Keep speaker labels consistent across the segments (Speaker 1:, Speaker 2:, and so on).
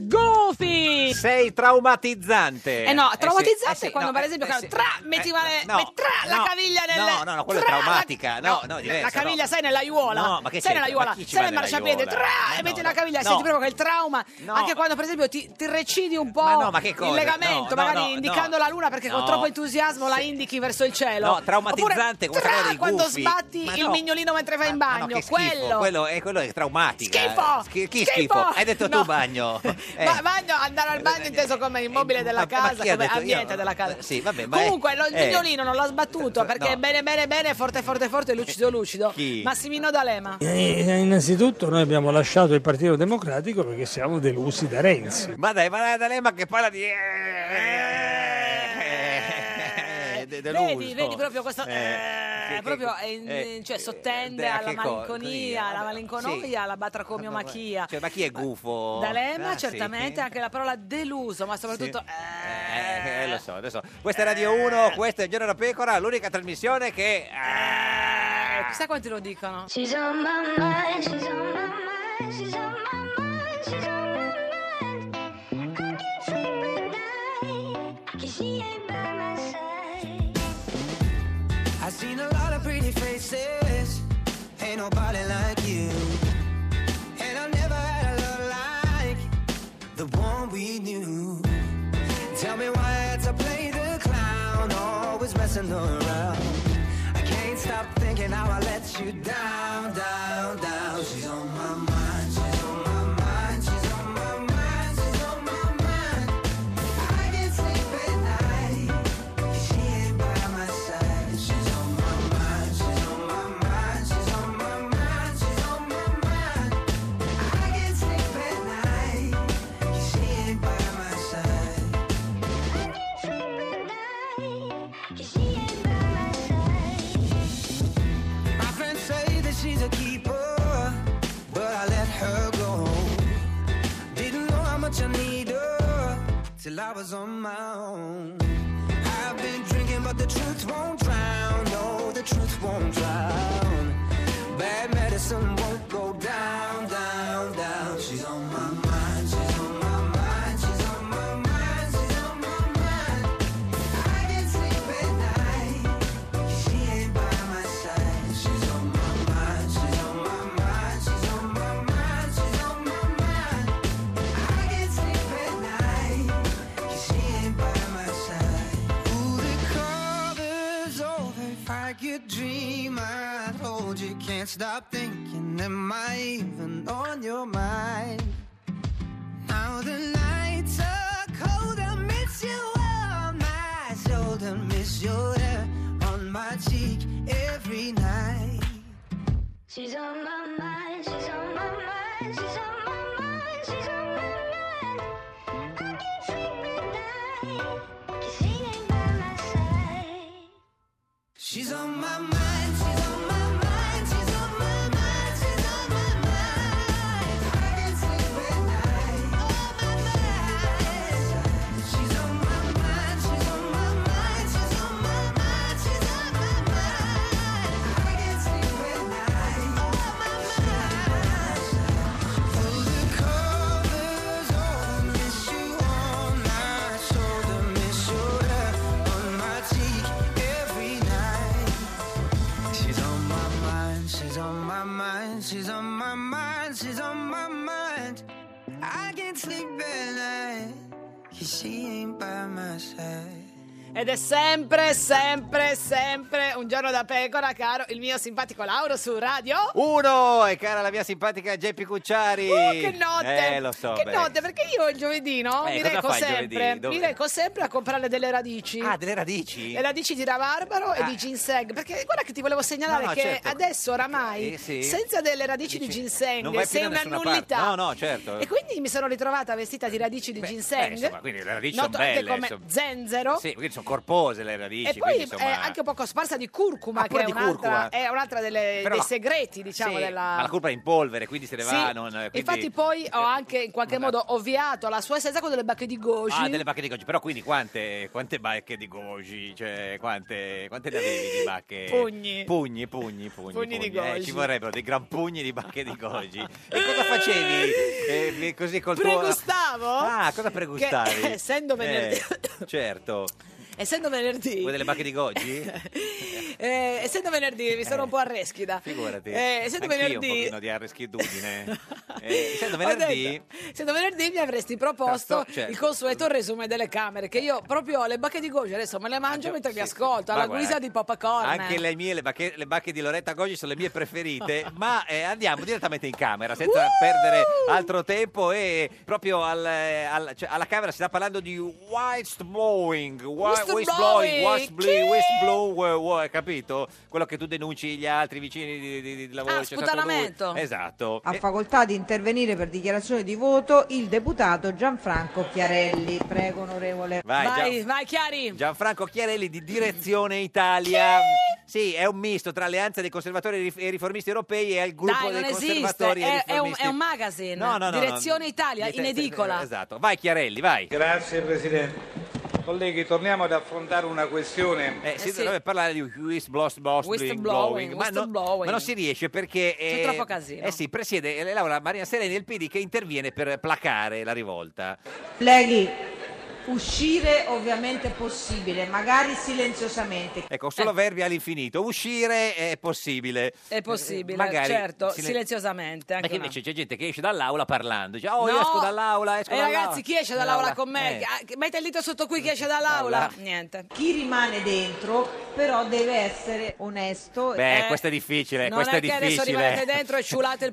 Speaker 1: Goofy!
Speaker 2: Sei traumatizzante.
Speaker 1: Eh no,
Speaker 2: sì,
Speaker 1: traumatizzante
Speaker 2: eh sì,
Speaker 1: quando
Speaker 2: no,
Speaker 1: per
Speaker 2: eh,
Speaker 1: esempio
Speaker 2: eh
Speaker 1: quando
Speaker 2: sì,
Speaker 1: tra,
Speaker 2: eh,
Speaker 1: metti male-
Speaker 2: no,
Speaker 1: met- tra la
Speaker 2: no,
Speaker 1: caviglia nel
Speaker 2: No, no, no, quella è
Speaker 1: tra la-
Speaker 2: traumatica. No, no,
Speaker 1: la
Speaker 2: diversa,
Speaker 1: caviglia
Speaker 2: no.
Speaker 1: sai nella aiuola,
Speaker 2: No, ma che
Speaker 1: sai
Speaker 2: c'entra?
Speaker 1: nella aiuola,
Speaker 2: Ma chi ci va
Speaker 1: sai nel
Speaker 2: nella
Speaker 1: marciapiede,
Speaker 2: aiuola?
Speaker 1: tra,
Speaker 2: Eh,
Speaker 1: e metti
Speaker 2: no,
Speaker 1: la caviglia,
Speaker 2: no.
Speaker 1: senti proprio che il trauma,
Speaker 2: No.
Speaker 1: anche quando per esempio ti, ti recidi un po'
Speaker 2: Ma no, ma che
Speaker 1: il
Speaker 2: cosa?
Speaker 1: legamento,
Speaker 2: No, no,
Speaker 1: magari
Speaker 2: no,
Speaker 1: indicando
Speaker 2: no.
Speaker 1: la luna perché con
Speaker 2: No.
Speaker 1: troppo entusiasmo la indichi verso il cielo.
Speaker 2: No, traumatizzante come
Speaker 1: Oppure, tra,
Speaker 2: quella dei
Speaker 1: quando
Speaker 2: gufi.
Speaker 1: sbatti
Speaker 2: Ma
Speaker 1: il
Speaker 2: no.
Speaker 1: mignolino mentre vai in
Speaker 2: Ah, no,
Speaker 1: bagno,
Speaker 2: che schifo,
Speaker 1: quello.
Speaker 2: quello è, quello è traumatico.
Speaker 1: Schifo!
Speaker 2: chi
Speaker 1: Schifo!
Speaker 2: schifo? Hai detto
Speaker 1: No.
Speaker 2: tu bagno. Eh,
Speaker 1: Ma bagno, andare al bagno inteso come immobile della
Speaker 2: ma- ma
Speaker 1: casa,
Speaker 2: chi ha
Speaker 1: come
Speaker 2: detto? Io-
Speaker 1: ambiente della casa.
Speaker 2: sì, vabbè, ma è-
Speaker 1: Comunque, lo- il
Speaker 2: eh.
Speaker 1: mignolino non l'ha sbattuto perché
Speaker 2: no. Eh,
Speaker 1: bene, bene, bene, forte, forte, forte, lucido, lucido.
Speaker 2: Chi?
Speaker 1: Massimino D'Alema.
Speaker 3: Eh, innanzitutto noi abbiamo lasciato il Partito Democratico perché siamo delusi da Renzi.
Speaker 2: Ma dai, ma dai, D'Alema che parla di... eh, de- deluso.
Speaker 1: Vedi, vedi proprio questo. eh,
Speaker 2: che- che-
Speaker 1: proprio eh, in-
Speaker 2: eh,
Speaker 1: cioè, sottende
Speaker 2: eh, a
Speaker 1: alla
Speaker 2: che co-
Speaker 1: malinconia,
Speaker 2: conia,
Speaker 1: alla
Speaker 2: vabbè,
Speaker 1: malinconia,
Speaker 2: sì.
Speaker 1: alla batracomiomachia.
Speaker 2: Cioè, ma chi è gufo?
Speaker 1: D'Alema,
Speaker 2: Ah, sì.
Speaker 1: certamente, anche la parola deluso, ma soprattutto.
Speaker 2: Eh, eh, lo so, lo so. Questa è Radio 1, questo è Il Giorno da Pecora, l'unica trasmissione che...
Speaker 1: eh, chissà quanti lo dicono.
Speaker 4: She's on my mind, she's on my mind, she's on my mind, she's on my mind. I can't sleep at night, 'cause she ain't by my side.
Speaker 5: I've seen a lot of pretty faces, ain't nobody like you. And I never had a love like the one we knew. Tell me why I had to play the clown, always messing around. I can't stop thinking how I let you down, down, down. She's on my mind, she's on my mind, she's on my mind, she's on my mind. I can't sleep at night. She ain't by my side. She's on my mind. She's on my mind. She's on my mind. She's on my mind. I can't sleep at night. She ain't by my side. My friends say that she's a keeper, but I let her go. Didn't know how much I need her till I was on my own. I've been drinking, but the truth won't drown. No, the truth won't drown. Bad medicine won't go down, down, down. She's on my mind. She's on my mind. She's on my mind. She's on my mind. I can't sleep at night. She ain't by my side. She's on my mind. She's on my mind. She's on my mind. She's on my mind. I can't sleep at night. She ain't by my side. Ooh, the cover's over. If I could dream, I'd hold you. Can't stop thinking. Am I even on your mind? Now the nights are cold. I miss you on my shoulder. Miss your hair on my cheek every night.
Speaker 4: She's on my mind, she's on my mind, she's on my mind, she's on my mind. I can't sleep at night, 'cause she ain't by my side.
Speaker 5: She's on my mind, she's on my mind, she's on my mind, she's on my mind. I can't sleep at night. Oh my mind. She's on my mind, she's on my mind, she's on my mind, she's on my mind. I can't sleep at night. Oh my mind. Pull the covers on, miss you on my shoulder, miss your hair on my cheek every night. She's on my mind, she's on my mind, she's on my mind, she's on my mind. I can't sleep at night, 'cause she ain't by my side.
Speaker 1: Ed è sempre, sempre, sempre un giorno da pecora, caro il mio simpatico Lauro su radio.
Speaker 2: Uno! E cara la mia simpatica Geppi Cucciari!
Speaker 1: Uh, che notte!
Speaker 2: Eh, lo so,
Speaker 1: che
Speaker 2: beh.
Speaker 1: notte, perché io il giovedì no,
Speaker 2: Eh,
Speaker 1: mi
Speaker 2: cosa
Speaker 1: reco
Speaker 2: fai il
Speaker 1: sempre.
Speaker 2: giovedì? Dove-
Speaker 1: Mi reco sempre a comprare delle radici.
Speaker 2: Ah, delle radici?
Speaker 1: le radici di ravarbaro e
Speaker 2: Ah.
Speaker 1: di ginseng. Perché guarda che ti volevo segnalare
Speaker 2: No, no,
Speaker 1: che
Speaker 2: certo.
Speaker 1: adesso oramai
Speaker 2: Eh, sì.
Speaker 1: senza delle radici di
Speaker 2: Dici, non
Speaker 1: ginseng
Speaker 2: vai più
Speaker 1: sei
Speaker 2: da
Speaker 1: una
Speaker 2: nessuna parte.
Speaker 1: nullità.
Speaker 2: No, no, certo.
Speaker 1: E quindi mi sono ritrovata vestita di radici di
Speaker 2: Beh,
Speaker 1: ginseng.
Speaker 2: beh, insomma, quindi le radici
Speaker 1: noto
Speaker 2: son
Speaker 1: anche
Speaker 2: belle,
Speaker 1: come
Speaker 2: insomma.
Speaker 1: zenzero.
Speaker 2: Sì, quindi son sono corpose le radici.
Speaker 1: E poi
Speaker 2: quindi, insomma,
Speaker 1: è anche un po' cosparsa di curcuma,
Speaker 2: Ah,
Speaker 1: che
Speaker 2: pure
Speaker 1: è
Speaker 2: di
Speaker 1: un'altra,
Speaker 2: curcuma.
Speaker 1: è un'altra delle-
Speaker 2: Però
Speaker 1: dei
Speaker 2: la-
Speaker 1: segreti, diciamo,
Speaker 2: sì,
Speaker 1: della...
Speaker 2: Ma la colpa è in polvere, quindi se ne
Speaker 1: Sì.
Speaker 2: va. Non, quindi- eh,
Speaker 1: Infatti poi ho anche in qualche modo ovviato alla sua assenza con delle bacche di goji.
Speaker 2: Ah, delle bacche di goji, però quindi quante, quante bacche di goji? Cioè, quante, quante ne avevi di bacche?
Speaker 1: Pugni.
Speaker 2: Pugni, pugni, pugni.
Speaker 1: Pugni di
Speaker 2: eh,
Speaker 1: goji.
Speaker 2: ci vorrebbero dei gran pugni di bacche di goji. E cosa facevi eh, così col tuo...
Speaker 1: Pregustavo?
Speaker 2: Ah, cosa pregustavi?
Speaker 1: Che, essendo venerdì,
Speaker 2: Eh, certo.
Speaker 1: essendo venerdì,
Speaker 2: Vuoi delle bacche di goji?
Speaker 1: eh, essendo venerdì mi sono un po' arreschida.
Speaker 2: Figurati.
Speaker 1: Eh, essendo
Speaker 2: Anch'io
Speaker 1: venerdì,
Speaker 2: un pochino di arreschidudine. eh, essendo
Speaker 1: Ho
Speaker 2: venerdì...
Speaker 1: detto, essendo venerdì mi avresti proposto
Speaker 2: Certo, certo.
Speaker 1: il consueto resume delle camere che io proprio le bacche di goji adesso me le mangio mentre vi ascolto
Speaker 2: Ma
Speaker 1: alla
Speaker 2: guarda,
Speaker 1: guisa di popcorn.
Speaker 2: Anche le mie, le bacche, le bacche di Loretta Goggi sono le mie preferite, ma eh, andiamo direttamente in camera senza perdere altro tempo e proprio al, eh, al- cioè, alla camera si sta parlando di waste blowing, wa-
Speaker 1: Waste
Speaker 2: waste
Speaker 1: blowing,
Speaker 2: blowing, waste
Speaker 1: chi?
Speaker 2: blowing, waste blow, eh, eh, capito? Quello che tu denunci gli altri vicini di, di, di- di lavoro. c'è stato lui.
Speaker 6: sputtanamento.
Speaker 2: Esatto.
Speaker 6: Ha
Speaker 7: Eh.
Speaker 2: E-
Speaker 6: facoltà di intervenire per dichiarazione di voto il deputato Gianfranco Chiarelli. Prego, onorevole.
Speaker 2: Vai,
Speaker 1: vai,
Speaker 2: Gian-
Speaker 1: vai Chiari.
Speaker 2: Gianfranco Chiarelli di Direzione Italia. Sì, è un misto tra alleanza dei conservatori e rif- e riformisti europei e il gruppo
Speaker 1: Dai, non
Speaker 2: dei
Speaker 1: esiste,
Speaker 2: conservatori e
Speaker 1: è, è un,
Speaker 2: riformisti.
Speaker 1: è un magazine.
Speaker 2: No, no, no, no.
Speaker 1: Direzione Italia, in edicola.
Speaker 2: Esatto. Vai Chiarelli, vai.
Speaker 8: Grazie Presidente. Colleghi, torniamo ad affrontare una questione.
Speaker 2: Eh, si
Speaker 1: sì.
Speaker 2: dovrebbe parlare di whist bloss bloss blowing,
Speaker 1: Whistleblowing,
Speaker 2: blowing, ma, non,
Speaker 1: whistleblowing.
Speaker 2: ma non si riesce perché
Speaker 1: C'è
Speaker 2: eh,
Speaker 1: troppo casino.
Speaker 2: Eh sì, presiede eh, Laura Maria Sereni del PD che interviene per placare la rivolta.
Speaker 6: Colleghi, uscire ovviamente è possibile, magari silenziosamente.
Speaker 2: Ecco, solo
Speaker 1: Eh.
Speaker 2: verbi all'infinito. Uscire è possibile.
Speaker 1: È possibile,
Speaker 2: Eh, magari
Speaker 1: certo,
Speaker 2: silen-
Speaker 1: silenziosamente. Anche
Speaker 2: Perché
Speaker 1: no.
Speaker 2: invece c'è gente che esce dall'aula parlando, dice oh
Speaker 1: No.
Speaker 2: io esco dall'aula, esco
Speaker 1: Eh,
Speaker 2: dall'aula.
Speaker 1: ragazzi, chi esce dall'aula con me?
Speaker 2: Eh.
Speaker 1: Ah, che- Mette il dito sotto qui chi esce dall'aula.
Speaker 2: Dall'aula.
Speaker 1: Niente.
Speaker 6: Chi rimane dentro però deve essere onesto.
Speaker 2: Beh,
Speaker 1: Eh,
Speaker 2: questo è difficile,
Speaker 1: non
Speaker 2: questo
Speaker 1: è,
Speaker 2: è
Speaker 1: che adesso rimanete
Speaker 2: difficile.
Speaker 1: dentro e sciulate il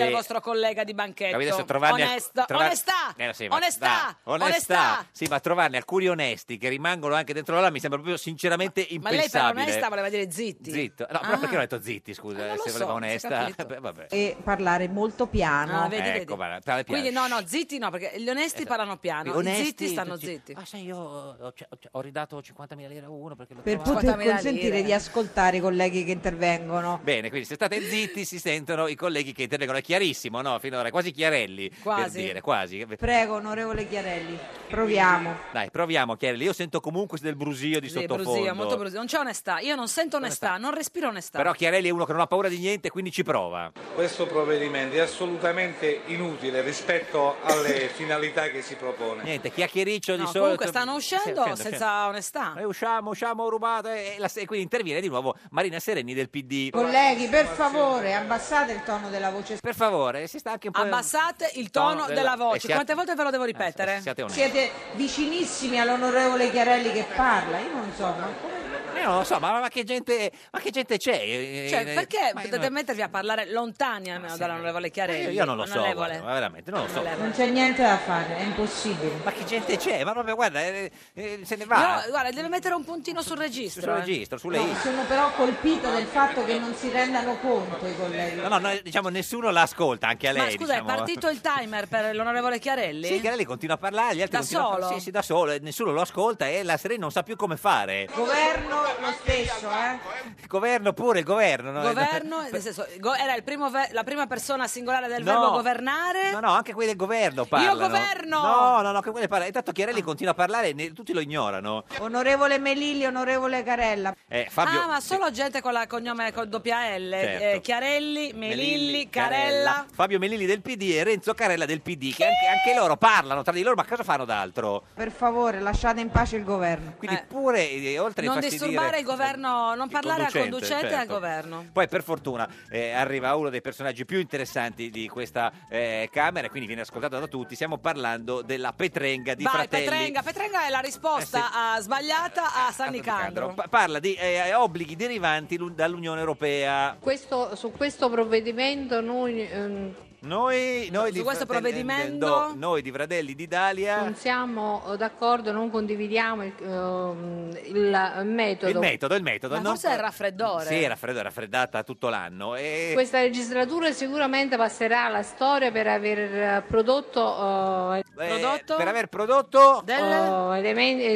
Speaker 2: Sì.
Speaker 1: al vostro collega di banchetto.
Speaker 2: Capito? Adesso trovarne-
Speaker 1: Onesto-
Speaker 2: trova-
Speaker 1: Onestà!
Speaker 2: Eh, sì, ma-
Speaker 1: onestà!
Speaker 2: dai, onestà! Sì, ma trovarne alcuni onesti che rimangono anche dentro l'aula mi sembra proprio sinceramente
Speaker 1: Ma lei per
Speaker 2: impensabile.
Speaker 1: onesta voleva dire zitti.
Speaker 2: Zitto. No,
Speaker 1: Ah.
Speaker 2: però perché non ho detto zitti, scusa,
Speaker 1: Ah, non lo
Speaker 2: se
Speaker 1: so,
Speaker 2: voleva
Speaker 1: non si è
Speaker 2: onesta.
Speaker 1: capito.
Speaker 2: Beh, vabbè.
Speaker 6: e parlare molto piano.
Speaker 1: Ah, Eh, vedi,
Speaker 2: Ecco,
Speaker 1: vedi.
Speaker 2: guarda, parla piano.
Speaker 1: Quindi no, no, zitti no, perché gli onesti parlano piano,
Speaker 2: Esatto. Onesti,
Speaker 1: i zitti stanno
Speaker 2: tutti-
Speaker 1: zitti.
Speaker 2: Ah, sai, io ho, cioè, ho ridato 50.000 lire a uno perché lo
Speaker 6: per
Speaker 2: trovavo-
Speaker 6: poter
Speaker 1: 50.000
Speaker 6: consentire
Speaker 1: lire.
Speaker 6: di ascoltare i colleghi che intervengono.
Speaker 2: Bene, quindi se state zitti si sentono i colleghi che intervengono. È chiarissimo, no? Finora, quasi chiarelli.
Speaker 1: Quasi.
Speaker 2: Per dire, quasi.
Speaker 6: Prego, onorevole Chiarelli, proviamo.
Speaker 2: Dai, proviamo, Chiarelli. Io sento comunque del brusio di
Speaker 1: Sì,
Speaker 2: sottofondo.
Speaker 1: brusio, molto brusio. Non c'è onestà, io non sento onestà, non respiro onestà.
Speaker 2: Però Chiarelli è uno che non ha paura di niente, quindi ci prova.
Speaker 8: Questo provvedimento è assolutamente inutile rispetto alle finalità che si propone.
Speaker 2: Niente, chiacchiericcio di
Speaker 1: No,
Speaker 2: solito.
Speaker 1: comunque stanno
Speaker 2: Sì,
Speaker 1: uscendo senza onestà.
Speaker 2: Noi usciamo, usciamo, rubate. E, la- e quindi interviene di nuovo Marina Sereni del PD.
Speaker 6: Colleghi, per favore, abbassate il tono della voce.
Speaker 2: Per favore, si sta anche un po'...
Speaker 1: Abbassate il tono
Speaker 2: Tono
Speaker 1: della,
Speaker 2: della-
Speaker 1: voce.
Speaker 2: e siate-
Speaker 1: Quante volte ve lo devo
Speaker 2: Eh,
Speaker 1: ripetere?
Speaker 2: siate onesti.
Speaker 6: Siete vicinissimi all'onorevole Chiarelli che parla. Io non so, ma come-
Speaker 2: Io non lo so, ma, ma che, gente, ma che gente c'è? eh,
Speaker 1: Cioè,
Speaker 2: eh,
Speaker 1: perché
Speaker 2: ma io
Speaker 1: potete
Speaker 2: non-
Speaker 1: mettervi a parlare lontani almeno
Speaker 2: sì.
Speaker 1: dall'onorevole Chiarelli?
Speaker 2: Io, io non lo so,
Speaker 1: Onorevole.
Speaker 2: guarda, ma veramente non lo so.
Speaker 1: Onorevole.
Speaker 6: non c'è niente da fare, è impossibile.
Speaker 2: Ma che gente c'è? Ma proprio, guarda, eh, eh, se ne va.
Speaker 1: No, guarda, deve mettere un puntino sul registro.
Speaker 2: sul
Speaker 1: eh.
Speaker 2: registro, sulle
Speaker 6: No,
Speaker 2: isole.
Speaker 6: sono però colpita del fatto che non si rendano conto i colleghi.
Speaker 2: No, no, no, diciamo, nessuno la ascolta, anche a lei.
Speaker 1: Ma scusa,
Speaker 2: diciamo.
Speaker 1: è partito il timer per l'onorevole Chiarelli?
Speaker 2: Sì, che lei continua a parlare, gli altri
Speaker 1: Da
Speaker 2: continuano a
Speaker 1: solo?
Speaker 2: Sì, sì, da solo, e nessuno lo ascolta e la Serena non sa più come fare.
Speaker 6: Governo lo stesso, eh?
Speaker 2: Il governo pure, il governo. no?
Speaker 1: Governo, nel senso, go- era il primo ve- la prima persona singolare del
Speaker 2: No.
Speaker 1: verbo governare.
Speaker 2: No, no, anche quelli del governo parlano.
Speaker 1: governo!
Speaker 2: No, no, no, che quelli parlano. Intanto Chiarelli continua a parlare e ne- tutti lo ignorano.
Speaker 6: Onorevole Melilli, onorevole Carella.
Speaker 2: Eh, Fabio...
Speaker 1: ah, ma solo gente con la cognome con doppia L.
Speaker 2: Certo.
Speaker 1: eh, Chiarelli, Melilli, Carella.
Speaker 2: Fabio Melilli del PD e Renzo Carella del PD, che anche, anche loro parlano tra di loro, ma cosa fanno d'altro?
Speaker 6: Per favore, lasciate in pace il governo.
Speaker 2: Quindi
Speaker 1: Eh.
Speaker 2: pure eh, oltre a
Speaker 1: Non
Speaker 2: infastidire-
Speaker 1: disturbare il governo, non
Speaker 2: il
Speaker 1: parlare al conducente e al
Speaker 2: certo.
Speaker 1: governo.
Speaker 2: Poi per fortuna eh, arriva uno dei personaggi più interessanti di questa eh, Camera, e quindi viene ascoltato da tutti. Stiamo parlando della Petrenga di
Speaker 1: Vai,
Speaker 2: Fratelli.
Speaker 1: Petrenga. Petrenga è la risposta
Speaker 2: Eh, sì.
Speaker 1: a- sbagliata a San Nicandro.
Speaker 2: Pa- parla di eh, obblighi derivanti l'un- dall'Unione Europea.
Speaker 7: Questo- su questo provvedimento noi ehm,
Speaker 2: Noi, noi
Speaker 7: Su
Speaker 2: di
Speaker 7: questo
Speaker 2: Fratelli-
Speaker 7: provvedimento?
Speaker 2: Noi di Fradelli d'Italia.
Speaker 7: Non siamo eh, d'accordo, non condividiamo il, ehm, il metodo.
Speaker 2: Il metodo, il metodo.
Speaker 7: Ma
Speaker 2: non-
Speaker 7: forse è il raffreddore.
Speaker 2: Sì, era fredda, era freddata tutto l'anno. E...
Speaker 7: Questa legislatura sicuramente passerà alla storia per aver eh, prodotto, eh,
Speaker 2: eh, Per aver prodotto...
Speaker 7: Oh, elemen- eh,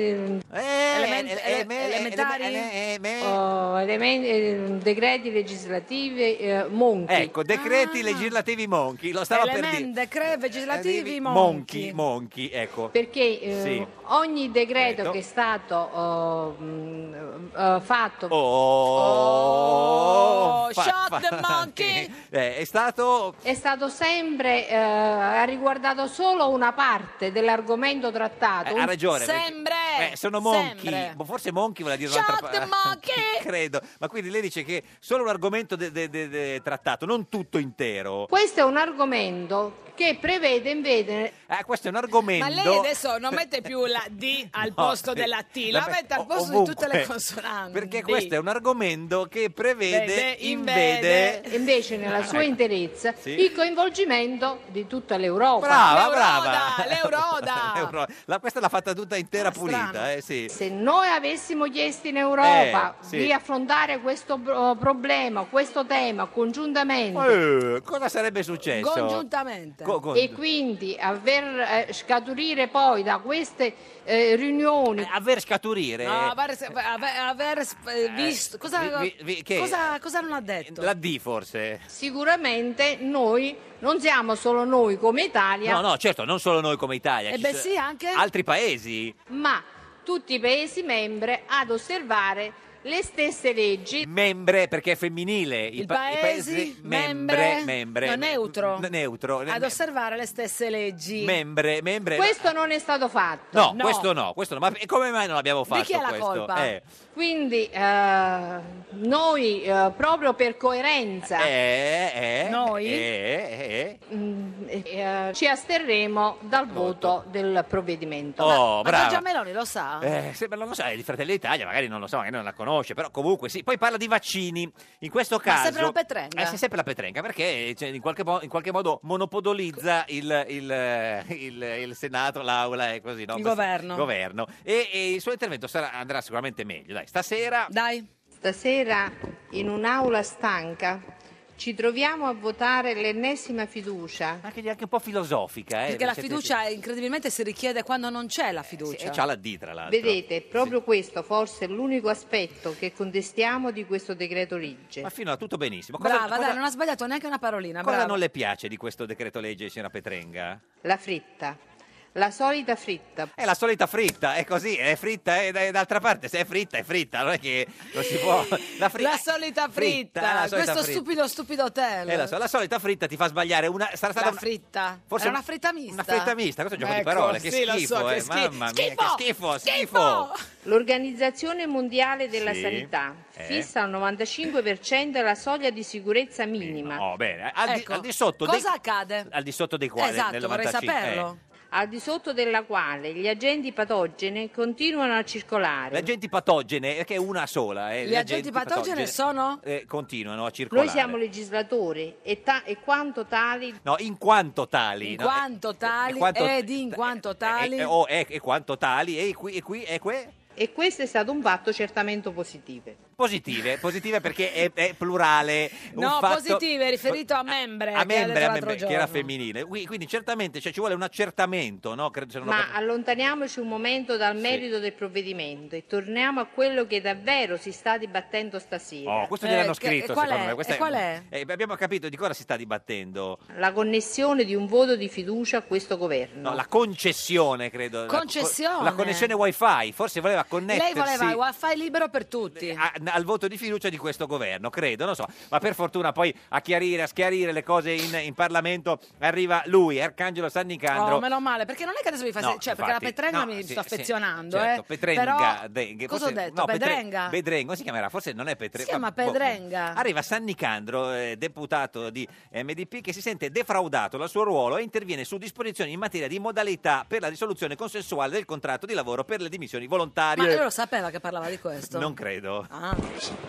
Speaker 2: Element- ele-
Speaker 7: eleme-
Speaker 2: elementari?
Speaker 7: Oh, elemen- eh, decreti legislativi eh, monchi. Ah.
Speaker 2: Ecco, decreti legislativi monchi, lo stava per dire. Eh,
Speaker 7: Elemen- decreti legislativi
Speaker 2: Monchi, monchi, ecco.
Speaker 7: Perché eh,
Speaker 2: Sì. Ecco.
Speaker 7: ogni decreto
Speaker 2: Decreto.
Speaker 7: che è stato oh, mh, eh, fatto
Speaker 2: Oh, fa-
Speaker 7: shot the
Speaker 2: fa-
Speaker 7: monkey!
Speaker 2: Eh, è stato
Speaker 7: è stato sempre, eh, ha riguardato solo una parte dell'argomento trattato.
Speaker 2: Eh, ha ragione, perché-
Speaker 7: Sempre!
Speaker 2: Eh, sono monchi, boh, forse monchi voleva dire un'altra parola.
Speaker 7: eh.
Speaker 2: Credo. Ma quindi lei dice che solo un argomento de- de- de- de- trattato, non tutto intero.
Speaker 7: Questo è un argomento che prevede invece...
Speaker 2: Ah, questo è un argomento.
Speaker 6: Ma lei adesso non mette più la D al
Speaker 2: No,
Speaker 6: posto
Speaker 2: sì,
Speaker 6: della T,
Speaker 2: la
Speaker 6: la
Speaker 2: met-
Speaker 6: mette al
Speaker 2: o-
Speaker 6: posto di
Speaker 2: ovunque.
Speaker 6: tutte le consonanti.
Speaker 2: Perché questo è un argomento che prevede,
Speaker 6: Vede,
Speaker 2: invede.
Speaker 7: invece nella sua
Speaker 2: Ecco.
Speaker 7: interezza
Speaker 2: Sì.
Speaker 7: il coinvolgimento di tutta l'Europa.
Speaker 2: Brava, brava.
Speaker 7: l'Euroda.
Speaker 2: L'Euro- la- questa l'ha fatta tutta intera pulita, eh, sì.
Speaker 7: Se noi avessimo chiesto in Europa
Speaker 2: Eh, sì.
Speaker 7: di affrontare questo pro- problema, questo tema congiuntamente,
Speaker 2: Eh, cosa sarebbe successo?
Speaker 7: congiuntamente
Speaker 2: Co- con-
Speaker 7: e quindi aver eh, scaturire poi da queste eh, riunioni
Speaker 2: aver scaturire
Speaker 6: No, aver, aver- aver sp- visto... Cosa,
Speaker 2: Eh, vi- vi- che-
Speaker 6: cosa- cosa non ha detto?
Speaker 2: la D forse.
Speaker 7: sicuramente noi non siamo solo noi come Italia,
Speaker 2: No, no, certo, non solo noi come Italia.
Speaker 7: Eh
Speaker 2: ci
Speaker 7: beh,
Speaker 2: so-
Speaker 7: sì, anche-
Speaker 2: Altri paesi.
Speaker 7: ma tutti i Paesi membri ad osservare le stesse leggi.
Speaker 2: Membre, perché è femminile. I,
Speaker 6: Il
Speaker 2: pa- i
Speaker 6: paesi,
Speaker 2: membre,
Speaker 6: membre,
Speaker 2: membre.
Speaker 6: no, neutro.
Speaker 2: N- neutro.
Speaker 6: Ad osservare le stesse leggi.
Speaker 2: membre, membre.
Speaker 7: Questo non è stato fatto.
Speaker 2: No, questo no, questo no. Ma e come mai non l'abbiamo fatto
Speaker 7: chi è la
Speaker 2: questo?
Speaker 7: colpa?
Speaker 2: Eh,
Speaker 7: Quindi eh, noi eh, proprio per coerenza
Speaker 2: eh, eh,
Speaker 7: Noi?
Speaker 2: eh, eh, eh.
Speaker 7: mm, eh, ci asterremo dal voto del provvedimento.
Speaker 2: Oh, Ma- ma brava. Giorgia
Speaker 7: Meloni lo sa?
Speaker 2: Eh, se- non lo sa, è di Fratelli d'Italia, magari non lo so, magari non la conosce, però comunque sì. Poi parla di vaccini. In questo caso.
Speaker 6: sempre la petrenga.
Speaker 2: Eh, sì, sempre la petrenga, perché cioè, in, qualche mo- in qualche modo monopolizza il, il- il- il Senato, l'Aula e così, no?
Speaker 6: Il
Speaker 2: Questo-
Speaker 6: governo.
Speaker 2: governo. E, e il suo intervento sarà- andrà sicuramente meglio, dai. Stasera.
Speaker 7: Dai. Stasera in un'aula stanca ci troviamo a votare l'ennesima fiducia.
Speaker 2: Anche, anche un po' filosofica, eh.
Speaker 1: Perché la
Speaker 2: siete-
Speaker 1: fiducia incredibilmente si richiede quando non c'è la fiducia.
Speaker 2: E Eh, c'ha la D, tra l'altro.
Speaker 7: Vedete, proprio questo forse è l'unico aspetto che contestiamo di questo decreto legge.
Speaker 2: Ma fino a tutto benissimo. Cosa,
Speaker 1: Brava,
Speaker 2: cosa-
Speaker 1: dai, non ha sbagliato neanche una parolina.
Speaker 2: cosa
Speaker 1: brava.
Speaker 2: non le piace di questo decreto legge, signora Petrenga?
Speaker 7: La fritta, la solita fritta.
Speaker 2: È la solita fritta, è così, è fritta, è, è d'altra parte, se è fritta è fritta, non è che non si può... La, fri-
Speaker 1: La solita
Speaker 2: Fritta,
Speaker 1: fritta,
Speaker 2: eh, la solita
Speaker 1: questo
Speaker 2: fritta.
Speaker 1: stupido stupido hotel.
Speaker 2: eh, la, so- la solita fritta ti fa sbagliare una... Sarà stata
Speaker 1: La
Speaker 2: una-
Speaker 1: fritta.
Speaker 2: forse
Speaker 1: Era
Speaker 2: un-
Speaker 1: una fritta mista.
Speaker 2: una fritta mista, questo è un gioco
Speaker 1: Ecco,
Speaker 2: di parole, che
Speaker 1: sì, lo so,
Speaker 2: schifo,
Speaker 1: che
Speaker 2: eh,
Speaker 1: schifo.
Speaker 2: mamma mia, che schifo, schifo!
Speaker 7: L'Organizzazione Mondiale della
Speaker 2: Sì.
Speaker 7: Sanità
Speaker 2: Eh.
Speaker 7: fissa al 95% la soglia di sicurezza minima.
Speaker 2: Oh, bene, al, di,
Speaker 1: Ecco,
Speaker 2: al di sotto... dei-
Speaker 7: accade?
Speaker 2: Al di sotto dei quali?
Speaker 7: Esatto,
Speaker 1: Esatto,
Speaker 2: nel 95, eh.
Speaker 7: Al di sotto della quale gli agenti patogeni continuano a circolare.
Speaker 2: eh. Le agenti patogene, che è una sola. Eh,
Speaker 7: Gli
Speaker 2: le
Speaker 7: agenti patogene sono?
Speaker 2: eh, continuano a circolare.
Speaker 7: Noi siamo legislatori e, ta- e quanto tali
Speaker 2: No, in quanto tali.
Speaker 1: In
Speaker 2: no, eh,
Speaker 1: quanto tali,
Speaker 2: in quanto-
Speaker 1: ed in quanto tali.
Speaker 2: eh, oh, eh, e quanto tali, e qui, e qui, e qui...
Speaker 7: e questo è stato un fatto certamente positivo.
Speaker 2: Positive, positive perché è, è plurale. un
Speaker 6: No,
Speaker 2: fatto-
Speaker 6: positive, riferito a membre.
Speaker 2: A
Speaker 6: che ha detto
Speaker 2: membre, a
Speaker 6: l'altro
Speaker 2: membre, che era
Speaker 6: giorno.
Speaker 2: femminile. Qui- Quindi certamente cioè, ci vuole un accertamento, no? Credo, se non ho
Speaker 7: Ma
Speaker 2: capito.
Speaker 7: allontaniamoci un momento dal merito del provvedimento e torniamo a quello che davvero si sta dibattendo stasera.
Speaker 2: Oh, questo
Speaker 6: Eh,
Speaker 2: gliel'hanno scritto, secondo me. Questa eh, abbiamo capito di cosa si sta dibattendo.
Speaker 7: La connessione di un voto di fiducia a questo governo.
Speaker 2: No, la concessione, credo. La-
Speaker 7: Concessione?
Speaker 2: La, connessione wifi, forse voleva
Speaker 6: Lei
Speaker 2: connettersi
Speaker 6: voleva il wifi libero per tutti.
Speaker 2: a- al voto di fiducia di questo governo, credo, non so. Ma per fortuna poi a chiarire, a schiarire le cose in, in Parlamento arriva lui, Arcangelo San Nicandro.
Speaker 6: Oh, meno male, perché non è che adesso mi fa...
Speaker 2: No,
Speaker 6: cioè, perché la
Speaker 2: infatti,
Speaker 6: Petrenga
Speaker 2: no,
Speaker 6: mi
Speaker 2: sì,
Speaker 6: sto
Speaker 2: sì,
Speaker 6: affezionando,
Speaker 2: certo,
Speaker 6: eh.
Speaker 2: Petrenga,
Speaker 6: Però,
Speaker 2: de- che
Speaker 6: cosa ho
Speaker 2: forse-
Speaker 6: detto?
Speaker 2: no, Petre-
Speaker 6: Pedrenga?
Speaker 2: Bedrenga, come si chiamerà? Forse non è Petrenga.
Speaker 6: Si chiama Pedrenga.
Speaker 2: boh, Arriva San Nicandro, eh, deputato di MDP, che si sente defraudato dal suo ruolo e interviene su disposizioni in materia di modalità per la risoluzione consensuale del contratto di lavoro per le dimissioni
Speaker 1: Ma
Speaker 2: volontarie.
Speaker 1: lui lo sapeva che parlava di questo. Ah.
Speaker 2: Non credo.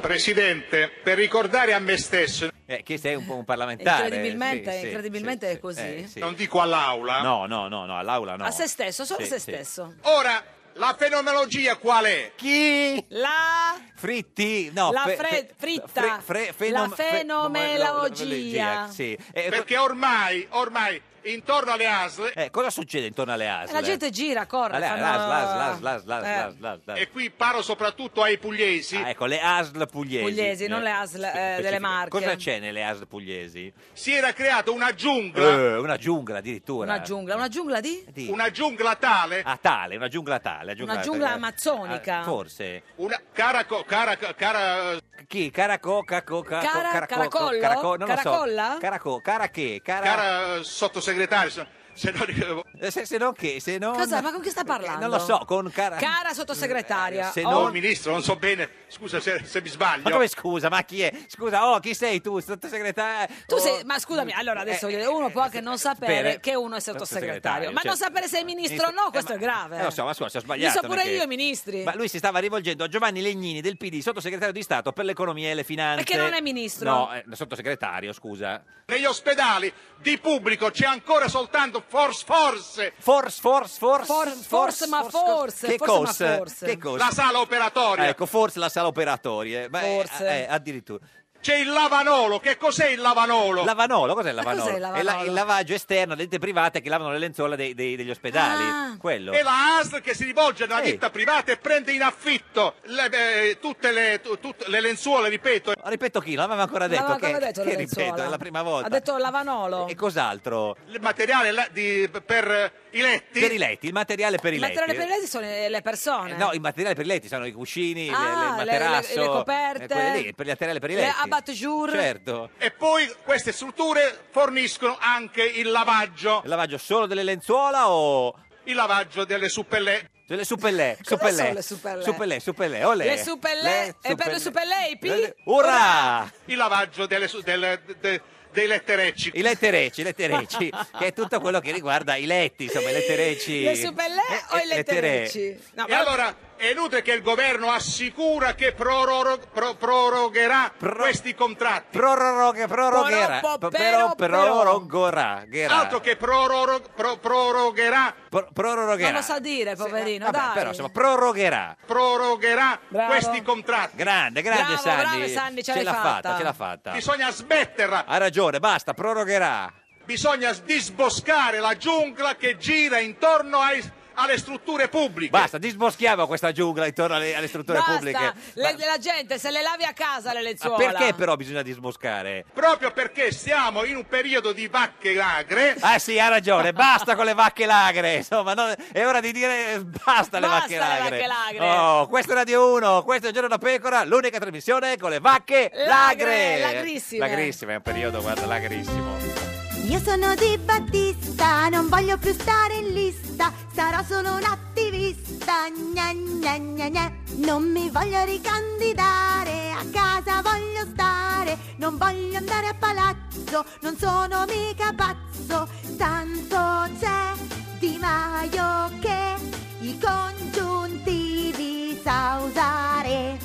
Speaker 9: Presidente, per ricordare a me stesso
Speaker 2: Eh, che sei un po' un parlamentare.
Speaker 1: Incredibilmente,
Speaker 2: sì, sì,
Speaker 1: incredibilmente
Speaker 2: sì,
Speaker 1: è così.
Speaker 2: eh, sì.
Speaker 8: Non dico all'aula.
Speaker 2: No, no, no, no, all'aula no.
Speaker 1: A se stesso, solo
Speaker 2: Sì,
Speaker 1: a se
Speaker 2: sì.
Speaker 1: stesso.
Speaker 8: Ora, la fenomenologia qual è?
Speaker 2: Chi?
Speaker 1: La...
Speaker 2: Fritti, no,
Speaker 1: La
Speaker 2: fe-
Speaker 1: fre-
Speaker 2: fe-
Speaker 1: fritta.
Speaker 2: fre-
Speaker 1: La
Speaker 2: fenom-
Speaker 1: fenomenologia.
Speaker 2: fenomenologia, sì. Eh,
Speaker 8: Perché ormai, ormai, intorno alle ASL...
Speaker 2: eh, cosa succede intorno alle ASL?
Speaker 1: La gente gira, corre.
Speaker 2: Alle
Speaker 1: fanno-
Speaker 2: ASL, ASL, ASL, ASL,
Speaker 1: Eh.
Speaker 2: ASL, ASL, ASL.
Speaker 8: E qui paro soprattutto ai pugliesi.
Speaker 2: Ah, ecco, le ASL pugliesi.
Speaker 1: Pugliesi, non le
Speaker 2: Eh,
Speaker 1: ASL, eh,
Speaker 2: specifiche.
Speaker 1: delle Marche.
Speaker 2: Cosa c'è nelle ASL pugliesi?
Speaker 8: Si era creata una giungla,
Speaker 2: Eh, una giungla addirittura.
Speaker 1: Una giungla, una giungla di?
Speaker 2: Di-
Speaker 8: una giungla tale,
Speaker 2: Ah, tale, una giungla tale.
Speaker 1: Una giungla amazzonica.
Speaker 2: Ah, forse.
Speaker 8: una cara, co- cara, cara...
Speaker 2: Chi? Caraco, caco, caco,
Speaker 1: Cara-
Speaker 2: caraco,
Speaker 1: caracollo?
Speaker 2: caraco- non lo so.
Speaker 1: Caracolla?
Speaker 2: Caraco, cara che? Cara...
Speaker 8: cara eh, sottosegretario, se- se non-
Speaker 2: Eh, Se, se non che, se non... Eh,
Speaker 1: Cosa? Ma con chi sta parlando?
Speaker 2: Non lo so, con cara...
Speaker 1: Cara sottosegretaria.
Speaker 2: Se
Speaker 1: oh,
Speaker 8: No,
Speaker 2: non-
Speaker 8: ministro, non so bene, scusa se, se mi
Speaker 2: Ma
Speaker 8: sbaglio.
Speaker 2: come scusa, ma chi è? Scusa, oh, chi sei tu, sottosegretario?
Speaker 1: Tu
Speaker 2: Oh,
Speaker 1: sei, ma scusami, allora
Speaker 2: eh,
Speaker 1: adesso voglio dire, uno può anche non sapere
Speaker 2: Pere-
Speaker 1: che uno è sottosegretario,
Speaker 2: sottosegretario,
Speaker 1: ma
Speaker 2: cioè-
Speaker 1: non sapere se è ministro o no, questo è grave.
Speaker 2: Eh, lo so, ma scusa, ho
Speaker 1: Li
Speaker 2: sbagliato.
Speaker 1: so pure
Speaker 2: perché-
Speaker 1: io i ministri.
Speaker 2: Ma lui si stava rivolgendo a Giovanni Legnini del PD, sottosegretario di Stato per l'economia e le finanze.
Speaker 1: Perché non è ministro.
Speaker 2: No, eh, sottosegretario, scusa.
Speaker 8: Negli ospedali di pubblico c'è ancora soltanto forse, forse,
Speaker 2: Force, force, force.
Speaker 1: Forse, forse, ma forse,
Speaker 2: Che
Speaker 1: forse, ma
Speaker 2: cosa?
Speaker 1: forse.
Speaker 2: Che cosa?
Speaker 8: la sala
Speaker 2: Ah,
Speaker 8: operatoria.
Speaker 2: ecco, forse la sala operatoria. Ma, eh,
Speaker 1: Forse.
Speaker 2: eh, addirittura.
Speaker 8: C'è il lavanolo, che cos'è il lavanolo?
Speaker 2: Lavanolo, cos'è il lavanolo?
Speaker 1: cos'è il lavanolo?
Speaker 2: È la- il lavaggio esterno delle ditte private che lavano le lenzuola dei- dei- degli ospedali.
Speaker 1: Ah.
Speaker 2: Quello.
Speaker 8: È la ASL che si rivolge alla
Speaker 2: Sì.
Speaker 8: ditta privata e prende in affitto le- eh, tutte, le, tu- tutte le lenzuola, ripeto.
Speaker 2: Ripeto chi? Non l'avevamo ancora detto.
Speaker 1: L'aveva ancora
Speaker 2: che,
Speaker 1: detto
Speaker 2: che
Speaker 1: Lorenzola.
Speaker 2: ripeto, è la prima volta.
Speaker 1: Ha detto Lavanolo.
Speaker 2: E cos'altro?
Speaker 8: Il materiale la- di- per eh, i letti.
Speaker 2: Per i letti, il materiale per i
Speaker 1: Il
Speaker 2: letti.
Speaker 1: materiale per lei sono le persone.
Speaker 2: Eh, No, il materiale per i letti sono i cuscini, le- le,
Speaker 1: Ah,
Speaker 2: il
Speaker 1: le-
Speaker 2: materasso,
Speaker 1: le- le
Speaker 2: eh,
Speaker 1: coperte.
Speaker 2: quelle lì, per il materiale per i
Speaker 1: Le
Speaker 2: letti.
Speaker 1: abat-jour.
Speaker 2: Certo.
Speaker 8: E poi queste strutture forniscono anche il lavaggio,
Speaker 2: Il lavaggio solo delle lenzuola o
Speaker 8: il lavaggio delle suppelle.
Speaker 2: delle suppellè?
Speaker 1: Cosa
Speaker 2: suppellè.
Speaker 1: sono le suppellè?
Speaker 2: Suppellè, suppellè, olè.
Speaker 1: Le suppellè, e per le suppellè i pi-
Speaker 2: Urrà!
Speaker 8: il lavaggio delle su- delle- de- dei letterecci.
Speaker 2: I letterecci, i letterecci, che è tutto quello che riguarda i letti, insomma, i letterecci.
Speaker 1: Le supellè
Speaker 2: Eh,
Speaker 1: o
Speaker 2: eh,
Speaker 1: i
Speaker 2: lettere-
Speaker 1: letterecci? No,
Speaker 8: E
Speaker 1: ma-
Speaker 8: allora è inutile che il governo assicura che prororo- pro- prorogherà questi contratti.
Speaker 2: Prororoghe, prorogherà.
Speaker 1: Poroppo,
Speaker 2: Però,
Speaker 1: però,
Speaker 2: prorogherà.
Speaker 8: Altro che prororo- pro- prorogherà,
Speaker 2: Pro- prorogherà. eh,
Speaker 1: Non lo sa dire, poverino,
Speaker 2: Vabbè,
Speaker 1: dai.
Speaker 2: Però, insomma, prorogherà.
Speaker 8: prorogherà
Speaker 1: Bravo.
Speaker 8: questi contratti.
Speaker 2: Grande, grande
Speaker 1: Bravo,
Speaker 2: Sanni.
Speaker 1: bravo, Sanni, ce l'hai
Speaker 2: l'ha
Speaker 1: fatta.
Speaker 2: fatta. ce l'ha fatta.
Speaker 8: Bisogna smetterla,
Speaker 2: Ha ragione, basta, prorogherà.
Speaker 8: bisogna disboscare la giungla che gira intorno ai- alle strutture pubbliche.
Speaker 2: Basta, disboschiamo questa giungla intorno alle, alle strutture
Speaker 1: Basta,
Speaker 2: pubbliche.
Speaker 1: le-
Speaker 2: Ma-
Speaker 1: la gente se le lavi a casa le
Speaker 2: ma
Speaker 1: lenzuola.
Speaker 2: perché però bisogna disboscare?
Speaker 8: Proprio perché siamo in un periodo di vacche magre,
Speaker 2: Ah sì, ha ragione, basta con le vacche lagre, insomma, no, è ora di dire eh, basta le
Speaker 1: Basta
Speaker 2: vacche
Speaker 1: le
Speaker 2: lagre.
Speaker 1: vacche lagre.
Speaker 2: Oh, questo è Radio 1, questo è Il Giorno da Pecora, l'unica trasmissione con le vacche
Speaker 1: Lagre,
Speaker 2: lagre.
Speaker 1: lagrissime.
Speaker 2: Lagrissime, è un periodo, guarda, lagrissimo.
Speaker 10: Io sono di Battista, non voglio più stare in lista, sarò solo un attivista, gna gna gna gna. Non mi voglio ricandidare, a casa voglio stare, non voglio andare a palazzo, non sono mica pazzo, tanto c'è Di Maio che i congiuntivi sa usare.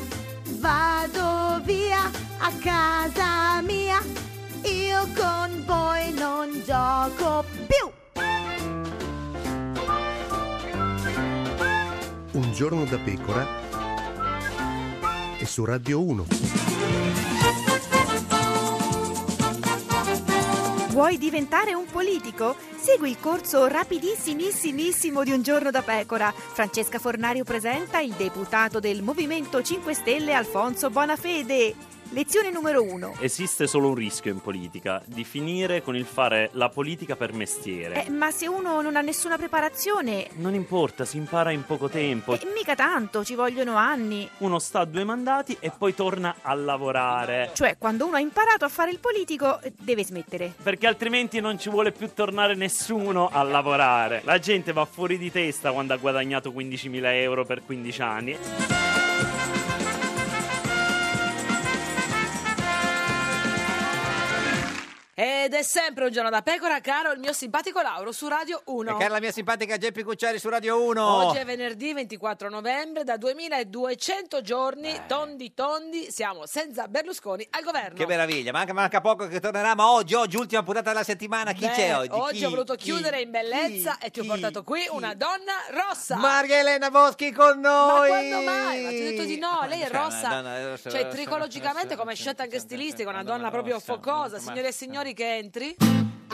Speaker 10: Vado via a casa mia, io con voi non gioco più.
Speaker 11: Un giorno da pecora e su Radio 1.
Speaker 12: Vuoi diventare un politico? Segui il corso rapidissimissimo di Un giorno da pecora. Francesca Fornario presenta il deputato del Movimento 5 Stelle Alfonso Bonafede. Lezione numero 1.
Speaker 13: Esiste solo un rischio in politica, di finire con il fare la politica per mestiere.
Speaker 12: Eh, ma se uno non ha nessuna preparazione,
Speaker 13: Non importa, si impara in poco tempo.
Speaker 12: eh, mica tanto, ci vogliono anni.
Speaker 13: Uno sta a due mandati e poi torna a lavorare.
Speaker 12: Cioè, quando uno ha imparato a fare il politico, eh, deve smettere.
Speaker 13: Perché altrimenti non ci vuole più tornare nessuno a lavorare. La gente va fuori di testa quando ha guadagnato 15.000 euro per 15 anni.
Speaker 1: Ed è sempre un giorno da pecora, caro il mio simpatico Lauro su Radio 1.
Speaker 2: E cara la mia simpatica Geppi Cucciari su Radio 1.
Speaker 1: Oggi è venerdì 24 novembre, da 2200 giorni, tondi tondi, siamo senza Berlusconi al governo.
Speaker 2: Che meraviglia, manca, manca poco che tornerà, ma oggi, oggi, ultima puntata della settimana, chi
Speaker 1: Beh,
Speaker 2: c'è oggi? Chi?
Speaker 1: ho voluto chiudere in bellezza e ti ho portato qui una donna rossa.
Speaker 2: Maria Elena Boschi con noi.
Speaker 1: Ma quando mai? Ma ti ho detto di no, lei è
Speaker 2: Cioè, una
Speaker 1: rossa.
Speaker 2: donna rossa,
Speaker 1: Cioè,
Speaker 2: rossa,
Speaker 1: tricologicamente, come scelta anche stilistica, una donna proprio focosa. Signore e signori, che entri.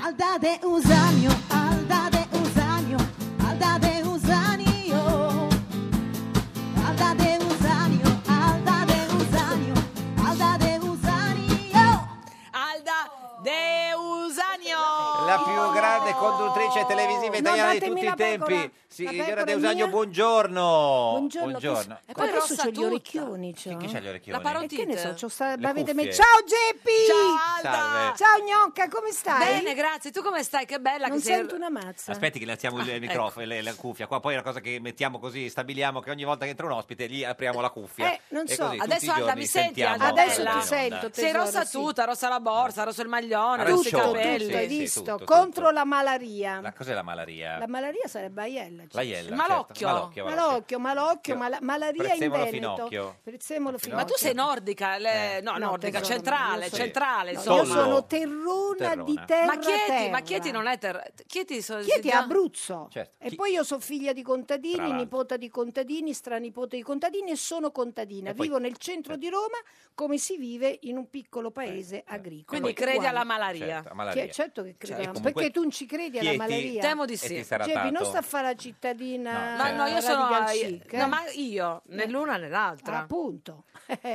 Speaker 10: Alda de usanio, alda de usanio, alda de usanio. Alda de usanio, alda de usanio, alda de usanio.
Speaker 1: Alda Deusanio.
Speaker 2: La più grande conduttrice televisiva italiana di tutti i tempi. Signora De Usanio, buongiorno.
Speaker 14: Buongiorno. eh,
Speaker 2: Buongiorno.
Speaker 14: E poi rosso c'ho gli orecchioni. cioè. C'ho.
Speaker 2: Chi c'ha gli orecchioni?
Speaker 14: La parontite. che ne so, c'ho sta... ma avete
Speaker 2: cuffie.
Speaker 14: me- Ciao Geppi!
Speaker 2: Alda! Salve.
Speaker 14: Ciao Gnocca, come stai?
Speaker 1: Bene, grazie. Tu come stai? Che bella
Speaker 14: Non
Speaker 1: che sei.
Speaker 14: sento una mazza.
Speaker 2: Aspetti che le alziamo
Speaker 14: Ah, ecco.
Speaker 2: il microfono, le- la cuffia. Qua poi è una cosa che mettiamo così, stabiliamo che ogni volta che entra un ospite gli apriamo la cuffia.
Speaker 14: Eh, non
Speaker 2: E
Speaker 14: so.
Speaker 2: così tutti
Speaker 1: Adesso
Speaker 2: i
Speaker 1: Alda
Speaker 2: giorni
Speaker 1: mi senti?
Speaker 2: sentiamo
Speaker 1: Alda?
Speaker 14: Adesso
Speaker 2: la-
Speaker 14: ti
Speaker 2: la-
Speaker 14: sento,
Speaker 1: Sei
Speaker 14: tesoro,
Speaker 1: rossa
Speaker 14: sì.
Speaker 1: tutta, rossa la borsa, rosso il maglione, rossi i
Speaker 2: Arancione,
Speaker 1: capelli.
Speaker 2: sì,
Speaker 14: Hai
Speaker 2: sì,
Speaker 14: visto?
Speaker 2: tutto, tutto.
Speaker 14: Contro la malaria.
Speaker 2: La,
Speaker 14: La...
Speaker 2: cos'è la malaria?
Speaker 14: malaria sarebbe aiella. Geppi.
Speaker 2: L'aiella, certo. Malocchio. Malocchio,
Speaker 14: Malocchio, malocchio, mala- malaria in
Speaker 2: Prezzemolo,
Speaker 14: Veneto.
Speaker 2: finocchio.
Speaker 14: Prezzemolo,
Speaker 1: Ma tu
Speaker 14: finocchio.
Speaker 1: sei nordica, le-
Speaker 2: Eh.
Speaker 1: no,
Speaker 14: No,
Speaker 1: nordica,
Speaker 14: tesoro,
Speaker 1: centrale,
Speaker 14: io sono-
Speaker 1: centrale,
Speaker 14: No,
Speaker 1: insomma.
Speaker 14: io sono terrona, di
Speaker 2: Terrona.
Speaker 14: terra.
Speaker 1: ma Chieti, ma
Speaker 14: terra.
Speaker 1: Chieti non è terra. Chieti, so-
Speaker 14: Chieti è
Speaker 1: già-
Speaker 14: Abruzzo.
Speaker 2: Certo.
Speaker 14: E
Speaker 2: Chi-
Speaker 14: poi io sono figlia di
Speaker 2: Tra
Speaker 14: contadini,
Speaker 2: l'altro.
Speaker 14: nipota di contadini, stranipote di contadini e sono contadina.
Speaker 2: E poi- eh.
Speaker 14: Vivo nel centro di Roma come si vive in un piccolo paese agricolo.
Speaker 1: Quindi credi
Speaker 14: Uguale.
Speaker 1: alla malaria.
Speaker 2: Certo, alla malaria.
Speaker 14: Chi- certo che credo,
Speaker 2: Cioè, e
Speaker 14: alla-
Speaker 2: comunque-
Speaker 14: perché tu non ci credi alla
Speaker 2: Chieti-
Speaker 14: malaria.
Speaker 2: Temo di e sì. ti sarà
Speaker 14: Geppi, non
Speaker 2: dato. certo.
Speaker 14: sta a fare la cittadina.
Speaker 1: No, no, io sono.
Speaker 14: radical chic, eh. Ah,
Speaker 1: no, ma io, né l'una né l'altra.
Speaker 14: Appunto.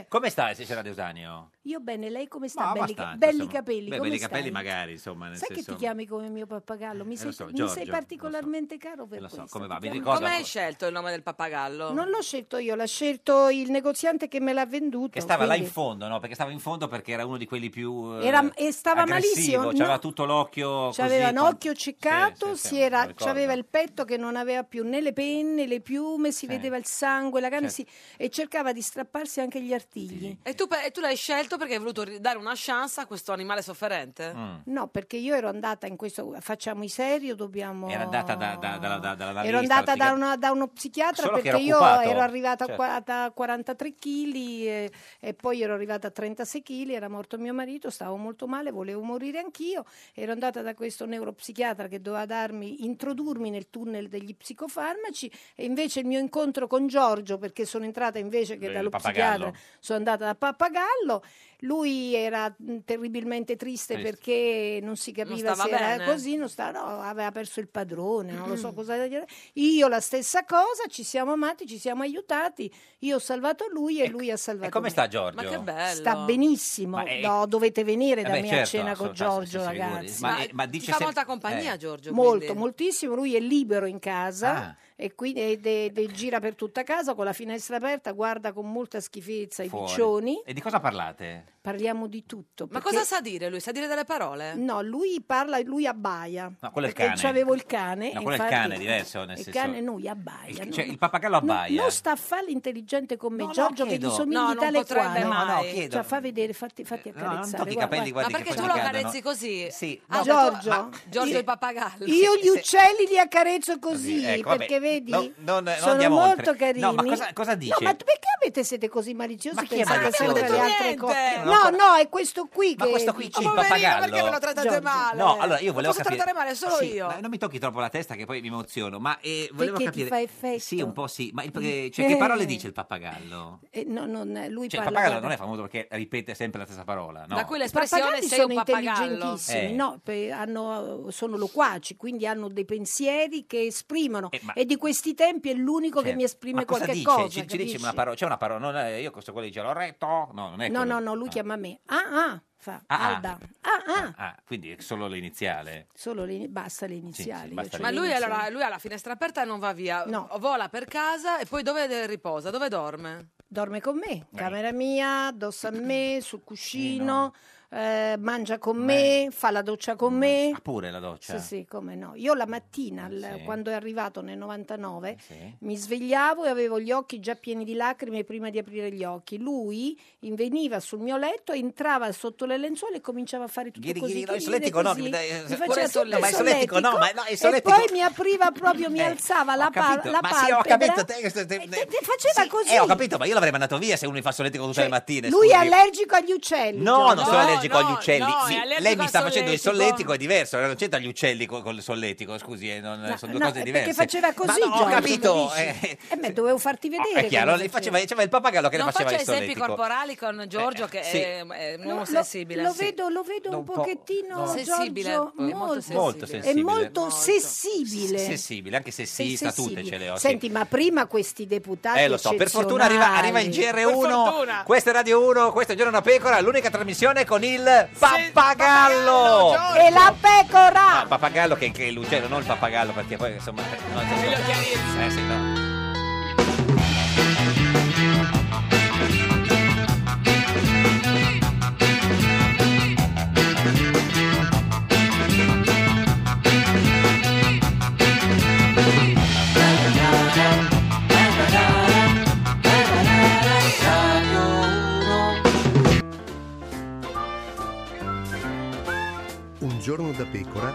Speaker 2: Come stai, signora De Usanio?
Speaker 14: Io bene, lei come sta? belli
Speaker 2: abbastanza,
Speaker 14: belli
Speaker 2: insomma.
Speaker 14: capelli,
Speaker 2: Beh,
Speaker 14: come
Speaker 2: belli
Speaker 14: stai?
Speaker 2: capelli magari, insomma, nel
Speaker 14: Sai che
Speaker 2: senso...
Speaker 14: ti chiami come mio pappagallo? Mi
Speaker 2: Eh,
Speaker 14: sei,
Speaker 2: lo so,
Speaker 14: mi
Speaker 2: Giorgio,
Speaker 14: sei
Speaker 2: lo so. Eh,
Speaker 14: particolarmente caro per
Speaker 2: Lo so,
Speaker 14: questo.
Speaker 2: come va?
Speaker 14: ti
Speaker 2: Vedi
Speaker 14: chiamo-
Speaker 2: cosa?
Speaker 1: Come hai scelto il nome del pappagallo?
Speaker 14: Non l'ho scelto io, l'ha scelto il negoziante che me l'ha venduto.
Speaker 2: Che stava là in
Speaker 14: Esatto, quindi-
Speaker 2: fondo, no? Perché stava in fondo perché era uno di quelli più... eh,
Speaker 14: Era- e stava
Speaker 2: aggressivo,
Speaker 14: malissimo,
Speaker 2: C'aveva
Speaker 14: no.
Speaker 2: tutto l'occhio così...
Speaker 14: C'aveva un
Speaker 2: con-
Speaker 14: occhio ciccato,
Speaker 2: sì,
Speaker 14: si
Speaker 2: sì, me
Speaker 14: era-
Speaker 2: lo ricordo.
Speaker 14: c'aveva il petto che non aveva più né le penne, le piume, si vedeva il sangue, la canna,
Speaker 1: Certo.
Speaker 14: si- e cercava di strapparsi anche gli artigli.
Speaker 1: E tu, pe- e tu l'hai scelto perché hai voluto ri- dare una chance a questo animale sofferente?
Speaker 2: Mm.
Speaker 14: No, perché io ero andata in questo, facciamo i serio, dobbiamo...
Speaker 2: Era andata da, da, da, da- dall'analista,
Speaker 14: Ero andata da,
Speaker 2: dall'psichiatra.
Speaker 14: una- da uno psichiatra
Speaker 2: Solo che
Speaker 14: perché
Speaker 2: era
Speaker 14: io
Speaker 2: occupato.
Speaker 14: ero arrivata a
Speaker 2: Certo.
Speaker 14: qua- a 43 kg e, e poi ero arrivata a 36 kg, era morto mio marito, stavo molto male, volevo morire anch'io. Ero andata da questo neuropsichiatra che doveva darmi, introdurmi nel tunnel degli psicofarmaci e invece il mio incontro con Giorgio, perché sono entrata invece che
Speaker 1: Il
Speaker 14: dallo
Speaker 1: pappagallo.
Speaker 14: psichiatra, sono andata da Pappagallo, lui era mh, terribilmente triste
Speaker 1: Triste.
Speaker 14: perché non si capiva
Speaker 1: stava
Speaker 14: se era
Speaker 1: bene.
Speaker 14: così non sta- no, aveva perso il padrone, non lo so cosa dire. Io la stessa cosa, ci siamo amati, ci siamo aiutati, io ho salvato lui e, lui ha salvato
Speaker 2: E come
Speaker 14: me.
Speaker 2: sta Giorgio?
Speaker 14: Sta benissimo.
Speaker 2: Ma è-
Speaker 14: No, dovete venire
Speaker 2: Eh
Speaker 14: da
Speaker 2: beh,
Speaker 14: me a
Speaker 2: certo,
Speaker 14: cena con
Speaker 2: assolutamente,
Speaker 14: Giorgio,
Speaker 2: sì, sì, figurati.
Speaker 14: ragazzi.
Speaker 2: Ma- Ma- ma ti dice fa sempre- molta compagnia, eh.
Speaker 1: Giorgio,
Speaker 14: Molto,
Speaker 1: quindi.
Speaker 14: moltissimo. Lui è libero in casa
Speaker 2: Ah.
Speaker 14: e quindi ed è- ed è- gira per tutta casa con la finestra aperta, guarda con molta schifezza
Speaker 2: Fuori.
Speaker 14: i piccioni.
Speaker 2: E di cosa parlate?
Speaker 14: Parliamo di tutto.
Speaker 1: Ma
Speaker 14: perché-
Speaker 1: cosa sa dire lui? Sa dire delle parole?
Speaker 14: No, lui parla, lui abbaia.
Speaker 2: No, quello è il
Speaker 14: Perché
Speaker 2: cane.
Speaker 14: c'avevo il cane.
Speaker 2: No, quello è il
Speaker 14: infatti-
Speaker 2: cane, è diverso, nel
Speaker 14: il
Speaker 2: senso-
Speaker 14: cane noi abbaia. no,
Speaker 2: Cioè,
Speaker 14: no.
Speaker 2: il pappagallo
Speaker 14: No,
Speaker 2: abbaia.
Speaker 14: non sta a fare l'intelligente come
Speaker 2: no,
Speaker 14: Giorgio che
Speaker 2: chiedo.
Speaker 14: gli somigli
Speaker 2: No, non
Speaker 14: tale e
Speaker 2: potrebbe
Speaker 14: quale.
Speaker 2: mai. No, no, chiedo. Eh,
Speaker 14: Cioè, fa vedere, fatti, fatti accarezzare.
Speaker 2: tocchi i
Speaker 14: guarda,
Speaker 2: capelli,
Speaker 14: guarda.
Speaker 2: guardi
Speaker 1: Ma
Speaker 2: che
Speaker 1: perché
Speaker 2: poi
Speaker 1: tu
Speaker 2: ti
Speaker 1: lo
Speaker 2: cadono.
Speaker 1: carezzi così?
Speaker 2: Sì.
Speaker 1: Ah,
Speaker 2: No,
Speaker 1: Giorgio,
Speaker 14: Giorgio,
Speaker 1: ma- Giorgio
Speaker 14: io-
Speaker 1: il pappagallo.
Speaker 14: Io gli uccelli li accarezzo così
Speaker 2: Così, ecco, vabbè.
Speaker 14: perché vedi
Speaker 2: No, non- non
Speaker 14: sono
Speaker 2: andiamo
Speaker 14: molto
Speaker 2: oltre.
Speaker 14: carini.
Speaker 2: No, ma cosa- cosa dice?
Speaker 14: No, ma tu- perché avete siete così maliziosi?
Speaker 2: Ma chi è
Speaker 14: Pensate
Speaker 2: malizioso?
Speaker 14: sempre alle
Speaker 2: Non ho
Speaker 14: altre
Speaker 2: detto
Speaker 14: cose.
Speaker 2: niente.
Speaker 14: No, no, è questo qui
Speaker 2: Ma
Speaker 14: che
Speaker 2: questo qui,
Speaker 14: dice.
Speaker 2: il pappagallo.
Speaker 14: Giorgio.
Speaker 2: No, allora io volevo capire. Sì,
Speaker 1: io.
Speaker 2: no, non mi tocchi troppo la testa che poi mi emoziono, ma eh, volevo
Speaker 14: Perché ti
Speaker 2: capire.
Speaker 14: fa effetto?
Speaker 2: Sì, un po' sì, ma il- eh, cioè, che
Speaker 14: Eh.
Speaker 2: parole dice il pappagallo?
Speaker 14: Eh, no, non- lui
Speaker 2: Cioè, il
Speaker 14: parla
Speaker 2: pappagallo
Speaker 14: guarda.
Speaker 2: non è famoso perché ripete sempre la stessa parola, no?
Speaker 1: Da cui
Speaker 14: I
Speaker 1: l'espressione
Speaker 14: pappagalli
Speaker 1: sei un
Speaker 14: sono
Speaker 1: pappagallo.
Speaker 14: intelligentissimi,
Speaker 2: Eh.
Speaker 14: no, pe- hanno- sono loquaci, quindi hanno dei pensieri che esprimono
Speaker 2: Eh, ma-
Speaker 14: e di questi tempi è l'unico che
Speaker 2: Certo.
Speaker 14: mi esprime
Speaker 2: ma cosa
Speaker 14: qualche
Speaker 2: dice?
Speaker 14: cosa.
Speaker 2: Ci- ci,
Speaker 14: capisci?
Speaker 2: dice una parola, c'è una parola, non è- io questo quello dice l'ho retto, no, non è
Speaker 14: No,
Speaker 2: quello.
Speaker 14: no, no, lui chiama me. Ah, ah, fa
Speaker 2: Ah, ah.
Speaker 14: Alda. Ah, ah,
Speaker 2: Ah, quindi è solo l'iniziale.
Speaker 14: solo le- basta le iniziali. io
Speaker 2: basta
Speaker 14: ce
Speaker 2: le
Speaker 1: Ma
Speaker 14: le
Speaker 1: lui,
Speaker 14: iniziali.
Speaker 1: allora, lui ha la finestra aperta e non va via. O Vola per casa e poi dove riposa? Dove dorme?
Speaker 2: Eh,
Speaker 14: dorme con me, camera mia, addosso a me, sul cuscino. eh, mangia con me, fa la doccia con me.
Speaker 2: Pure la doccia.
Speaker 14: Sì, sì, come no. Io la mattina, al-
Speaker 2: Cioè Eh, Sì. Eh,
Speaker 14: quando è arrivato nel 99,
Speaker 2: Sì.
Speaker 14: mi svegliavo e avevo gli occhi già pieni di lacrime prima di aprire gli occhi. Lui inveniva sul mio letto, entrava sotto le lenzuola e cominciava a fare tutto
Speaker 2: Ghiri,
Speaker 14: così.
Speaker 2: ghiri, no, il
Speaker 14: ghiri,
Speaker 2: solletico no,
Speaker 14: così.
Speaker 2: mi dai- eh,
Speaker 14: Mi faceva
Speaker 2: pure il
Speaker 14: tutto
Speaker 2: solletico. Ma il solletico no, ma no, il solletico-
Speaker 14: E poi mi apriva proprio, mi
Speaker 2: Eh,
Speaker 14: alzava la,
Speaker 2: ho
Speaker 14: pa-
Speaker 2: capito,
Speaker 14: la
Speaker 2: ma
Speaker 14: palpebra.
Speaker 2: sì, ho capito, te-
Speaker 14: e te- te faceva così. Cioè,
Speaker 2: Eh, ho capito, ma io l'avrei mandato via se uno mi fa solletico tutte le mattine.
Speaker 14: Lui è
Speaker 2: scusi.
Speaker 14: allergico agli uccelli.
Speaker 2: No, non
Speaker 14: Giorgio.
Speaker 2: sono allergico agli uccelli.
Speaker 14: no,
Speaker 2: Sì,
Speaker 14: è allergico
Speaker 2: lei mi
Speaker 14: al
Speaker 2: sta facendo il
Speaker 14: solletico.
Speaker 2: solletico, è diverso. Non c'entra gli uccelli co- col, solletico, scusi, eh, non- sono due
Speaker 14: no,
Speaker 2: cose
Speaker 14: è
Speaker 2: diverse.
Speaker 14: Perché faceva così,
Speaker 2: Ma no, ho
Speaker 14: Giorgio,
Speaker 2: capito.
Speaker 14: mi dici.
Speaker 2: eh,
Speaker 14: Eh, beh, dovevo farti vedere.
Speaker 2: è chiaro,
Speaker 14: come
Speaker 2: lei
Speaker 14: faceva.
Speaker 2: faceva, c'era il pappagallo che le
Speaker 1: non
Speaker 2: faceva
Speaker 1: faccia
Speaker 2: il
Speaker 1: esempi
Speaker 2: solletico.
Speaker 1: corporali con Giorgio che
Speaker 2: sì.
Speaker 1: è, Eh, è
Speaker 14: No,
Speaker 1: molto
Speaker 14: lo-
Speaker 1: sensibile.
Speaker 14: Lo,
Speaker 1: Sì.
Speaker 14: vedo, lo vedo un,
Speaker 1: Un po',
Speaker 14: pochettino
Speaker 1: no. Sensibile,
Speaker 14: Giorgio,
Speaker 1: poi, molto
Speaker 14: molto,
Speaker 2: Molto
Speaker 14: È
Speaker 2: sensibile.
Speaker 14: molto sensibile.
Speaker 2: Sensibile, anche se sì, sta tutte
Speaker 14: sensibile.
Speaker 2: ce le ho. sì.
Speaker 14: Senti, ma prima questi deputati
Speaker 2: Eh, lo so, per fortuna arriva, arriva il
Speaker 14: eccezionali.
Speaker 2: GR1, questa è Radio 1, questo è Giorno da Pecora, l'unica trasmissione con il pappagallo!
Speaker 14: E la pecora!
Speaker 2: Ah, pappagallo che, che è l'uccello, non il pappagallo, perché poi insomma... no, eh, sì, no.
Speaker 11: Un giorno da pecora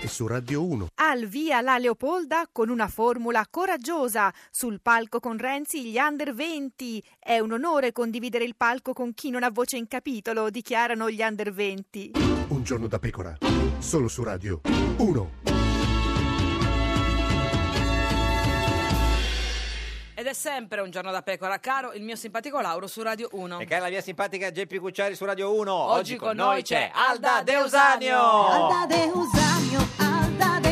Speaker 11: e su Radio 1.
Speaker 12: Al via la Leopolda con una formula coraggiosa. Sul palco con Renzi gli under 20. È un onore condividere il palco con chi non ha voce in capitolo, dichiarano gli under 20.
Speaker 11: Un giorno da pecora. Solo su Radio 1.
Speaker 1: Ed è sempre un giorno da pecora, caro il mio simpatico Lauro su Radio 1.
Speaker 2: E che è la mia simpatica Geppi Cucciari su Radio 1,
Speaker 1: Oggi
Speaker 2: oggi,
Speaker 1: con
Speaker 2: con noi c'è Alda Deusanio!
Speaker 10: Alda Deusanio, Alda Deusanio.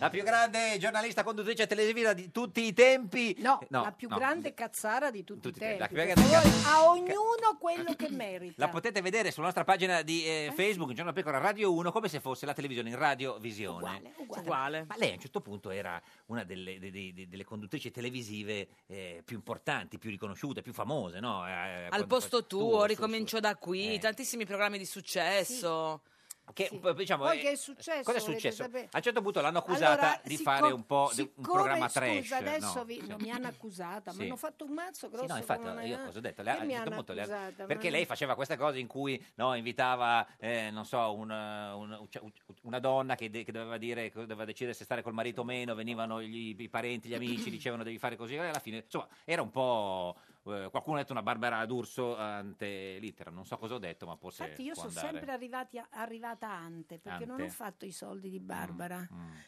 Speaker 2: La più grande giornalista conduttrice televisiva di tutti i tempi. Eh,
Speaker 14: No,
Speaker 2: no,
Speaker 14: la più
Speaker 2: no.
Speaker 14: grande cazzara di tutti,
Speaker 2: Tutti
Speaker 14: i tempi.
Speaker 2: i tempi, la più
Speaker 14: Per
Speaker 2: grande
Speaker 14: favore, a ognuno quello che merita.
Speaker 2: La potete vedere sulla nostra pagina di eh, Facebook, Giorno da Pecora Radio 1, come se fosse la televisione in radiovisione.
Speaker 1: uguale.
Speaker 2: Ma lei a un certo punto era una delle, de- de- de- delle conduttrici televisive eh, più importanti, più riconosciute, più famose, no? Eh,
Speaker 1: Al
Speaker 2: quando-
Speaker 1: posto tuo,
Speaker 2: su-
Speaker 1: ricomincio da qui, tantissimi programmi di successo.
Speaker 2: Eh. Che, un po', diciamo,
Speaker 1: Poi
Speaker 2: eh,
Speaker 1: che è successo,
Speaker 2: Cosa è
Speaker 1: volete
Speaker 2: successo? A
Speaker 1: sapere?
Speaker 2: un certo punto l'hanno accusata
Speaker 14: Allora,
Speaker 2: di
Speaker 14: siccom-
Speaker 2: fare un po' di- un
Speaker 14: siccome,
Speaker 2: programma
Speaker 14: scusa,
Speaker 2: trash.
Speaker 14: adesso
Speaker 2: no?
Speaker 14: vi- no, mi hanno accusata,
Speaker 2: Sì.
Speaker 14: mi hanno fatto un mazzo grosso.
Speaker 2: Sì, no, infatti,
Speaker 14: come una-
Speaker 2: io cosa ho detto?
Speaker 14: E
Speaker 2: Le- a un
Speaker 14: mi
Speaker 2: certo
Speaker 14: hanno
Speaker 2: punto le-
Speaker 14: accusata,
Speaker 2: perché
Speaker 14: ma-
Speaker 2: lei faceva queste cose in cui no, invitava, eh, non so, un, eh, un- un- una donna che, de- che doveva, dire, che doveva decidere se stare col marito o meno, venivano gli- i parenti, gli amici, dicevano devi fare così, e alla fine, insomma, era un po'... eh, qualcuno ha detto una Barbara d'Urso ante litteram, non so cosa ho detto, ma forse
Speaker 14: Infatti io
Speaker 2: può
Speaker 14: sono
Speaker 2: andare.
Speaker 14: sempre arrivati a- arrivata ante, perché non ho
Speaker 2: Ante. Mm,
Speaker 14: fatto i soldi di Barbara.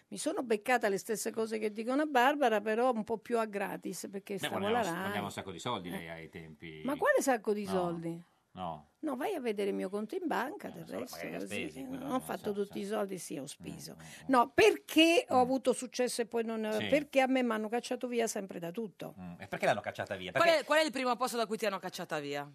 Speaker 14: Mi sono beccata le stesse cose che dicono a Barbara, però un po' più a gratis, perché
Speaker 2: Beh,
Speaker 14: stavo alla
Speaker 2: guadagnava-
Speaker 14: Rai.
Speaker 2: guadagnava un sacco di soldi lei ai tempi.
Speaker 14: Eh. Ma quale sacco di
Speaker 2: No.
Speaker 14: soldi?
Speaker 2: No.
Speaker 14: No, vai a vedere il mio conto in banca, del resto.
Speaker 2: Eh, magari ha
Speaker 14: così,
Speaker 2: spesi,
Speaker 14: eh,
Speaker 2: quello
Speaker 14: non ho
Speaker 2: non Mm,
Speaker 14: fatto tutti i soldi, sì, ho speso. No, perché ho avuto successo e poi non...
Speaker 2: Sì. Mm, eh.
Speaker 14: Perché a me mi hanno cacciato via sempre da tutto.
Speaker 2: E perché l'hanno cacciata via?
Speaker 1: Qual
Speaker 2: Perché-
Speaker 1: è, qual è il primo posto da cui ti hanno cacciata via?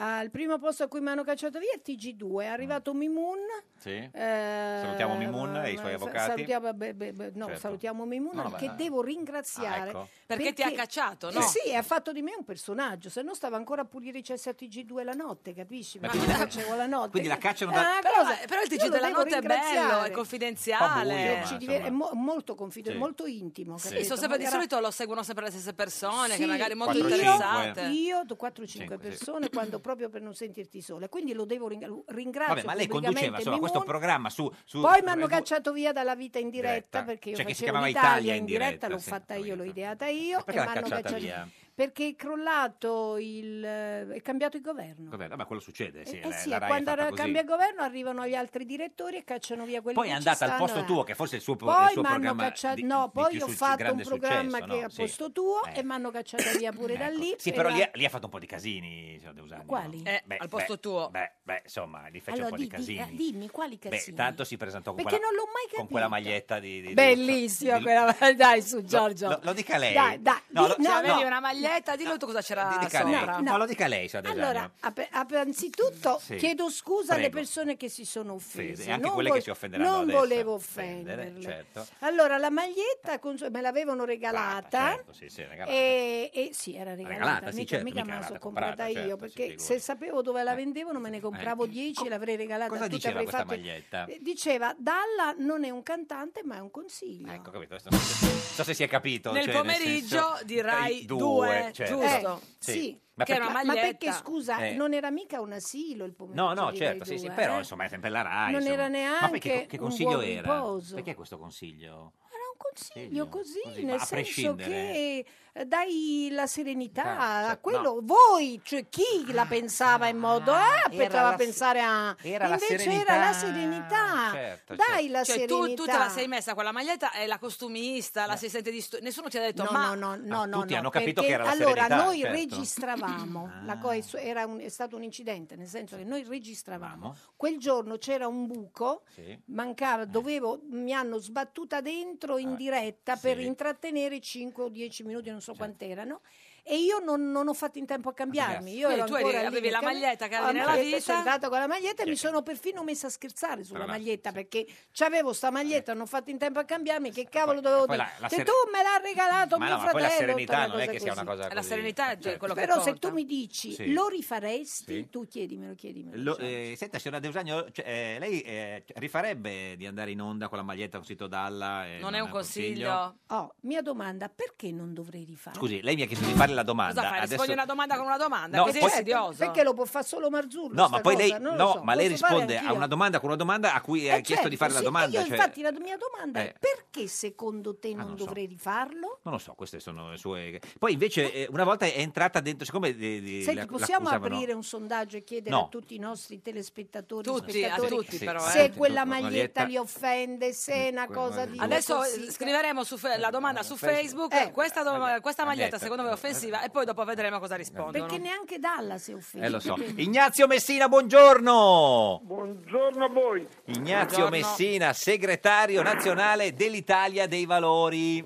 Speaker 14: Al primo posto a cui mi hanno cacciato via è TG2, è arrivato
Speaker 2: Mm.
Speaker 14: Mimun.
Speaker 2: Sì.
Speaker 14: eh,
Speaker 2: Salutiamo Mimun e i
Speaker 14: ma-
Speaker 2: suoi
Speaker 14: sa-
Speaker 2: avvocati.
Speaker 14: salutiamo- beh, beh, beh, no,
Speaker 2: Certo.
Speaker 14: salutiamo Mimun
Speaker 2: No,
Speaker 14: che
Speaker 2: beh,
Speaker 14: devo ringraziare.
Speaker 2: Ah, ecco.
Speaker 1: Perché ti ha cacciato, no?
Speaker 14: Sì, sì, ha fatto di me un personaggio, se no stavo ancora a pulire i cessi a TG2 la notte, capisci? Ma
Speaker 2: Ma quindi-
Speaker 14: cosa facevo la notte?
Speaker 2: quindi la cacciano
Speaker 14: È
Speaker 2: da-
Speaker 14: una
Speaker 1: Però- eh,
Speaker 14: cosa-
Speaker 1: però il TG
Speaker 14: io lo
Speaker 1: della
Speaker 14: devo
Speaker 1: notte è
Speaker 14: ringraziare. Eh,
Speaker 1: bello, è confidenziale. Un po' buio, ma,
Speaker 14: Ci diver- è mo- molto
Speaker 1: Sì.
Speaker 14: confidenziale, molto intimo.
Speaker 1: Sì,
Speaker 14: capito?
Speaker 1: sono sempre- di
Speaker 14: Magari-
Speaker 1: solito lo seguono sempre le stesse persone,
Speaker 14: Sì,
Speaker 1: che magari molto
Speaker 14: io-
Speaker 1: interessate.
Speaker 14: Io, 4-5
Speaker 2: Cinque, sì.
Speaker 14: persone, quando proprio per non sentirti sola, quindi lo devo ringra- ringrazio.
Speaker 2: Vabbè, ma lei
Speaker 14: pubblicamente
Speaker 2: conduceva insomma,
Speaker 14: Mimon.
Speaker 2: questo programma su... su
Speaker 14: Poi mi hanno
Speaker 2: su-
Speaker 14: cacciato via dalla vita in diretta,
Speaker 2: Diretta.
Speaker 14: perché io
Speaker 2: Cioè, che si
Speaker 14: facevo
Speaker 2: chiamava
Speaker 14: l'Italia
Speaker 2: Italia in
Speaker 14: in diretta,
Speaker 2: diretta,
Speaker 14: l'ho
Speaker 2: sì,
Speaker 14: fatta io, l'ho ideata io
Speaker 2: perché
Speaker 14: e
Speaker 2: l'ha
Speaker 14: mi hanno
Speaker 2: cacciata
Speaker 14: cacciato
Speaker 2: via?
Speaker 14: Perché è crollato il è cambiato il governo.
Speaker 2: Vabbè, vabbè, quello succede, sì,
Speaker 14: Eh
Speaker 2: la-
Speaker 14: sì,
Speaker 2: la Rai è
Speaker 14: quando
Speaker 2: fatta
Speaker 14: ra-
Speaker 2: così.
Speaker 14: cambia governo arrivano gli altri direttori e cacciano via quelli
Speaker 2: Poi
Speaker 14: che
Speaker 2: è
Speaker 14: ci
Speaker 2: andata al
Speaker 14: stanno,
Speaker 2: posto
Speaker 14: eh.
Speaker 2: tuo, che forse è il suo, pro- il
Speaker 14: Poi
Speaker 2: suo
Speaker 14: mi hanno
Speaker 2: programma
Speaker 14: cacciato,
Speaker 2: di-
Speaker 14: no,
Speaker 2: di
Speaker 14: poi
Speaker 2: più
Speaker 14: ho
Speaker 2: suc-
Speaker 14: fatto un
Speaker 2: grande
Speaker 14: programma
Speaker 2: successo,
Speaker 14: che è
Speaker 2: no?
Speaker 14: a
Speaker 2: Sì. Eh. Ecco.
Speaker 14: posto tuo e mi hanno cacciato via pure da lì.
Speaker 2: Sì,
Speaker 14: e
Speaker 2: però
Speaker 14: la-
Speaker 2: lì, lì ha fatto un po' di casini, signor Deusani.
Speaker 14: Quali?
Speaker 2: no?
Speaker 14: Eh,
Speaker 2: Beh,
Speaker 14: al posto
Speaker 2: beh,
Speaker 14: tuo.
Speaker 2: Beh, beh, insomma, lì fece
Speaker 14: Allora,
Speaker 2: un po'
Speaker 14: di-
Speaker 2: di
Speaker 14: di-
Speaker 2: casini.
Speaker 14: eh, dimmi, quali
Speaker 2: Beh,
Speaker 14: casini?
Speaker 2: tanto si presentò con
Speaker 14: Perché
Speaker 2: quella...
Speaker 14: non l'ho mai
Speaker 2: Con quella maglietta di... di- di-
Speaker 14: Bellissima
Speaker 2: di-
Speaker 14: quella, dai su
Speaker 2: Lo-
Speaker 14: Giorgio.
Speaker 2: Lo, lo dica lei.
Speaker 14: Dai, dai,
Speaker 2: No,
Speaker 14: di-
Speaker 2: lo- cioè,
Speaker 14: no,
Speaker 2: no,
Speaker 14: avevi
Speaker 2: no,
Speaker 14: una
Speaker 1: Diletta, dillo tu cosa c'era
Speaker 2: Dica lei.
Speaker 1: sopra.
Speaker 2: No, lo dica lei, Sua Desiderio.
Speaker 14: Allora, app- app- anzitutto
Speaker 2: Sì.
Speaker 14: chiedo scusa alle
Speaker 2: Prego.
Speaker 14: persone che si sono offese.
Speaker 2: Sì, e anche quelle che si offenderanno
Speaker 14: Non
Speaker 2: adesso.
Speaker 14: volevo
Speaker 2: Offendere,
Speaker 14: offenderle.
Speaker 2: certo.
Speaker 14: Allora, la maglietta con- me l'avevano regalata.
Speaker 2: certo, Sì, sì, ragazzi.
Speaker 14: E, e sì, era regalata,
Speaker 2: Regalata, sì,
Speaker 14: mica,
Speaker 2: certo,
Speaker 14: mica
Speaker 2: mica
Speaker 14: me la sono
Speaker 2: regalata, comprata,
Speaker 14: comprata io,
Speaker 2: certo, Eh,
Speaker 14: perché se sapevo dove la vendevano me ne compravo 10 e l'avrei regalata
Speaker 2: Cosa
Speaker 14: a tutti.
Speaker 2: diceva
Speaker 14: avrei
Speaker 2: questa
Speaker 14: fatto-
Speaker 2: maglietta?
Speaker 14: Eh, Diceva, Dalla non è un cantante ma è un consiglio.
Speaker 2: Ecco, capito. adesso Non so se- non so se si è capito.
Speaker 14: Nel
Speaker 2: cioè,
Speaker 14: pomeriggio
Speaker 2: senso-
Speaker 14: di Rai
Speaker 2: Eh,
Speaker 14: due,
Speaker 2: certo.
Speaker 14: giusto?
Speaker 2: Eh,
Speaker 14: sì,
Speaker 2: Ma
Speaker 14: che era
Speaker 2: perché-
Speaker 14: una maglietta. Ma perché scusa,
Speaker 2: Eh.
Speaker 14: non era mica un asilo il pomeriggio
Speaker 2: No, no,
Speaker 14: di
Speaker 2: certo,
Speaker 14: Rai
Speaker 2: sì, sì,
Speaker 14: due,
Speaker 2: però
Speaker 14: eh?
Speaker 2: insomma è sempre la RAI.
Speaker 14: Non
Speaker 2: insomma.
Speaker 14: era
Speaker 2: Ma perché,
Speaker 14: neanche
Speaker 2: che
Speaker 14: un
Speaker 2: consiglio
Speaker 14: buon
Speaker 2: era?
Speaker 14: riposo.
Speaker 2: Perché questo consiglio?
Speaker 14: consiglio così,
Speaker 2: così, ma
Speaker 14: nel
Speaker 2: a
Speaker 14: senso
Speaker 2: prescindere.
Speaker 14: che eh, dai la serenità
Speaker 2: Ah,
Speaker 14: a
Speaker 2: certo,
Speaker 14: quello voi cioè chi la pensava in modo ah,
Speaker 2: era
Speaker 14: poteva
Speaker 2: la se-
Speaker 14: pensare a
Speaker 2: era la
Speaker 14: invece
Speaker 2: serenità.
Speaker 14: era la serenità
Speaker 2: Certo,
Speaker 14: dai la
Speaker 1: Cioè, tu,
Speaker 14: serenità
Speaker 1: tu te la sei messa quella maglietta e la costumista,
Speaker 2: Eh.
Speaker 1: l'assistente di studio, nessuno ti ha detto
Speaker 14: No,
Speaker 1: ma...
Speaker 14: no, no, no,
Speaker 2: tutti
Speaker 14: no,
Speaker 2: hanno capito
Speaker 14: perché-
Speaker 2: che era la
Speaker 14: allora
Speaker 2: serenità,
Speaker 14: noi
Speaker 2: certo. Ah.
Speaker 14: registravamo la co- è su- era un- è stato un incidente nel senso che noi registravamo quel giorno c'era un buco
Speaker 2: Sì.
Speaker 14: mancava
Speaker 2: Eh.
Speaker 14: dovevo mi hanno sbattuta dentro in diretta per
Speaker 2: Ah, sì. Certo.
Speaker 14: intrattenere 5 o 10 minuti non so quant'erano e io non, non ho fatto in tempo a cambiarmi io
Speaker 1: Quindi
Speaker 14: ero
Speaker 1: tu eri-
Speaker 14: ancora lì
Speaker 1: avevi
Speaker 14: nel
Speaker 1: la
Speaker 14: cam-
Speaker 1: maglietta che avevi
Speaker 14: la
Speaker 1: nella
Speaker 14: maglietta,
Speaker 1: vita.
Speaker 14: sono arrivata con la maglietta e mi sono perfino messa a scherzare sulla
Speaker 2: Però la-
Speaker 14: maglietta perché c'avevo sta maglietta non ho fatto in tempo a cambiarmi che cavolo dovevo
Speaker 2: Eh. poi
Speaker 14: dire
Speaker 2: la- la
Speaker 14: Se
Speaker 2: ser-
Speaker 14: tu me l'ha regalato
Speaker 2: Ma
Speaker 14: mio
Speaker 2: no, ma poi
Speaker 14: fratello
Speaker 2: la serenità
Speaker 14: tutte
Speaker 2: non è che sia
Speaker 14: cose
Speaker 2: una cosa
Speaker 14: così.
Speaker 2: La serenità
Speaker 1: è quello
Speaker 14: però se tu mi dici
Speaker 2: Sì.
Speaker 14: lo rifaresti
Speaker 2: Sì.
Speaker 14: tu chiedimelo chiedimelo
Speaker 2: Lo- eh, senta, signora De Usagno, cioè, eh, lei eh, rifarebbe di andare in onda con la maglietta con sito Dalla? eh,
Speaker 14: Non è un oh mia domanda perché non dovrei rifare
Speaker 2: Scusi, lei mi ha chiesto di fare la domanda.
Speaker 1: Cosa fai? Rispondi
Speaker 2: Adesso-
Speaker 1: una domanda con una domanda?
Speaker 2: No,
Speaker 1: così
Speaker 2: poi-
Speaker 1: è insidioso.
Speaker 14: perché lo può fare solo Marzullo
Speaker 2: No, ma
Speaker 14: sta
Speaker 2: poi
Speaker 14: cosa?
Speaker 2: lei,
Speaker 14: Non lo
Speaker 2: no,
Speaker 14: so,
Speaker 2: ma lei
Speaker 14: posso fare
Speaker 2: risponde a
Speaker 14: anch'io?
Speaker 2: una domanda con una domanda a cui ha
Speaker 14: Eh,
Speaker 2: chiesto di fare
Speaker 14: certo,
Speaker 2: la
Speaker 14: sì,
Speaker 2: domanda.
Speaker 14: io
Speaker 2: cioè-
Speaker 14: infatti la mia domanda
Speaker 2: Eh. Ah,
Speaker 14: è perché secondo te non,
Speaker 2: non so.
Speaker 14: dovrei rifarlo
Speaker 2: Non lo so, queste sono le sue. Poi invece eh, una volta è entrata dentro, siccome di- di-
Speaker 14: Senti,
Speaker 2: la-
Speaker 14: possiamo
Speaker 2: l'accusavano-
Speaker 14: aprire un sondaggio e chiedere
Speaker 2: No.
Speaker 14: a tutti i nostri telespettatori
Speaker 1: Tutti,
Speaker 14: spettatori,
Speaker 1: a tutti Sì, però,
Speaker 14: se
Speaker 1: eh.
Speaker 14: quella
Speaker 1: Tutti,
Speaker 14: maglietta,
Speaker 1: maglietta.
Speaker 14: li offende, se è Eh. una cosa di...
Speaker 1: Adesso eh,
Speaker 14: tossica.
Speaker 1: scriveremo su fe- la domanda su Facebook, questa, do- questa maglietta secondo me è offensiva e poi dopo vedremo cosa rispondono.
Speaker 14: Perché neanche Dalla si offende.
Speaker 2: Eh, lo so. Ignazio Messina, buongiorno.
Speaker 15: Buongiorno a voi.
Speaker 2: Ignazio Messina, segretario nazionale dell'Italia dei Valori.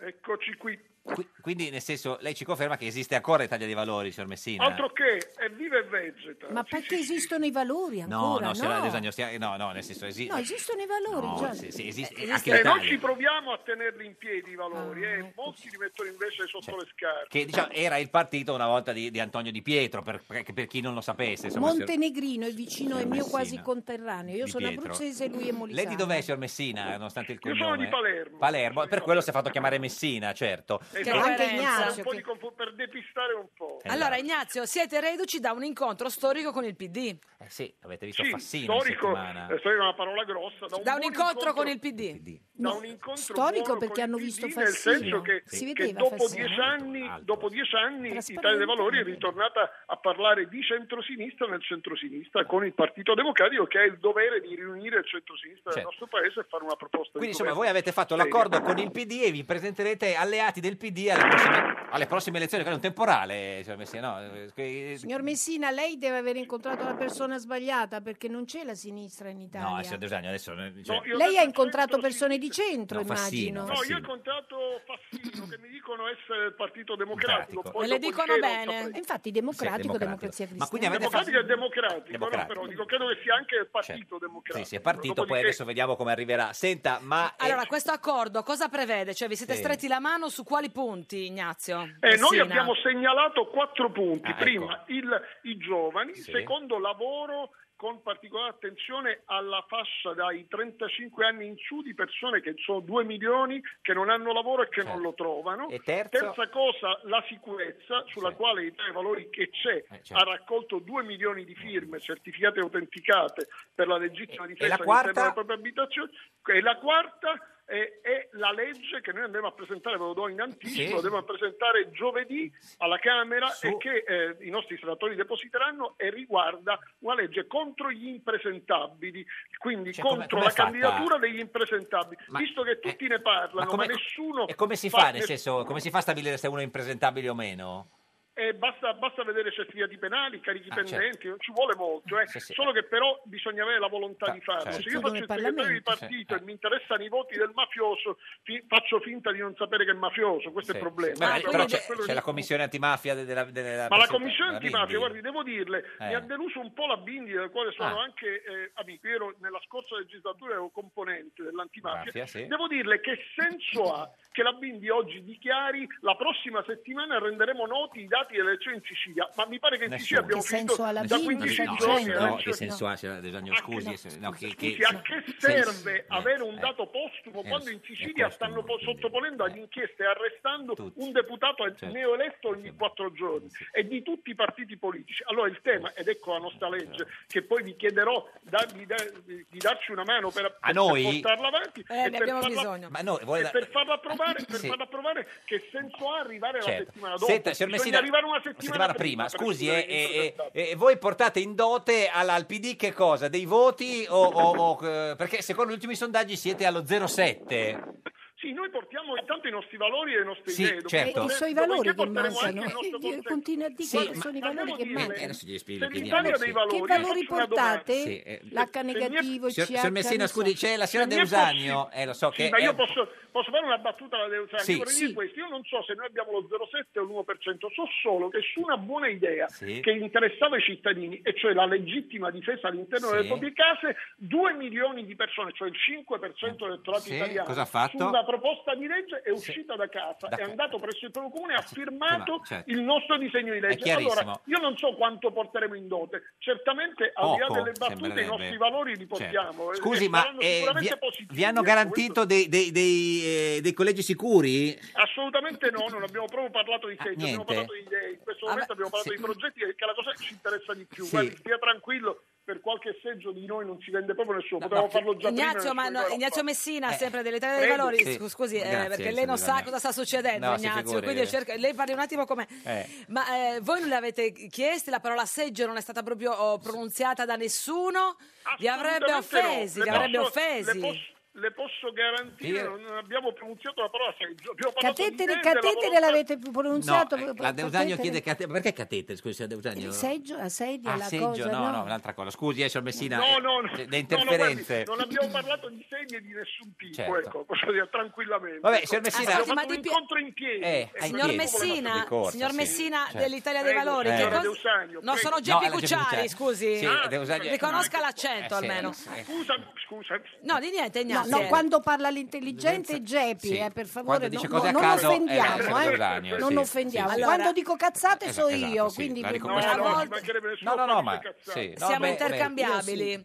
Speaker 15: Eccoci qui.
Speaker 2: Qui- Quindi, nel senso, lei ci conferma che esiste ancora Italia dei Valori, signor Messina?
Speaker 15: Altro che è viva e vegeta.
Speaker 14: Ma perché esistono i valori
Speaker 2: No,
Speaker 14: ancora?
Speaker 2: no, signora Desagno, stia- no, no, nel senso esiste.
Speaker 14: No, esistono i valori, Giorgio.
Speaker 2: sì, sì, esiste,
Speaker 15: E
Speaker 2: anche l'Italia.
Speaker 15: Eh, noi ci proviamo a tenerli in piedi i valori, eh. molti li mettono invece sotto le scarpe.
Speaker 2: Che diciamo, era il partito una volta di, di Antonio Di Pietro, per, per- per chi non lo sapesse. insomma, signor-
Speaker 14: Montenegrino è vicino, è mio quasi conterraneo. Io
Speaker 2: Di
Speaker 14: sono
Speaker 2: Pietro.
Speaker 14: abruzzese e lui è
Speaker 2: Lei
Speaker 14: molisano.
Speaker 2: di dov'è, signor Messina, nonostante il
Speaker 15: diciamo. Io
Speaker 2: cognome?
Speaker 15: sono di Palermo. Esatto.
Speaker 2: Palermo, per quello si è fatto chiamare Messina, certo.
Speaker 15: E
Speaker 1: Che
Speaker 15: sono
Speaker 1: anche
Speaker 15: per
Speaker 1: Ignazio,
Speaker 15: Eh, un po' di confu- per depistare un po'.
Speaker 2: Eh,
Speaker 1: Allora Ignazio, siete reduci da un incontro storico con il PD.
Speaker 2: Eh sì, avete visto
Speaker 15: Sì,
Speaker 2: Fassino in
Speaker 15: storico,
Speaker 2: settimana.
Speaker 15: eh, storico è una parola grossa. Da un,
Speaker 1: Da un
Speaker 15: buon
Speaker 1: incontro con il PD.
Speaker 15: da un incontro
Speaker 14: Storico
Speaker 15: buono
Speaker 14: perché
Speaker 15: con
Speaker 14: hanno
Speaker 15: il
Speaker 14: visto
Speaker 15: PD, nel senso
Speaker 14: Fassino.
Speaker 15: che,
Speaker 14: Si
Speaker 15: che
Speaker 14: vedeva
Speaker 15: dopo,
Speaker 14: Fassino.
Speaker 15: dieci anni, dopo dieci anni Italia
Speaker 14: Trasparente.
Speaker 15: dei Valori è ritornata a parlare di centrosinistra nel centrosinistra con il Partito Democratico che ha il dovere di riunire il centrosinistra
Speaker 2: Certo.
Speaker 15: del nostro paese e fare una proposta
Speaker 2: Quindi
Speaker 15: di
Speaker 2: insomma voi
Speaker 15: governo
Speaker 2: avete fatto
Speaker 15: seria.
Speaker 2: l'accordo con il PD e vi presenterete alleati del PD alle prossime, alle prossime elezioni, quello è un temporale, signor Messina, no? Eh, que-
Speaker 14: Signor Messina, lei deve aver incontrato la persona sbagliata perché non c'è la sinistra in Italia.
Speaker 2: No, eh, signor De Usagno, adesso... eh, cioè-
Speaker 14: lei ha incontrato persone di centro,
Speaker 2: No,
Speaker 14: immagino.
Speaker 2: Fassino, No, io Fassino.
Speaker 15: incontrato Fassino che mi dicono essere il Partito Democratico.
Speaker 2: Democratico.
Speaker 15: poi
Speaker 14: E le
Speaker 15: dopo il
Speaker 14: dicono
Speaker 15: che non
Speaker 14: bene.
Speaker 15: saprei.
Speaker 14: Infatti, democratico,
Speaker 2: Sì, democratico.
Speaker 14: democrazia
Speaker 2: Ma quindi
Speaker 14: cristiana.
Speaker 2: avete
Speaker 15: Democratico
Speaker 2: fatto-
Speaker 15: e democratico, no?
Speaker 2: Democratico.
Speaker 15: però dico, credo che sia anche il Partito
Speaker 2: Sì,
Speaker 15: Democratico.
Speaker 2: sì, è partito, poi adesso vediamo come arriverà. Senta, ma... eh,
Speaker 1: Allora, questo accordo cosa prevede? Cioè vi siete
Speaker 2: Sì.
Speaker 1: stretti la mano su quali punti, Ignazio?
Speaker 15: Eh, noi
Speaker 1: Messina?
Speaker 15: abbiamo segnalato quattro punti.
Speaker 2: Ah, ecco.
Speaker 15: Prima il- i giovani,
Speaker 2: Sì.
Speaker 15: secondo lavoro con particolare attenzione alla fascia dai 35 anni in su di persone che sono 2 milioni che non hanno lavoro e che non lo trovano.
Speaker 2: Certo. E terzo?
Speaker 15: Terza cosa, la sicurezza sulla quale Italia dei Valori che c'è
Speaker 2: Eh, certo.
Speaker 15: ha raccolto 2 milioni di firme certificate e autenticate per la legittima difesa
Speaker 2: la
Speaker 15: all'interno
Speaker 2: quarta?
Speaker 15: della propria abitazione. E la quarta è, è la legge che noi andremo a presentare, ve lo do in anticipo,
Speaker 2: Sì.
Speaker 15: lo devo a presentare giovedì alla Camera e che eh, i nostri senatori depositeranno e riguarda una legge contro gli impresentabili, quindi
Speaker 2: Cioè, come-
Speaker 15: contro
Speaker 2: com'è
Speaker 15: la
Speaker 2: fatta?
Speaker 15: candidatura degli impresentabili,
Speaker 2: Ma-
Speaker 15: visto che tutti ne parlano, ma,
Speaker 2: come-
Speaker 15: nessuno...
Speaker 2: E come si fa, nel senso, come si fa a stabilire se uno è impresentabile o meno?
Speaker 15: E Eh, basta, basta vedere certificati penali, carichi
Speaker 2: Ah,
Speaker 15: pendenti,
Speaker 2: certo.
Speaker 15: non ci vuole molto. eh.
Speaker 2: Sì, sì.
Speaker 15: Solo che però bisogna avere la volontà
Speaker 2: Certo,
Speaker 15: di farlo.
Speaker 2: certo.
Speaker 15: Se io faccio il
Speaker 2: Come
Speaker 15: segretario di
Speaker 2: Parlamento, sì. Eh.
Speaker 15: partito e mi interessano i voti del mafioso, fi- faccio finta di non sapere che è mafioso, questo è
Speaker 2: Sì,
Speaker 15: il problema.
Speaker 2: sì. Beh,
Speaker 15: Il
Speaker 2: Cioè, però
Speaker 15: problema
Speaker 2: c'è,
Speaker 15: è Ah, quello
Speaker 2: c'è
Speaker 15: di-
Speaker 2: la commissione antimafia de- della, della
Speaker 15: ma la
Speaker 2: presidente-
Speaker 15: commissione
Speaker 2: della
Speaker 15: antimafia,
Speaker 2: Bindi.
Speaker 15: guardi, devo dirle, mi
Speaker 2: Eh.
Speaker 15: ha deluso un po' la Bindi, del quale sono
Speaker 2: Ah.
Speaker 15: anche eh, amico. Io ero nella scorsa legislatura ero componente dell'antimafia.
Speaker 2: Mafia, sì.
Speaker 15: Devo dirle che senso ha che la Bindi oggi dichiari la prossima settimana renderemo noti i dati delle elezioni in Sicilia. Ma mi pare che in
Speaker 2: Nessuno.
Speaker 15: Sicilia abbiamo
Speaker 2: Che
Speaker 15: finito
Speaker 2: senso ha la
Speaker 15: da
Speaker 2: Bindi?
Speaker 15: 15
Speaker 2: No,
Speaker 15: giorni.
Speaker 2: no,
Speaker 15: alle
Speaker 2: no,
Speaker 15: elezioni.
Speaker 2: che senso ha? C'è Bisogno, scusi, se- eh, no, che- che- cioè,
Speaker 15: Scusi, a che serve avere un dato postumo
Speaker 2: eh,
Speaker 15: quando in Sicilia stanno po- sottoponendo ad inchieste e arrestando
Speaker 2: Tutti.
Speaker 15: un deputato
Speaker 2: Certo.
Speaker 15: neoeletto ogni quattro giorni e di tutti i partiti politici? Allora il tema, ed ecco la
Speaker 2: Eh,
Speaker 15: nostra legge,
Speaker 2: certo.
Speaker 15: che poi vi chiederò da- di, da- di darci una mano per,
Speaker 2: A
Speaker 15: per
Speaker 2: noi?
Speaker 15: portarla avanti
Speaker 1: Eh, ne
Speaker 15: e, per
Speaker 1: abbiamo
Speaker 15: farla,
Speaker 1: bisogno.
Speaker 2: Ma noi, vuole
Speaker 15: e
Speaker 2: la-
Speaker 15: per farla approvare, per
Speaker 2: Sì.
Speaker 15: farla approvare che senso ha arrivare la
Speaker 2: Certo.
Speaker 15: settimana dopo?
Speaker 2: Senta, signor
Speaker 15: Bisogna
Speaker 2: Messina,
Speaker 15: arrivare una settimana,
Speaker 2: settimana prima,
Speaker 15: per
Speaker 2: scusi,
Speaker 15: chiudere
Speaker 2: eh,
Speaker 15: il
Speaker 2: eh,
Speaker 15: processo.
Speaker 2: eh, eh, voi portate in dote alla- al PD che cosa? Dei voti o, o- o, eh, perché secondo gli ultimi sondaggi siete allo 0,7.
Speaker 15: Sì, noi portiamo intanto i nostri valori e le nostre
Speaker 2: Sì,
Speaker 15: idee.
Speaker 2: certo.
Speaker 14: E i suoi
Speaker 15: Dopo-
Speaker 14: valori che
Speaker 15: porteremo
Speaker 14: mancano.
Speaker 15: anche il nostro
Speaker 14: Eh, Continua a dire
Speaker 15: Sì,
Speaker 14: che
Speaker 15: ma-
Speaker 14: sono i
Speaker 15: ma
Speaker 14: valori
Speaker 15: devo
Speaker 14: che
Speaker 15: dire-
Speaker 14: mancano.
Speaker 15: Eh, adesso
Speaker 2: gli
Speaker 15: Se l'Italia ha dei valori,
Speaker 14: Che valori
Speaker 15: faccio una domanda.
Speaker 14: portate?
Speaker 2: Sì, eh,
Speaker 14: L'H negativo, il
Speaker 2: Signor,
Speaker 14: CH.
Speaker 2: signor Messina,
Speaker 14: non so.
Speaker 2: scusi, c'è la signora
Speaker 15: Se mi
Speaker 2: De
Speaker 15: è
Speaker 2: Usanio, eh, lo so
Speaker 15: Sì,
Speaker 2: che...
Speaker 15: ma
Speaker 2: è
Speaker 15: io
Speaker 2: un-
Speaker 15: posso, posso fare una battuta alla Deus Anni?
Speaker 2: Sì.
Speaker 15: Vorrei
Speaker 2: Sì.
Speaker 15: dire questo. Io non so se noi abbiamo lo 0,7 o l'1%, so solo che su una buona idea
Speaker 2: Sì.
Speaker 15: che interessava i cittadini, e cioè la legittima difesa all'interno
Speaker 2: Sì.
Speaker 15: delle proprie case, 2 milioni di persone, cioè il 5% dell'elettorato
Speaker 2: Sì,
Speaker 15: italiano,
Speaker 2: cosa ha fatto?
Speaker 15: su una proposta di legge è uscita da casa,
Speaker 2: Da
Speaker 15: è
Speaker 2: ca- Ah,
Speaker 15: andato presso il proprio comune e ha firmato
Speaker 2: certo.
Speaker 15: il nostro disegno di legge.
Speaker 2: chiarissimo.
Speaker 15: Allora, io non so quanto porteremo in dote, certamente al di là
Speaker 2: Poco,
Speaker 15: delle battute i
Speaker 2: sembrerebbe.
Speaker 15: nostri valori li portiamo.
Speaker 2: Certo.
Speaker 15: eh,
Speaker 2: Scusi,
Speaker 15: e
Speaker 2: ma
Speaker 15: saranno
Speaker 2: eh,
Speaker 15: sicuramente
Speaker 2: vi,
Speaker 15: positivi,
Speaker 2: vi hanno
Speaker 15: ecco,
Speaker 2: garantito dei, dei- dei, eh, dei collegi sicuri?
Speaker 15: Assolutamente no, non abbiamo proprio parlato di sé, abbiamo
Speaker 2: niente.
Speaker 15: parlato di idee. In questo momento abbiamo parlato di progetti che è la cosa che ci interessa di più.
Speaker 2: Sì.
Speaker 15: Guardi, stia tranquillo, per qualche seggio di noi non si vende proprio nessuno,
Speaker 2: No,
Speaker 15: potevamo
Speaker 2: no,
Speaker 15: farlo già
Speaker 1: Ignazio,
Speaker 15: prima. cioè,
Speaker 1: ma no,
Speaker 15: nessuno
Speaker 1: Ignazio Messina, sempre dell'Italia dei
Speaker 15: prego.
Speaker 1: Valori,
Speaker 15: Eh. Sì.
Speaker 1: scu- scusi, eh,
Speaker 2: Grazie,
Speaker 1: perché lei non sa
Speaker 2: Silvana.
Speaker 1: cosa sta succedendo,
Speaker 2: No, si
Speaker 1: Ignazio,
Speaker 2: figuri.
Speaker 15: eh.
Speaker 1: quindi cerca- lei parli un attimo come...
Speaker 2: Eh.
Speaker 1: Ma eh, voi non le avete chieste, la parola seggio non è stata proprio oh, pronunziata da nessuno, vi
Speaker 15: Assolutamente
Speaker 1: avrebbe
Speaker 15: no.
Speaker 1: offesi,
Speaker 15: Le
Speaker 1: vi avrebbe
Speaker 15: posso-
Speaker 1: offesi.
Speaker 15: Le posso, le posso garantire,
Speaker 2: Io-
Speaker 15: non abbiamo pronunziato la parola seggio. Abbiamo parlato di
Speaker 14: Catetere,
Speaker 15: idee, della
Speaker 14: catetere
Speaker 15: volontà-
Speaker 14: l'avete più pronunciato?
Speaker 2: No, eh, la De Usanio
Speaker 14: Catetere.
Speaker 2: chiede cate- perché catete, scusi, la De Usanio.
Speaker 14: Il seggio, la sedia,
Speaker 2: Ah,
Speaker 14: la
Speaker 2: seggio,
Speaker 14: cosa,
Speaker 2: no, no, un'altra cosa. Scusi, eh, signor Messina,
Speaker 15: No,
Speaker 2: eh,
Speaker 15: no, no,
Speaker 2: le
Speaker 15: no, no,
Speaker 2: interferenze.
Speaker 15: guardi, non abbiamo parlato di sedie di nessun tipo,
Speaker 2: Certo.
Speaker 15: ecco, posso dire, tranquillamente.
Speaker 2: Vabbè,
Speaker 15: Ecco,
Speaker 2: signor Messina-
Speaker 15: abbiamo
Speaker 2: Scusi, ma
Speaker 15: fatto un
Speaker 1: Ah, di pi-
Speaker 15: incontro in piedi.
Speaker 2: Eh,
Speaker 15: ecco,
Speaker 2: ai
Speaker 1: Signor
Speaker 2: piedi.
Speaker 1: Messina,
Speaker 2: Di corsa,
Speaker 1: signor
Speaker 2: sì.
Speaker 1: Messina
Speaker 2: Certo.
Speaker 1: dell'Italia dei
Speaker 15: Prego,
Speaker 1: Valori, che
Speaker 15: signora
Speaker 1: cosa-
Speaker 15: De Usanio,
Speaker 1: no,
Speaker 15: prego.
Speaker 1: sono
Speaker 15: No,
Speaker 1: Geppi
Speaker 2: alla Geppi
Speaker 1: Cucciari,
Speaker 2: Cucciari.
Speaker 1: scusi,
Speaker 2: Sì, Ah, De Usanio-
Speaker 1: riconosca l'accento
Speaker 2: Eh, sì,
Speaker 1: almeno.
Speaker 2: sì.
Speaker 15: Scusa, scusa.
Speaker 1: No, di niente,
Speaker 14: No,
Speaker 1: Ignazio.
Speaker 14: no, quando parla l'intelligenza Gepi,
Speaker 2: Sì.
Speaker 14: eh, per
Speaker 2: Quando
Speaker 14: favore,
Speaker 2: dice
Speaker 14: no-
Speaker 2: cose a
Speaker 14: non
Speaker 2: caso, eh,
Speaker 14: offendiamo.
Speaker 2: la
Speaker 14: eh.
Speaker 2: Usanio,
Speaker 14: non
Speaker 2: sì,
Speaker 14: offendiamo.
Speaker 2: sì, sì.
Speaker 14: Quando
Speaker 1: Allora-
Speaker 14: dico cazzate
Speaker 2: Esatto,
Speaker 14: so
Speaker 2: esatto,
Speaker 14: io,
Speaker 2: sì,
Speaker 14: quindi...
Speaker 2: la
Speaker 15: No,
Speaker 2: riconosco.
Speaker 15: no,
Speaker 1: volta-
Speaker 15: ci mancherebbe nessuno
Speaker 2: No, no,
Speaker 15: fa
Speaker 2: no,
Speaker 15: queste
Speaker 2: ma
Speaker 15: cazzate.
Speaker 2: sì, no,
Speaker 1: Siamo
Speaker 2: beh, beh,
Speaker 1: intercambiabili.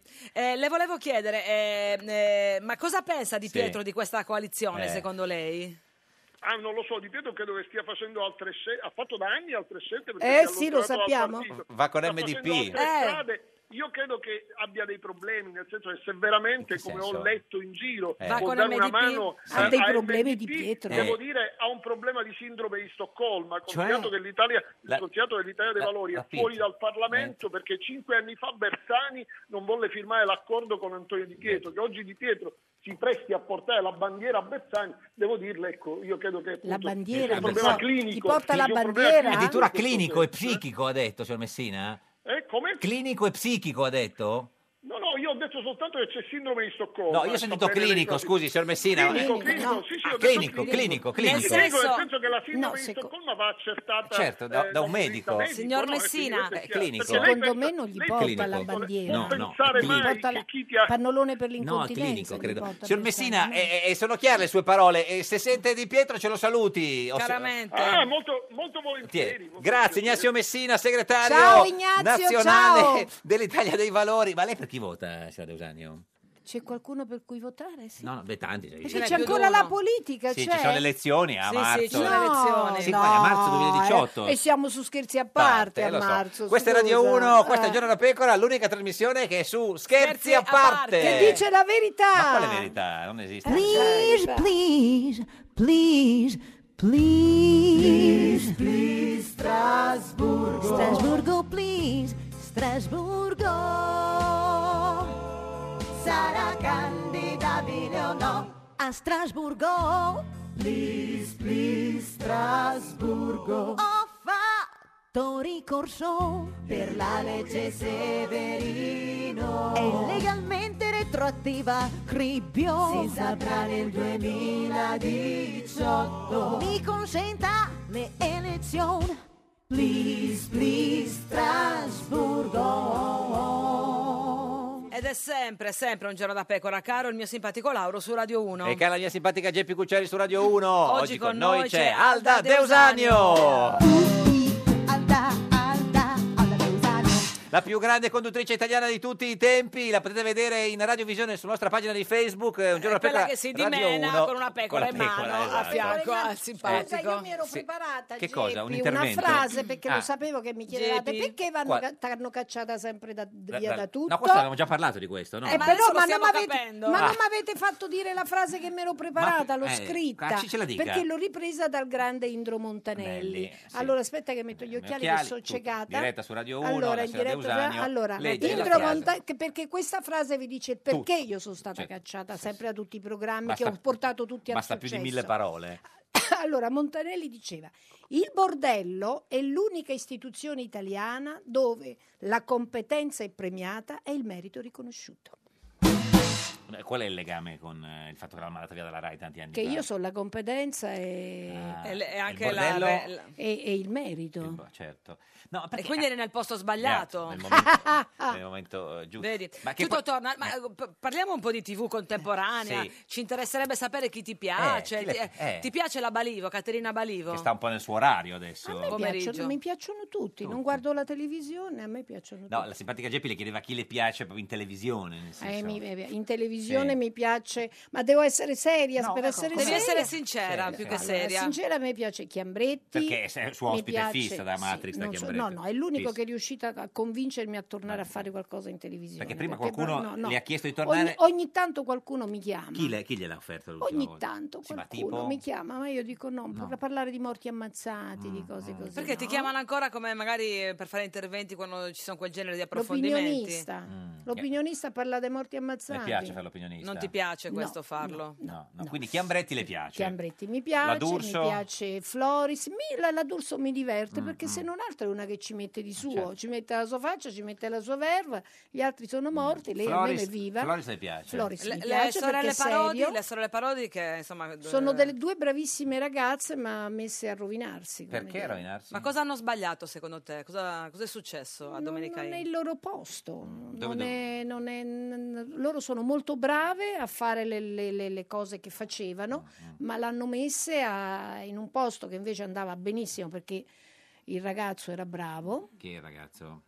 Speaker 1: Eh, le volevo chiedere, eh, eh, ma cosa pensa Di
Speaker 2: Sì.
Speaker 1: Pietro di questa coalizione,
Speaker 2: Eh.
Speaker 1: secondo lei?
Speaker 15: Ah, non lo so, Di Pietro credo che stia facendo altre scelte, ha fatto da anni altre scelte. perché
Speaker 14: Eh,
Speaker 15: si è
Speaker 14: sì, lo
Speaker 15: allontanato dal
Speaker 14: sappiamo.
Speaker 15: partito.
Speaker 2: Va con
Speaker 15: Sta
Speaker 2: MDP.
Speaker 15: facendo altre
Speaker 14: Eh.
Speaker 15: strade. Io credo che abbia dei problemi, nel senso che se veramente,
Speaker 2: In che
Speaker 15: come
Speaker 2: senso?
Speaker 15: ho letto in giro,
Speaker 2: Eh. Va
Speaker 15: può
Speaker 14: con
Speaker 15: dare una
Speaker 14: MDP?
Speaker 15: mano
Speaker 14: Ha
Speaker 15: a-
Speaker 14: dei
Speaker 15: a
Speaker 14: problemi
Speaker 15: MDP,
Speaker 14: Di Pietro.
Speaker 15: Devo
Speaker 2: Eh.
Speaker 15: dire, ha un problema di sindrome di Stoccolma,
Speaker 2: Cioè?
Speaker 15: considerato che l'Italia,
Speaker 2: La-
Speaker 15: considerato che l'Italia dei
Speaker 2: la-
Speaker 15: Valori
Speaker 2: la
Speaker 15: è fuori
Speaker 2: finta.
Speaker 15: dal Parlamento perché cinque anni fa Bersani non volle firmare l'accordo con Antonio Di Pietro, che oggi Di Pietro si presti a portare la bandiera a Bersani, devo dirle, ecco, io credo che appunto,
Speaker 14: La bandiera,
Speaker 15: sia un
Speaker 14: ti
Speaker 15: problema
Speaker 14: por- ti
Speaker 15: clinico,
Speaker 14: porta
Speaker 15: sia
Speaker 14: la
Speaker 15: un problema
Speaker 14: bandiera?
Speaker 15: clinico.
Speaker 2: Addirittura
Speaker 15: Questo
Speaker 2: clinico e
Speaker 15: senso, eh.
Speaker 2: psichico, ha detto, signor Messina.
Speaker 15: Eh, come?
Speaker 2: Clinico e psichico, ha detto?
Speaker 15: No, no, io ho detto soltanto che c'è sindrome di Stoccolma.
Speaker 2: No, io ho sentito
Speaker 15: Va bene,
Speaker 2: clinico,
Speaker 15: Riccardo?
Speaker 2: scusi, signor Messina.
Speaker 15: Clinico,
Speaker 2: eh.
Speaker 15: clinico, sì, sì, ho
Speaker 2: Ah,
Speaker 15: detto
Speaker 2: clinico, clinico, clinico.
Speaker 15: Nel senso, nel senso che la sindrome di Stoccolma va accertata
Speaker 2: Certo, da-
Speaker 15: eh,
Speaker 2: da un medico.
Speaker 1: Signor
Speaker 15: no? E quindi
Speaker 1: Messina.
Speaker 15: questo è
Speaker 2: Eh,
Speaker 15: chiaro.
Speaker 2: clinico.
Speaker 15: Perché lei
Speaker 14: Secondo
Speaker 15: pensa-
Speaker 14: me non gli
Speaker 15: lei-
Speaker 14: porta
Speaker 2: clinico.
Speaker 14: la bandiera.
Speaker 2: No,
Speaker 15: non
Speaker 2: no,
Speaker 15: pensare
Speaker 2: clinico.
Speaker 15: mai
Speaker 14: Porta
Speaker 15: che
Speaker 14: la-
Speaker 15: chi ti ha
Speaker 14: Pannolone per
Speaker 2: No,
Speaker 14: l'incontinenza.
Speaker 2: clinico,
Speaker 14: gli
Speaker 2: credo.
Speaker 14: porta
Speaker 2: Signor
Speaker 14: Bersani.
Speaker 2: Messina, eh, eh, sono chiare le sue parole. E se sente Di Pietro, ce lo saluti. O se-
Speaker 1: Chiaramente.
Speaker 15: Ah, molto, molto
Speaker 2: Tieni.
Speaker 15: volentieri. molto
Speaker 2: Grazie
Speaker 15: volentieri.
Speaker 2: Ignazio Messina, segretario
Speaker 14: Ciao, Ignazio,
Speaker 2: nazionale
Speaker 14: ciao.
Speaker 2: dell'Italia dei Valori. Ma lei per chi vota, signora De Usanio?
Speaker 14: C'è qualcuno per cui votare? Sì.
Speaker 2: No, no, beh, tanti. cioè,
Speaker 14: Perché
Speaker 1: n'è
Speaker 14: c'è
Speaker 1: più
Speaker 14: ancora
Speaker 1: di uno.
Speaker 14: la politica,
Speaker 2: Sì,
Speaker 14: c'è.
Speaker 2: ci sono le elezioni a
Speaker 1: Sì, sì,
Speaker 2: marzo.
Speaker 1: ci sono le elezioni.
Speaker 2: Sì, guarda, a marzo
Speaker 14: No,
Speaker 2: 2018.
Speaker 14: eh, E siamo su scherzi a parte,
Speaker 2: Eh, lo
Speaker 14: a
Speaker 2: so.
Speaker 14: marzo.
Speaker 2: Questa è
Speaker 14: scusa.
Speaker 2: Radio 1, questa è
Speaker 14: Eh.
Speaker 2: Giorno da Pecora, l'unica trasmissione che è su Scherzi,
Speaker 1: Scherzi
Speaker 2: a
Speaker 1: a parte.
Speaker 2: parte.
Speaker 14: Che Eh, dice la verità. Eh,
Speaker 2: Ma quale verità? Non esiste.
Speaker 10: Please, please, please, please. Please, please, Strasburgo. Strasburgo, please, Strasburgo. Sarà candidabile o no a Strasburgo? Please, please, Strasburgo. Ho fatto ricorso per la legge Severino. È legalmente retroattiva, Cribbio. Si saprà nel 2018. Mi consenta le elezioni. Please, please, Strasburgo.
Speaker 1: Ed è sempre, sempre un giorno da pecora, caro il mio simpatico Lauro su Radio 1.
Speaker 2: E cara la mia simpatica Geppi Cucciari su Radio 1. Oggi, con, noi, c'è Alda
Speaker 1: Alda
Speaker 2: Deusanio,
Speaker 10: Alda, alda, alda Leusano.
Speaker 2: la più grande conduttrice italiana di tutti i tempi. La potete vedere in radiovisione sulla nostra pagina di Facebook. eh, Un giorno da
Speaker 1: quella
Speaker 2: pecora,
Speaker 1: che si
Speaker 2: Radio
Speaker 1: dimena
Speaker 2: 1,
Speaker 1: con una pecora
Speaker 2: con la
Speaker 1: in mano,
Speaker 2: pecora,
Speaker 1: a
Speaker 2: esatto.
Speaker 1: fianco Eh, al
Speaker 14: Guarda,
Speaker 1: Ah, simpatico.
Speaker 14: Eh, io mi ero
Speaker 2: Sì.
Speaker 14: preparata
Speaker 2: Che cosa, un
Speaker 14: Geppi, una
Speaker 2: intervento?
Speaker 14: frase perché
Speaker 2: Ah.
Speaker 14: lo sapevo che mi chiedevate
Speaker 1: Geppi?
Speaker 14: perché vanno
Speaker 2: Qual-
Speaker 14: ca- t'hanno cacciata sempre da,
Speaker 2: Da-
Speaker 14: via
Speaker 2: da-
Speaker 14: da tutto
Speaker 2: No, questo avevamo già parlato di questo, no?
Speaker 14: Eh, però, ma, non
Speaker 1: stiamo
Speaker 14: avete,
Speaker 1: capendo.
Speaker 14: ma
Speaker 2: Ah.
Speaker 14: non m'avete fatto dire la frase che mi ero preparata, l'ho
Speaker 2: eh,
Speaker 14: scritta,
Speaker 2: cacci, ce la dica.
Speaker 14: perché l'ho ripresa dal grande Indro Montanelli.
Speaker 2: Montanelli, sì. Eh,
Speaker 14: Allora aspetta che metto gli occhiali,
Speaker 2: occhiali,
Speaker 14: che sono
Speaker 2: tu,
Speaker 14: ciecata.
Speaker 2: diretta su Radio 1,
Speaker 14: allora,
Speaker 2: la
Speaker 14: in
Speaker 2: sera
Speaker 14: diretta su-
Speaker 2: Deusanio,
Speaker 14: allora,
Speaker 2: leggi la
Speaker 14: Indro
Speaker 2: frase.
Speaker 14: Monta- che- perché questa frase vi dice il perché io sono stata cacciata sempre a tutti i programmi
Speaker 2: Cioè, Basta-
Speaker 14: che ho portato tutti al
Speaker 2: Basta più
Speaker 14: successo.
Speaker 2: di mille parole.
Speaker 14: Allora, Montanelli diceva: Il bordello è l'unica istituzione italiana dove la competenza è premiata e il merito riconosciuto.
Speaker 2: Eh, Qual è il legame con eh, il fatto che l'hanno mandata via dalla RAI tanti anni
Speaker 14: Che
Speaker 2: fa? Ah,
Speaker 14: io so la competenza e,
Speaker 2: E le- e
Speaker 1: anche
Speaker 2: la- bordello?
Speaker 14: e- e il merito.
Speaker 2: Boh, certo. No,
Speaker 1: E quindi eri nel posto sbagliato.
Speaker 2: Grazie, nel momento-
Speaker 14: Ah.
Speaker 2: nel momento eh, giusto.
Speaker 1: Vedi,
Speaker 2: Ma che
Speaker 1: tutto
Speaker 2: poi-
Speaker 1: torna. Ma eh, p- parliamo un po' di TV contemporanea.
Speaker 2: Sì.
Speaker 1: Ci interesserebbe sapere chi ti piace.
Speaker 2: Eh, chi le-
Speaker 1: ti,
Speaker 2: eh.
Speaker 1: ti piace la Balivo, Caterina Balivo?
Speaker 2: che sta un po' nel suo orario adesso.
Speaker 14: A me piacciono, mi piacciono tutti. non guardo la televisione, a me piacciono
Speaker 2: No, la simpatica Geppi le chiedeva chi le piace proprio in televisione. nel
Speaker 14: tutti. Eh,
Speaker 2: senso-
Speaker 14: mi- eh, in televisione
Speaker 2: Sì.
Speaker 14: mi piace, ma devo essere seria.
Speaker 1: No,
Speaker 14: per
Speaker 1: ecco,
Speaker 14: essere
Speaker 1: devi
Speaker 14: seria.
Speaker 1: essere sincera,
Speaker 2: Sì, più sì. che
Speaker 14: Allora,
Speaker 2: seria.
Speaker 14: sincera, a me piace Chiambretti.
Speaker 2: Perché è suo
Speaker 14: mi
Speaker 2: ospite
Speaker 14: piace-
Speaker 2: fissa da
Speaker 14: sì,
Speaker 2: Matrix, da
Speaker 14: non so-
Speaker 2: Chiambretti.
Speaker 14: no, no, è l'unico
Speaker 2: Fissa. Eh.
Speaker 14: che è riuscito a convincermi a tornare a fare qualcosa in televisione.
Speaker 2: Perché prima
Speaker 14: poi-
Speaker 2: qualcuno
Speaker 14: no, no.
Speaker 2: le ha chiesto di tornare.
Speaker 14: Ogni, ogni tanto qualcuno mi chiama.
Speaker 2: Chi, le- chi gliel'ha offerto l'ultima
Speaker 14: Ogni
Speaker 2: volta?
Speaker 14: tanto
Speaker 2: Sì, ma
Speaker 14: qualcuno
Speaker 2: tipo-
Speaker 14: mi chiama, ma io dico no, per parlare di morti ammazzati,
Speaker 2: Mm,
Speaker 14: di cose così.
Speaker 1: Perché ti
Speaker 14: no?
Speaker 1: chiamano ancora come magari eh, per fare interventi quando ci sono quel genere di approfondimenti?
Speaker 14: L'opinionista.
Speaker 2: Mm.
Speaker 14: L'opinionista parla dei morti ammazzati.
Speaker 2: Le piace fare l'opinionista?
Speaker 1: Non ti piace
Speaker 14: No,
Speaker 1: questo farlo?
Speaker 2: No, no, Quindi Chiambretti le piace.
Speaker 14: Chiambretti mi piace,
Speaker 2: cioè,
Speaker 14: mi
Speaker 2: D'Urso? Mm,
Speaker 14: piace Floris, mi- la, la D'Urso mi diverte perché se non altro è una che ci mette
Speaker 2: Eh,
Speaker 14: di suo,
Speaker 2: certo.
Speaker 14: ci mette la sua faccia, ci mette la sua verve, gli altri sono morti, lei almeno è viva.
Speaker 2: Mm. Floris le piace.
Speaker 14: Floris mi
Speaker 1: Cioè, Le, le
Speaker 14: piace perché
Speaker 1: sorelle
Speaker 14: è
Speaker 1: Parodi,
Speaker 14: serio.
Speaker 1: le sorelle Parodi che insomma d-
Speaker 14: Sono delle due bravissime ragazze ma messe a rovinarsi. come dire.
Speaker 2: rovinarsi?
Speaker 1: eh, Ma cosa hanno sbagliato secondo te? Cosa, cosa è successo a Domenica
Speaker 14: Non è
Speaker 1: I?
Speaker 14: il loro posto, non
Speaker 1: dove-
Speaker 14: è- non è- n- loro sono molto brave a fare le, le- le- le cose che facevano,
Speaker 2: Mm,
Speaker 14: ma l'hanno messe a- in un posto che invece andava benissimo perché il ragazzo era bravo,
Speaker 2: Chi è il ragazzo?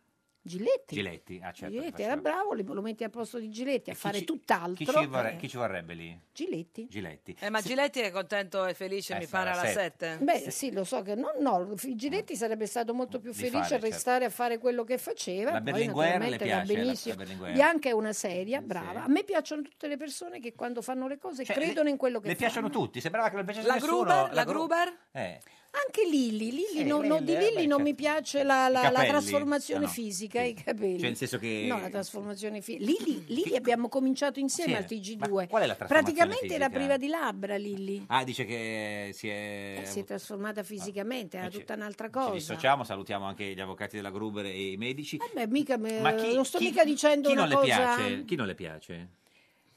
Speaker 14: Giletti,
Speaker 2: Giletti. Ah, certo.
Speaker 14: Giletti
Speaker 2: faceva-
Speaker 14: era bravo, li- lo metti al posto di Giletti a fare
Speaker 2: ci-
Speaker 14: tutt'altro.
Speaker 2: Chi ci, vorre-
Speaker 14: Eh,
Speaker 2: chi ci vorrebbe lì?
Speaker 14: Giletti.
Speaker 2: Giletti.
Speaker 1: Eh, ma Giletti è contento e felice,
Speaker 2: Eh,
Speaker 1: mi
Speaker 2: sarà
Speaker 1: pare, alla
Speaker 2: sette.
Speaker 1: 7.
Speaker 14: Beh, sì. lo so che no, no, F- Giletti sarebbe stato molto più
Speaker 2: Di
Speaker 14: felice
Speaker 2: fare,
Speaker 14: a restare a fare quello che faceva.
Speaker 2: La
Speaker 14: poi
Speaker 2: Berlinguer le
Speaker 14: naturalmente
Speaker 2: piace,
Speaker 14: va
Speaker 2: la- la
Speaker 14: benissimo.
Speaker 2: Berlinguer.
Speaker 14: Bianca è una seria, brava. A me piacciono tutte le persone che quando fanno le cose credono in quello che
Speaker 2: Cioè, Le piacciono
Speaker 14: fanno.
Speaker 2: tutti, sembrava che non piacesse
Speaker 14: La
Speaker 2: nessuno.
Speaker 14: Gruber? La
Speaker 2: Gru-
Speaker 14: Gruber?
Speaker 2: Eh.
Speaker 14: Anche Lilli, Lilli
Speaker 2: Sì,
Speaker 14: non- non- di
Speaker 2: Lilli, eh,
Speaker 14: Lilli
Speaker 2: beh,
Speaker 14: non
Speaker 2: certo.
Speaker 14: mi piace la, la-
Speaker 2: I
Speaker 14: la
Speaker 2: capelli?
Speaker 14: trasformazione
Speaker 2: No, no,
Speaker 14: fisica, i capelli.
Speaker 2: Cioè, nel senso che-
Speaker 14: No, la trasformazione fisica. Lilli, Lilli abbiamo cominciato insieme
Speaker 2: Sì,
Speaker 14: al
Speaker 2: ma
Speaker 14: TG2.
Speaker 2: qual è la trasformazione
Speaker 14: Praticamente era
Speaker 2: fisica?
Speaker 14: priva di labbra Lilli.
Speaker 2: Ah, dice che si è...
Speaker 14: Eh, si è trasformata fisicamente, era
Speaker 2: eh, ci-
Speaker 14: tutta un'altra
Speaker 2: Ci
Speaker 14: cosa.
Speaker 2: dissociamo, salutiamo anche gli avvocati della Gruber e i medici.
Speaker 14: Beh, mica me-
Speaker 2: Ma chi-
Speaker 14: non sto
Speaker 2: chi-
Speaker 14: mica dicendo
Speaker 2: Chi
Speaker 14: una
Speaker 2: non, le
Speaker 14: cosa.
Speaker 2: piace? Chi non le piace?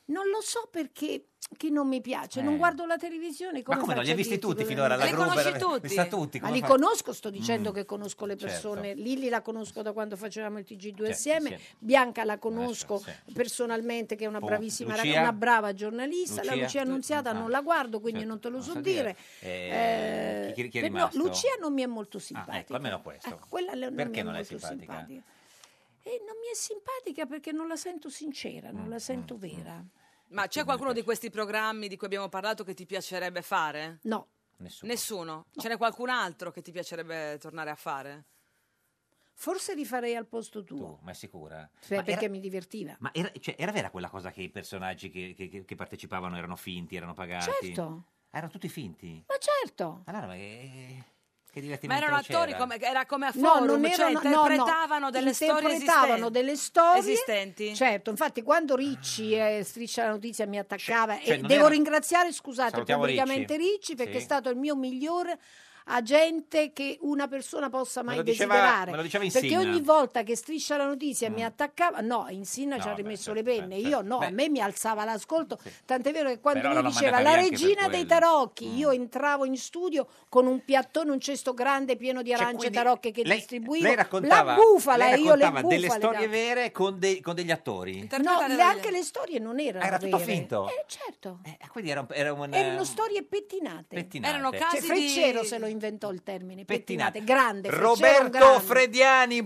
Speaker 14: Non lo so perché che non mi piace, non
Speaker 2: Eh.
Speaker 14: guardo la televisione. Come
Speaker 2: Ma come no?
Speaker 14: faccio
Speaker 2: Li ha
Speaker 14: a
Speaker 2: visti
Speaker 14: dirti
Speaker 2: tutti
Speaker 14: cosa
Speaker 2: finora,
Speaker 14: mi
Speaker 2: la
Speaker 14: piace?
Speaker 2: Gruber? Li sa tutti,
Speaker 14: Ma
Speaker 2: come
Speaker 14: li
Speaker 2: fa-
Speaker 14: conosco, sto dicendo che conosco le
Speaker 2: certo.
Speaker 14: persone. Lilli la conosco da quando facevamo il TG2
Speaker 2: Sì, Eh,
Speaker 14: assieme,
Speaker 2: insieme.
Speaker 14: Bianca la conosco personalmente che è una
Speaker 2: Pu-
Speaker 14: bravissima
Speaker 2: Lucia?
Speaker 14: ragazza, una brava giornalista. La
Speaker 2: Lucia? Ah. Certo,
Speaker 14: Lucia Annunziata non la guardo, quindi non te lo so dire.
Speaker 2: Eh, chi- chi- chi è
Speaker 14: però
Speaker 2: rimasto?
Speaker 14: Lucia non mi è molto
Speaker 2: Ah, ecco,
Speaker 14: simpatica.
Speaker 2: almeno questo.
Speaker 14: Ecco, quella le- non mi
Speaker 2: Perché
Speaker 14: è
Speaker 2: non è
Speaker 14: molto
Speaker 2: simpatica?
Speaker 14: simpatica. E non mi è simpatica perché non la sento sincera,
Speaker 2: Mm,
Speaker 14: non la sento vera.
Speaker 1: Ma c'è qualcuno di questi programmi di cui abbiamo parlato che ti piacerebbe fare?
Speaker 14: No.
Speaker 1: Nessuno. Ce n'è qualcun altro che ti piacerebbe tornare a fare?
Speaker 14: Forse rifarei al posto tuo.
Speaker 2: Tu, ma è sicura?
Speaker 14: Cioè,
Speaker 2: Ma era-
Speaker 14: perché mi divertiva.
Speaker 2: Ma era, cioè, era vera quella cosa che i personaggi che, che- che- che partecipavano erano finti, erano pagati?
Speaker 14: Certo.
Speaker 2: Erano tutti finti?
Speaker 14: Ma certo.
Speaker 2: Allora, ma che, Eh, che
Speaker 1: Ma
Speaker 2: divertimento
Speaker 1: erano
Speaker 2: c'era?
Speaker 1: attori, come, era come a
Speaker 14: No,
Speaker 1: forum,
Speaker 14: non
Speaker 1: cioè
Speaker 14: erano, no, no,
Speaker 1: interpretavano delle storie
Speaker 14: interpretavano
Speaker 1: esistenti.
Speaker 14: delle storie
Speaker 1: esistenti.
Speaker 14: Certo, infatti quando Ricci eh, Striscia la Notizia mi attaccava,
Speaker 2: cioè,
Speaker 14: e
Speaker 2: non
Speaker 14: devo
Speaker 2: era-
Speaker 14: ringraziare, scusate,
Speaker 2: Salutiamo
Speaker 14: pubblicamente
Speaker 2: Ricci.
Speaker 14: Ricci, perché
Speaker 2: Sì.
Speaker 14: è stato il mio miglior a gente che una persona possa
Speaker 2: Me
Speaker 14: mai
Speaker 2: lo diceva-
Speaker 14: desiderare.
Speaker 2: me lo diceva
Speaker 14: Perché
Speaker 2: Insinna. Mm.
Speaker 14: ogni volta che Striscia la Notizia mi attaccava, no, Insinna
Speaker 2: No,
Speaker 14: ci ha
Speaker 2: beh, cioè,
Speaker 14: rimesso le penne, io no, a me mi alzava l'ascolto, tant'è vero che quando
Speaker 2: Però
Speaker 14: lui
Speaker 2: l'hanno
Speaker 14: diceva
Speaker 2: mandata
Speaker 14: la
Speaker 2: via anche per
Speaker 14: regina dei
Speaker 2: quello". Mm.
Speaker 14: tarocchi, io entravo in studio con un piattone, un cesto grande pieno di
Speaker 2: Cioè,
Speaker 14: arance e
Speaker 2: quindi
Speaker 14: tarocche che
Speaker 2: lei-
Speaker 14: distribuivo,
Speaker 2: lei raccontava,
Speaker 14: la bufala
Speaker 2: lei
Speaker 14: e io le
Speaker 2: raccontava
Speaker 14: bufale.
Speaker 2: delle storie
Speaker 14: davo.
Speaker 2: vere con, dei- con degli attori. Ah,
Speaker 14: No, le- anche le storie non erano
Speaker 2: Era tutto
Speaker 14: vere.
Speaker 2: finto?
Speaker 14: Eh, certo.
Speaker 2: Eh, Quindi era un, era un,
Speaker 14: Erano
Speaker 2: eh,
Speaker 14: storie pettinate.
Speaker 2: Pettinate. Erano
Speaker 14: cioè,
Speaker 2: casi
Speaker 14: Freccero
Speaker 2: di-
Speaker 14: se lo inventò il termine,
Speaker 2: pettinate.
Speaker 14: pettinate, grande, Freccero, un
Speaker 2: Roberto
Speaker 14: grande.
Speaker 2: Frediani,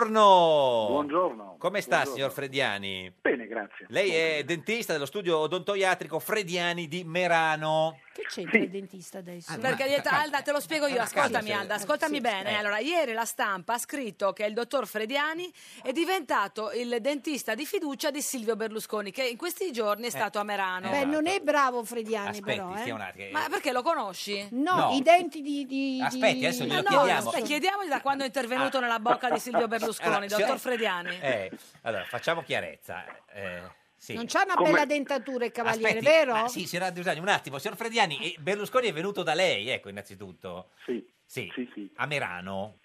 Speaker 2: buongiorno.
Speaker 16: Buongiorno.
Speaker 2: Come sta,
Speaker 16: Buongiorno.
Speaker 2: signor Frediani?
Speaker 16: Bene, grazie.
Speaker 2: Lei è dentista dello studio odontoiatrico Frediani di Merano.
Speaker 14: Che c'entra il dentista
Speaker 2: Ah,
Speaker 14: adesso?
Speaker 1: Perché dietro- Alda, te lo spiego io,
Speaker 2: Ma
Speaker 1: ascoltami
Speaker 2: sì,
Speaker 1: Alda,
Speaker 2: sì.
Speaker 1: ascoltami
Speaker 2: Sì,
Speaker 1: bene.
Speaker 2: eh.
Speaker 1: Allora, ieri la stampa ha scritto che il dottor Frediani è diventato il dentista di fiducia di Silvio Berlusconi, che in questi giorni è stato a Merano. Esatto.
Speaker 14: Beh, non è bravo Frediani
Speaker 2: Aspetti,
Speaker 14: però, eh.
Speaker 2: stia un attimo.
Speaker 1: Ma perché lo conosci?
Speaker 14: No,
Speaker 2: No.
Speaker 14: i denti di... di-
Speaker 2: Aspetti,
Speaker 14: di-
Speaker 2: adesso glielo
Speaker 1: Ah, no,
Speaker 2: chiediamo.
Speaker 1: aspetta, chiediamogli da quando è intervenuto
Speaker 2: Ah.
Speaker 1: nella bocca di Silvio Berlusconi,
Speaker 2: Allora,
Speaker 1: dottor
Speaker 2: signor-
Speaker 1: Frediani.
Speaker 2: Eh, allora, facciamo chiarezza. eh, sì.
Speaker 14: Non c'ha una
Speaker 2: Come-
Speaker 14: bella dentatura il cavaliere,
Speaker 2: Aspetti,
Speaker 14: vero?
Speaker 2: ma sì, signora Adusani, un attimo, signor Frediani, eh, Berlusconi è venuto da lei, ecco, innanzitutto.
Speaker 16: Sì.
Speaker 2: Sì, a Merano.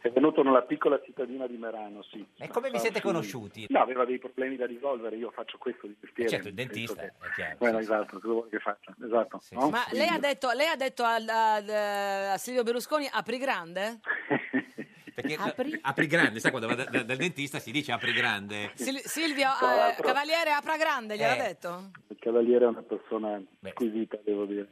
Speaker 16: È venuto nella piccola cittadina di Merano, sì.
Speaker 2: E come vi siete conosciuti?
Speaker 16: No, aveva dei problemi da risolvere, io faccio questo di mestiere.
Speaker 2: Certo, il
Speaker 16: nel senso
Speaker 2: dentista,
Speaker 16: che-
Speaker 2: è chiaro,
Speaker 16: Bueno,
Speaker 2: sì, sì.
Speaker 16: esatto, cosa vuole che faccia? Esatto. no?
Speaker 1: Ma lei ha detto, lei ha detto al- al- eh, a Silvio Berlusconi apri grande?
Speaker 2: Perché apri, grande, sai quando va da- da- dal dentista si dice apri grande.
Speaker 1: Sil- Silvio,
Speaker 16: Tra
Speaker 1: eh,
Speaker 16: l'altro-
Speaker 1: cavaliere apra grande, gliel'ha
Speaker 2: Eh.
Speaker 1: detto?
Speaker 16: Il cavaliere è una persona squisita, devo dire.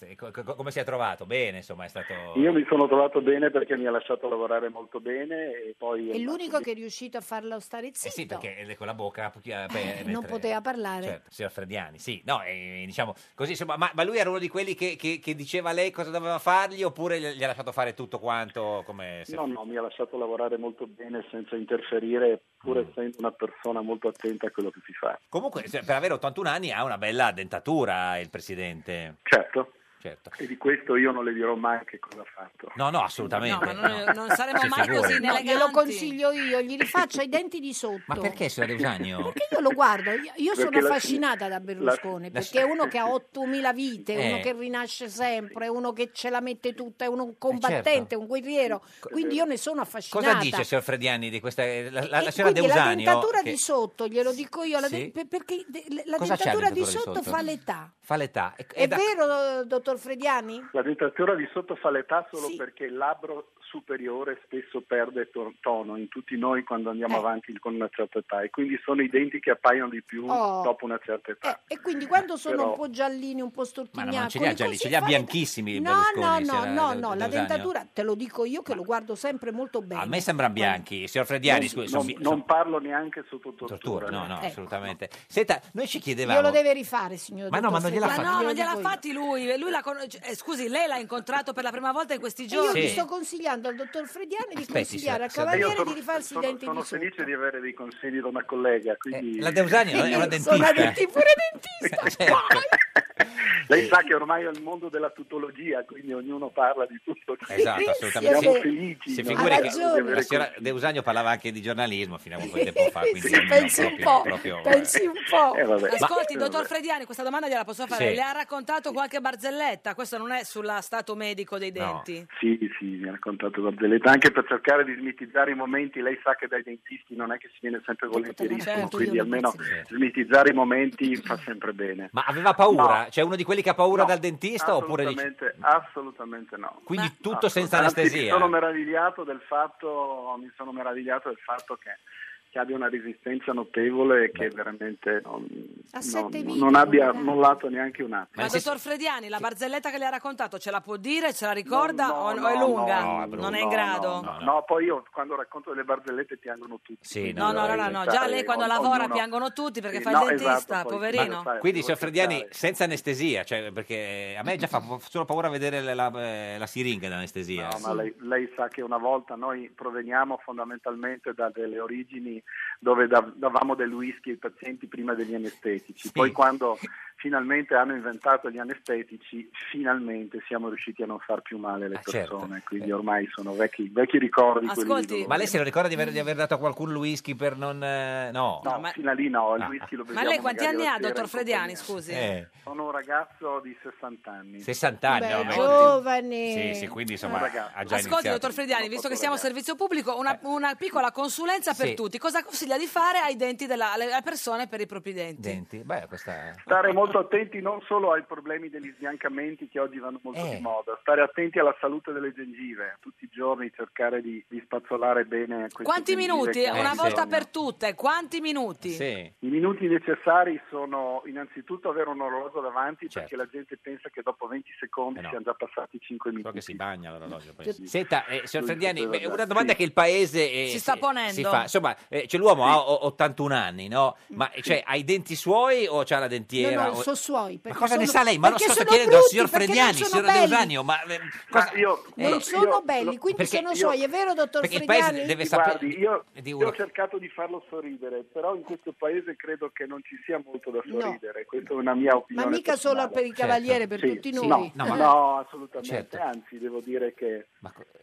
Speaker 2: E co- co- come si è trovato? Bene, insomma, è stato...
Speaker 16: Io mi sono trovato bene perché mi ha lasciato lavorare molto bene e poi...
Speaker 14: È l'unico che è riuscito a farlo stare zitto.
Speaker 2: Eh sì, perché eh, con la bocca... pu- eh, beh,
Speaker 14: non
Speaker 2: mentre-
Speaker 14: poteva parlare.
Speaker 2: Certo, signor Frediani, sì, no, eh, diciamo così, insomma, ma, ma lui era uno di quelli che, che- che diceva a lei cosa doveva fargli oppure gli gli ha lasciato fare tutto quanto come... se-
Speaker 16: No, no, mi ha lasciato lavorare molto bene senza interferire, pur
Speaker 2: Mm.
Speaker 16: essendo una persona molto attenta a quello che si fa.
Speaker 2: Comunque, se- per avere 81 anni ha una bella dentatura il presidente.
Speaker 16: Certo.
Speaker 2: Certo.
Speaker 16: E di questo io non le dirò mai che cosa ha fatto.
Speaker 2: No, no, assolutamente.
Speaker 16: No, ma non-
Speaker 1: Eh, non saremo
Speaker 2: Si
Speaker 1: mai
Speaker 2: figuri.
Speaker 1: così
Speaker 14: No, glielo consiglio io, gli rifaccio i denti di sotto.
Speaker 2: Ma perché, signora De Usanio?
Speaker 14: Io lo guardo, io io sono
Speaker 2: Perché la-
Speaker 14: affascinata da Berlusconi,
Speaker 2: la-
Speaker 14: perché è uno che ha 8000 vite,
Speaker 2: Eh.
Speaker 14: uno che rinasce sempre, è uno che ce la mette tutta, è uno un combattente, un guerriero, quindi io ne sono affascinata.
Speaker 2: certo. Cosa dice signor Frediani di questa... eh, La, la, la
Speaker 14: E
Speaker 2: signora De
Speaker 14: quindi la
Speaker 2: Usanio...
Speaker 14: dentatura
Speaker 2: che
Speaker 14: di sotto, glielo dico io, la
Speaker 2: Sì.
Speaker 14: de- per- perché de- la
Speaker 2: Cosa c'è
Speaker 14: dentatura
Speaker 2: la
Speaker 14: di
Speaker 2: dentatura
Speaker 14: sotto,
Speaker 2: di sotto?
Speaker 14: fa l'età.
Speaker 2: Fa l'età. E-
Speaker 14: È
Speaker 2: e da-
Speaker 14: vero, dottor Frediani?
Speaker 16: La dentatura di sotto fa l'età solo
Speaker 14: Sì.
Speaker 16: perché il labbro superiore spesso perde to- tono in tutti noi quando
Speaker 14: Eh.
Speaker 16: andiamo avanti con una certa età e quindi sono i denti che appaiono di più
Speaker 14: Oh. Eh,
Speaker 16: dopo una certa età.
Speaker 14: E quindi quando sono
Speaker 16: Però-
Speaker 14: un po' giallini, un po'
Speaker 2: Ma
Speaker 14: stortignacoli,
Speaker 2: no, non ce li ha gialli,
Speaker 14: così
Speaker 2: ce li ha
Speaker 14: fa l'età.
Speaker 2: bianchissimi
Speaker 14: No, no,
Speaker 2: Berlusconi,
Speaker 14: no,
Speaker 2: signora
Speaker 14: no,
Speaker 2: De-
Speaker 14: no,
Speaker 2: De
Speaker 14: la
Speaker 2: Usanio.
Speaker 14: dentatura te lo dico io che lo guardo sempre molto bene.
Speaker 2: A me sembrano bianchi, signor Frediani, scusi,
Speaker 16: non,
Speaker 2: sono bi-
Speaker 16: non parlo neanche sotto tortura.
Speaker 2: tortura, no,
Speaker 16: eh.
Speaker 2: no,
Speaker 14: Ecco.
Speaker 2: assolutamente. Senta, noi ci chiedevamo...
Speaker 14: Glielo deve rifare, signor
Speaker 2: Ma no, ma non gliel'ha
Speaker 1: Ma
Speaker 2: fatto.
Speaker 1: no,
Speaker 14: glielo
Speaker 1: non gliel'ha
Speaker 14: dico io.
Speaker 1: fatti lui. e lui la con- cioè, eh, scusi, lei l'ha incontrato per la prima volta in questi
Speaker 14: E io
Speaker 1: giorni.
Speaker 14: vi sto consigliando al dottor Frediani di
Speaker 2: Aspetti,
Speaker 14: consigliare al
Speaker 2: signor-
Speaker 16: Io
Speaker 14: cavaliere
Speaker 16: sono-
Speaker 14: di rifarsi i
Speaker 16: sono-
Speaker 14: denti
Speaker 16: sono
Speaker 14: di sotto.
Speaker 16: felice di avere dei consigli da una collega. Quindi...
Speaker 2: Eh, La De Usanio è una dentista. Certo.
Speaker 14: pure
Speaker 16: Lei sa che ormai è il mondo della tutologia, quindi ognuno parla di tutto.
Speaker 2: Esatto, assolutamente.
Speaker 16: Siamo
Speaker 2: Si-
Speaker 16: felici.
Speaker 2: si
Speaker 16: no?
Speaker 2: figuri
Speaker 16: Ha
Speaker 2: che
Speaker 16: ragione.
Speaker 2: la signora De Usanio parlava anche di giornalismo fino a un po' di tempo fa,
Speaker 16: Sì,
Speaker 2: quindi
Speaker 16: sì,
Speaker 2: almeno
Speaker 16: pensi un
Speaker 2: proprio-
Speaker 16: po',
Speaker 2: proprio,
Speaker 16: pensi
Speaker 2: eh.
Speaker 16: un po'. Eh, vabbè.
Speaker 1: Ascolti,
Speaker 16: Eh,
Speaker 1: dottor
Speaker 16: vabbè.
Speaker 1: Frediani, questa domanda gliela posso fare.
Speaker 16: Sì.
Speaker 1: Le ha raccontato qualche barzelletta? Questo non è sulla stato medico dei
Speaker 16: No.
Speaker 1: denti.
Speaker 16: Sì, sì, mi ha raccontato Barzelletta, anche per cercare di smitizzare i momenti, lei sa che dai dentisti non è che si viene sempre volentierissimo,
Speaker 2: certo, io
Speaker 16: quindi
Speaker 2: lo
Speaker 16: almeno
Speaker 2: penso.
Speaker 16: smitizzare i momenti fa sempre bene.
Speaker 2: Ma aveva paura?
Speaker 16: No.
Speaker 2: C'è uno di quelli che ha paura
Speaker 16: No,
Speaker 2: dal dentista oppure dice-
Speaker 16: assolutamente, assolutamente no.
Speaker 2: Quindi
Speaker 16: Ma-
Speaker 2: tutto senza
Speaker 16: Anzi, Mi
Speaker 2: anestesia?
Speaker 16: sono meravigliato del fatto, mi sono meravigliato del fatto che, che abbia una resistenza notevole e che veramente non,
Speaker 1: Ha
Speaker 16: non-
Speaker 1: sette
Speaker 16: non
Speaker 1: vite,
Speaker 16: abbia
Speaker 1: guarda.
Speaker 16: mollato neanche un attimo.
Speaker 1: Ma dottor Frediani, la barzelletta che le ha raccontato ce la può dire? Ce la ricorda o o è lunga? non è in
Speaker 16: no,
Speaker 1: grado?
Speaker 16: No, no, no, poi io quando racconto delle barzellette piangono tutti.
Speaker 1: No, no, no, no, no, già lei quando lavora piangono tutti perché
Speaker 16: Sì,
Speaker 1: fa
Speaker 16: no,
Speaker 1: il dentista,
Speaker 16: esatto, poi-
Speaker 1: poverino.
Speaker 16: Ma-
Speaker 2: Quindi,
Speaker 16: devo
Speaker 2: signor Frediani, senza anestesia, cioè, perché a me già fa po- solo paura vedere la, eh, la- la siringa d'anestesia.
Speaker 16: No, ma lei, lei sa che una volta noi proveniamo fondamentalmente da delle origini dove dav- davamo del whisky ai pazienti prima degli anestetici. Poi quando finalmente hanno inventato gli anestetici, finalmente siamo riusciti a non far più male le
Speaker 2: certo.
Speaker 16: persone, quindi ormai sono vecchi, vecchi ricordi. quelli di dolore.
Speaker 2: Ma lei se lo ricorda di aver,
Speaker 14: Mm.
Speaker 2: di aver dato a qualcuno il whisky per non... eh, No, Ah,
Speaker 16: No, fino a lì no, il whisky lo
Speaker 1: Ma
Speaker 16: beviamo
Speaker 1: lei quanti
Speaker 16: magari
Speaker 1: anni
Speaker 16: la
Speaker 1: ha,
Speaker 16: sera
Speaker 1: dottor
Speaker 16: in
Speaker 1: Frediani,
Speaker 16: compagnia.
Speaker 1: scusi?
Speaker 2: Eh.
Speaker 16: Sono un ragazzo di 60 anni.
Speaker 2: 60 anni,
Speaker 1: Beh,
Speaker 2: vabbè.
Speaker 1: giovane.
Speaker 2: Sì, sì, quindi insomma
Speaker 16: Eh, ragazzi.
Speaker 2: ha già
Speaker 1: Ascolti,
Speaker 2: iniziato. Eh.
Speaker 1: dottor Frediani, visto che siamo a servizio pubblico, una, una piccola consulenza per
Speaker 2: Sì.
Speaker 1: tutti. Cosa consiglia di fare ai denti della alle alle persone per i propri denti?
Speaker 2: Denti. Beh, questa...
Speaker 16: Stare molto attenti non solo ai problemi degli sbiancamenti che oggi vanno molto
Speaker 2: Eh.
Speaker 16: di moda, stare attenti alla salute delle gengive, tutti i giorni cercare di, di spazzolare bene queste
Speaker 1: Quanti
Speaker 16: gengive
Speaker 1: minuti?
Speaker 16: che
Speaker 1: Una
Speaker 2: Eh,
Speaker 16: hanno
Speaker 1: volta
Speaker 16: bisogno.
Speaker 1: per tutte, quanti minuti?
Speaker 16: I minuti necessari sono innanzitutto avere un orologio davanti
Speaker 2: Certo.
Speaker 16: perché la gente pensa che dopo 20
Speaker 2: Eh
Speaker 16: secondi siano già passati 5 minuti. Perché si
Speaker 2: bagna l'orologio.
Speaker 16: Poi.
Speaker 2: Senta, eh, signor
Speaker 16: Lui
Speaker 2: Ferdiani,
Speaker 16: poteva
Speaker 2: beh,
Speaker 16: già-
Speaker 2: una domanda che il paese eh,
Speaker 1: Si sta ponendo.
Speaker 2: si fa. Insomma, eh, cioè, l'uomo ha o- 81 anni, no? Ma cioè, ha i denti suoi o c'ha la
Speaker 14: No,
Speaker 2: dentiera?
Speaker 14: Mm. no,
Speaker 2: O-
Speaker 14: sono suoi.
Speaker 2: Ma
Speaker 14: perché
Speaker 2: cosa ne
Speaker 14: sono-
Speaker 2: sa lei? Ma lo
Speaker 14: perché
Speaker 2: sto
Speaker 14: sono
Speaker 2: chiedendo al
Speaker 14: brutti,
Speaker 2: signor
Speaker 14: perché non
Speaker 2: Frediani,
Speaker 14: sono
Speaker 2: signora
Speaker 14: belli.
Speaker 2: Dell'Uranio, ma eh, cosa-
Speaker 14: Non
Speaker 2: eh,
Speaker 14: sono belli, quindi
Speaker 2: perché
Speaker 14: sono
Speaker 2: io-
Speaker 14: suoi, è vero dottor
Speaker 2: perché il
Speaker 14: Frediani?
Speaker 2: paese deve sapere
Speaker 16: Guardi, io,
Speaker 2: di
Speaker 16: io
Speaker 2: uno.
Speaker 16: ho cercato di farlo sorridere, però in questo paese credo che non ci sia molto da
Speaker 14: No.
Speaker 16: sorridere, questa è una mia
Speaker 14: Ma
Speaker 16: opinione.
Speaker 14: mica solo per
Speaker 16: personale.
Speaker 14: il
Speaker 2: Certo.
Speaker 14: cavaliere, per
Speaker 16: Sì,
Speaker 14: tutti
Speaker 16: sì.
Speaker 14: noi.
Speaker 16: No, no, no, assolutamente,
Speaker 14: Certo.
Speaker 16: anzi devo dire che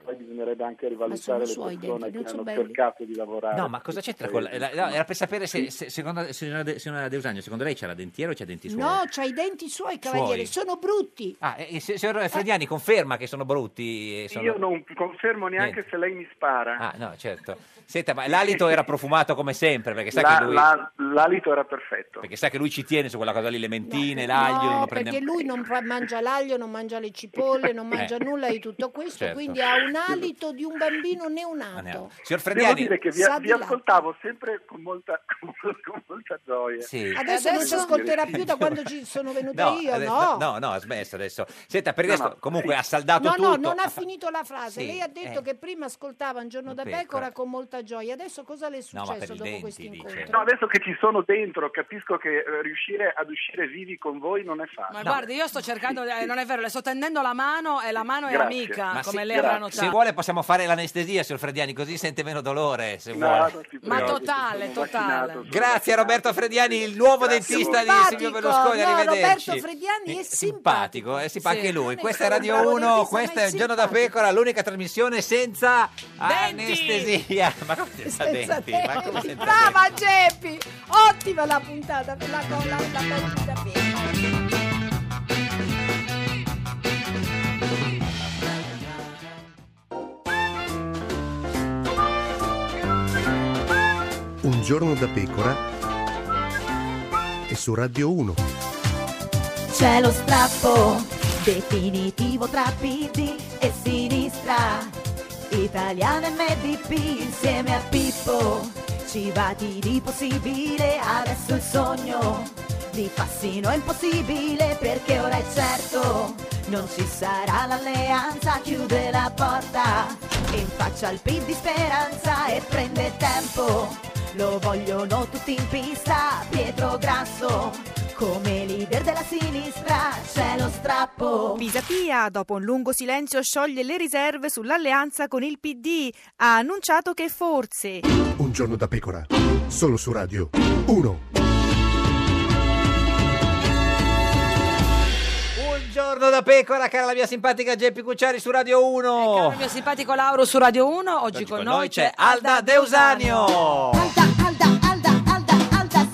Speaker 16: poi bisognerebbe anche
Speaker 14: sono
Speaker 16: rivalutare le
Speaker 14: suoi i
Speaker 16: persone
Speaker 14: denti, non
Speaker 16: che
Speaker 14: sono
Speaker 16: hanno
Speaker 14: belli.
Speaker 16: cercato di lavorare.
Speaker 2: No, ma cosa
Speaker 16: per
Speaker 2: c'entra con
Speaker 16: questo
Speaker 2: la,
Speaker 16: paese.
Speaker 2: la- no, era per sapere se, se, secondo, signora De- signora De Usanio, secondo lei c'ha la dentiera o c'ha i denti suoi?
Speaker 14: No, c'ha i denti suoi, cavaliere,
Speaker 2: Suoi.
Speaker 14: sono brutti.
Speaker 2: Ah, e- e se- signor Frediani conferma che sono brutti? e sono-
Speaker 16: Io non confermo neanche se lei mi spara.
Speaker 2: Ah, no, certo. Senta, ma l'alito era profumato come sempre, perché sa
Speaker 16: La-
Speaker 2: che lui...
Speaker 16: la- l'alito era perfetto.
Speaker 2: Perché sa che lui ci tiene su quella cosa lì, le mentine, l'aglio...
Speaker 14: no, eh,
Speaker 2: non prende-
Speaker 14: perché lui non fa- mangia l'aglio, non mangia le cipolle, non mangia
Speaker 2: Eh.
Speaker 14: nulla di tutto questo,
Speaker 2: Certo. Ah,
Speaker 14: quindi ha un alito di un bambino neonato.
Speaker 2: Signor
Speaker 16: Devo
Speaker 2: Frediani...
Speaker 16: dire che vi,
Speaker 14: Sa
Speaker 16: vi
Speaker 14: di là.
Speaker 16: ascoltavo sempre con molta, con molta gioia.
Speaker 2: Sì.
Speaker 14: Adesso,
Speaker 16: Eh,
Speaker 14: non ci ascolterà più da quando ci sono venuta io,
Speaker 2: adesso-
Speaker 14: no?
Speaker 2: Eh. no, no, ha smesso adesso. Senta, per il
Speaker 16: No,
Speaker 2: resto,
Speaker 16: no,
Speaker 2: comunque
Speaker 16: sì.
Speaker 2: ha saldato
Speaker 14: No,
Speaker 2: tutto.
Speaker 14: no, non
Speaker 2: ha
Speaker 14: ha
Speaker 2: fa-
Speaker 14: finito la frase.
Speaker 2: Sì,
Speaker 14: Lei ha detto
Speaker 2: eh.
Speaker 14: che prima ascoltava un giorno da
Speaker 2: Pecora.
Speaker 14: pecora con molta gioia. Adesso cosa le è
Speaker 2: No, ma per
Speaker 14: successo
Speaker 2: i
Speaker 14: dopo
Speaker 2: denti,
Speaker 14: questo
Speaker 2: dice.
Speaker 14: incontro?
Speaker 16: No, adesso che ci sono dentro, capisco che eh, riuscire ad uscire vivi con voi non è facile.
Speaker 1: Ma guardi, io sto cercando, eh, non è vero, le sto tendendo la mano e la mano è
Speaker 2: Grazie.
Speaker 1: amica,
Speaker 2: Ma
Speaker 1: come
Speaker 2: sì,
Speaker 1: lei avrà
Speaker 2: grazie. Se
Speaker 1: notato.
Speaker 2: vuole possiamo fare l'anestesia, signor Frediani, così sente meno dolore, se
Speaker 16: No,
Speaker 2: vuole.
Speaker 16: non si
Speaker 1: Ma preoccupi, totale, sono totale. vaccinato, sono
Speaker 2: Grazie a Roberto Frediani, il nuovo dentista di Silvio
Speaker 14: Simpatico,
Speaker 2: Berlusconi,
Speaker 14: no,
Speaker 2: arrivederci.
Speaker 14: Roberto Frediani è
Speaker 2: simpatico, eh, sì, fa
Speaker 14: Sì.
Speaker 2: anche lui.
Speaker 14: Non è
Speaker 2: Questa è
Speaker 14: bravo,
Speaker 2: Radio
Speaker 14: non è
Speaker 2: 1,
Speaker 14: vista,
Speaker 2: questa
Speaker 14: ma
Speaker 2: è
Speaker 14: è
Speaker 2: Il Giorno da Pecora, l'unica trasmissione senza anestesia. Ma come senza,
Speaker 14: Senza
Speaker 2: denti? Ma come
Speaker 14: denti.
Speaker 2: senza denti?
Speaker 14: Brava Geppi! Ottima la puntata per la colla, la partita
Speaker 11: Un giorno da pecora e su Radio 1.
Speaker 10: C'è lo strappo definitivo tra PD e sinistra. Italiana MDP insieme a Pippo. Ci batti di possibile, adesso il sogno di Fassino è impossibile perché ora è certo. Non ci sarà l'alleanza, chiude la porta e in faccia al PIL di speranza e prende tempo. Lo vogliono tutti in pista, Pietro Grasso. Come leader della sinistra c'è lo strappo.
Speaker 12: Pisapia, dopo un lungo silenzio, scioglie le riserve sull'alleanza con il PD. Ha annunciato che forse.
Speaker 11: Un giorno da pecora. Solo su Radio 1.
Speaker 2: Buongiorno da Pecora, cara la mia simpatica Geppi Cucciari su Radio
Speaker 14: Eh,
Speaker 2: 1.
Speaker 1: Il mio simpatico Lauro su Radio 1, oggi, con, noi c'è Alda
Speaker 2: Deusanio.
Speaker 10: Alda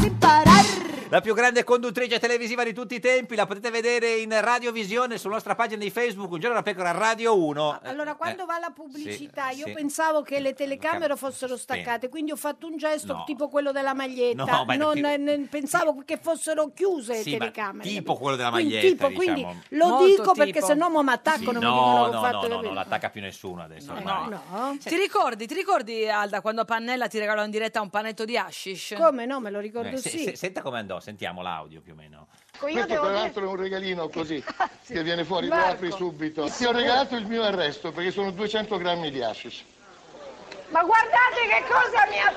Speaker 10: imparar.
Speaker 2: La più grande conduttrice televisiva di tutti i tempi, la potete vedere in radiovisione sulla nostra pagina di Facebook, un giorno da pecora Radio 1.
Speaker 14: Allora, quando va la pubblicità,
Speaker 2: Eh, sì,
Speaker 14: io
Speaker 2: sì.
Speaker 14: pensavo che le telecamere fossero staccate, quindi ho fatto un gesto
Speaker 2: No.
Speaker 14: tipo quello della maglietta.
Speaker 2: No, ma è
Speaker 14: Non-
Speaker 2: più-
Speaker 14: eh, ne- pensavo che fossero chiuse
Speaker 2: Sì,
Speaker 14: le
Speaker 2: ma
Speaker 14: telecamere.
Speaker 2: tipo quello della
Speaker 14: Quindi,
Speaker 2: maglietta,
Speaker 14: tipo, quindi
Speaker 2: diciamo.
Speaker 14: lo
Speaker 1: Molto
Speaker 14: dico perché
Speaker 1: tipo.
Speaker 14: sennò mo mi
Speaker 2: Sì,
Speaker 14: attaccano, mi dicono
Speaker 2: no,
Speaker 14: che ho
Speaker 2: no,
Speaker 14: fatto
Speaker 2: no,
Speaker 14: le
Speaker 2: no, non
Speaker 14: verità.
Speaker 2: l'attacca più nessuno adesso.
Speaker 17: Eh,
Speaker 2: ormai.
Speaker 1: Ti ricordi, ti ricordi Alda quando Pannella ti regalò in diretta un panetto di hashish?
Speaker 14: Come no, me lo ricordo
Speaker 2: Eh, se- se- senta come andò, sentiamo l'audio più o meno.
Speaker 14: io
Speaker 15: Questo
Speaker 14: devo
Speaker 15: tra
Speaker 14: dire-
Speaker 15: l'altro è un regalino così che viene fuori,
Speaker 14: Marco.
Speaker 15: lo apri subito. Ti ho regalato il mio arresto perché sono 200 grammi di hashish.
Speaker 6: Ma guardate che cosa mi ha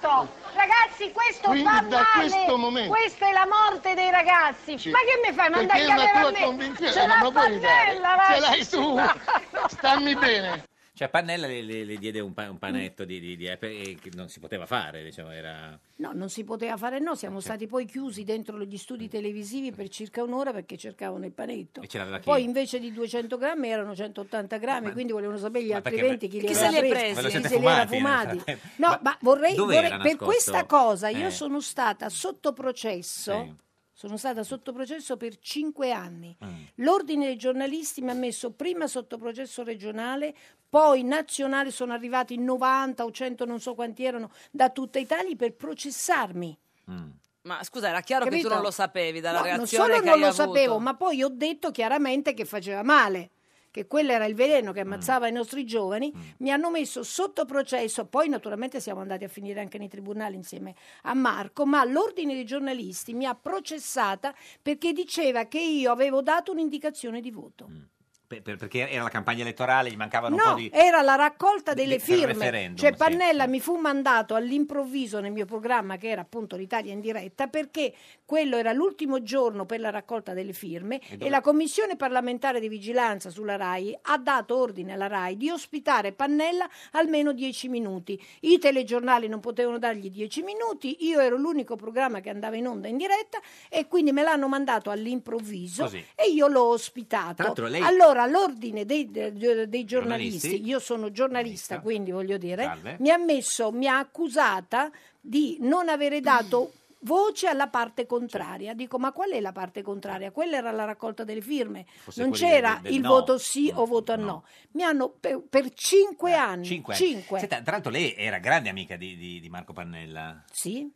Speaker 6: dato! Ragazzi, questo
Speaker 15: Quindi
Speaker 6: fa
Speaker 15: da
Speaker 6: male.
Speaker 15: questo momento-
Speaker 6: Questa è la morte dei ragazzi.
Speaker 15: Sì.
Speaker 6: Ma che mi fai? Ma andai
Speaker 15: Perché è
Speaker 6: a
Speaker 15: una
Speaker 6: chiamare
Speaker 15: tua
Speaker 6: a me.
Speaker 15: convinzione,
Speaker 6: Ce
Speaker 15: eh,
Speaker 6: l'ha
Speaker 15: non me lo puoi ridare.
Speaker 6: Pannella,
Speaker 15: Ce
Speaker 6: vai.
Speaker 15: l'hai tu. Stammi bene.
Speaker 17: Cioè Pannella le, le- le diede un, pa- un panetto di, di, di Apple e che non si poteva fare, diciamo, era...
Speaker 14: No, non si poteva fare no, siamo stati poi chiusi dentro gli studi televisivi per circa un'ora perché cercavano il panetto.
Speaker 17: E ce l'aveva chi?
Speaker 14: Poi invece di 200 grammi erano 180 180 grammi, quindi volevano sapere gli altri
Speaker 17: perché-
Speaker 14: 20 chi li
Speaker 17: Chi
Speaker 14: aveva
Speaker 17: se li è
Speaker 14: presi,
Speaker 17: presi? Ve lo
Speaker 14: chi
Speaker 17: siete
Speaker 14: se li era
Speaker 17: fumati, nel
Speaker 14: fumati. No, ma, vorrei,
Speaker 17: Dove
Speaker 14: vorrei-
Speaker 17: era
Speaker 14: per
Speaker 17: nascosto?
Speaker 14: questa cosa io
Speaker 17: Eh.
Speaker 14: sono stata sotto processo. Sono stata sotto processo per cinque anni.
Speaker 17: Mm.
Speaker 14: L'ordine dei giornalisti mi ha messo prima sotto processo regionale, poi nazionale, sono arrivati 90 o 100, non so quanti erano, da tutta Italia per processarmi.
Speaker 1: Ma scusa, era chiaro
Speaker 14: Capito?
Speaker 1: che tu non lo sapevi dalla
Speaker 14: No, non
Speaker 1: reazione
Speaker 14: solo
Speaker 1: che
Speaker 14: non
Speaker 1: hai
Speaker 14: lo
Speaker 1: avuto.
Speaker 14: sapevo, ma poi ho detto chiaramente che faceva male, che quello era il veleno che ammazzava i nostri giovani.
Speaker 1: Mm.
Speaker 14: Mi hanno messo sotto processo, poi naturalmente siamo andati a finire anche nei tribunali insieme a Marco, ma l'ordine dei giornalisti mi ha processata perché diceva che io avevo dato un'indicazione di voto.
Speaker 1: Mm.
Speaker 17: Per- per- perché era la campagna elettorale, gli mancavano un po'
Speaker 14: No,
Speaker 17: di...
Speaker 14: era la raccolta delle
Speaker 17: del
Speaker 14: firme.
Speaker 17: referendum,
Speaker 14: Cioè
Speaker 17: sì.
Speaker 14: Pannella mi fu mandato all'improvviso nel mio programma che era appunto l'Italia in diretta perché quello era l'ultimo giorno per la raccolta delle
Speaker 18: E
Speaker 14: firme e,
Speaker 18: dove-
Speaker 14: la Commissione parlamentare di vigilanza sulla RAI ha dato ordine alla RAI di ospitare Pannella almeno 10 minuti. I telegiornali non potevano dargli 10 minuti, io ero l'unico programma che andava in onda in diretta e quindi me l'hanno mandato all'improvviso
Speaker 17: Così.
Speaker 14: e io l'ho ospitato.
Speaker 17: Tra l'altro lei-
Speaker 14: Allora l'ordine dei, dei- dei giornalisti,
Speaker 17: Giornalisti.
Speaker 14: io sono giornalista, quindi voglio dire,
Speaker 17: Salve.
Speaker 14: mi ha messo, mi ha accusata di non avere dato voce alla parte contraria. Dico, ma qual è la parte contraria? Quella era la raccolta delle firme,
Speaker 17: Forse
Speaker 14: non
Speaker 17: quelli
Speaker 14: c'era
Speaker 17: del- del
Speaker 14: il
Speaker 17: no.
Speaker 14: voto sì o voto no. Mi hanno per, per cinque anni,
Speaker 17: Ah, Cinque.
Speaker 14: cinque.
Speaker 17: Senta, tra l'altro lei era grande amica di, di- di Marco Pannella.
Speaker 14: Sì,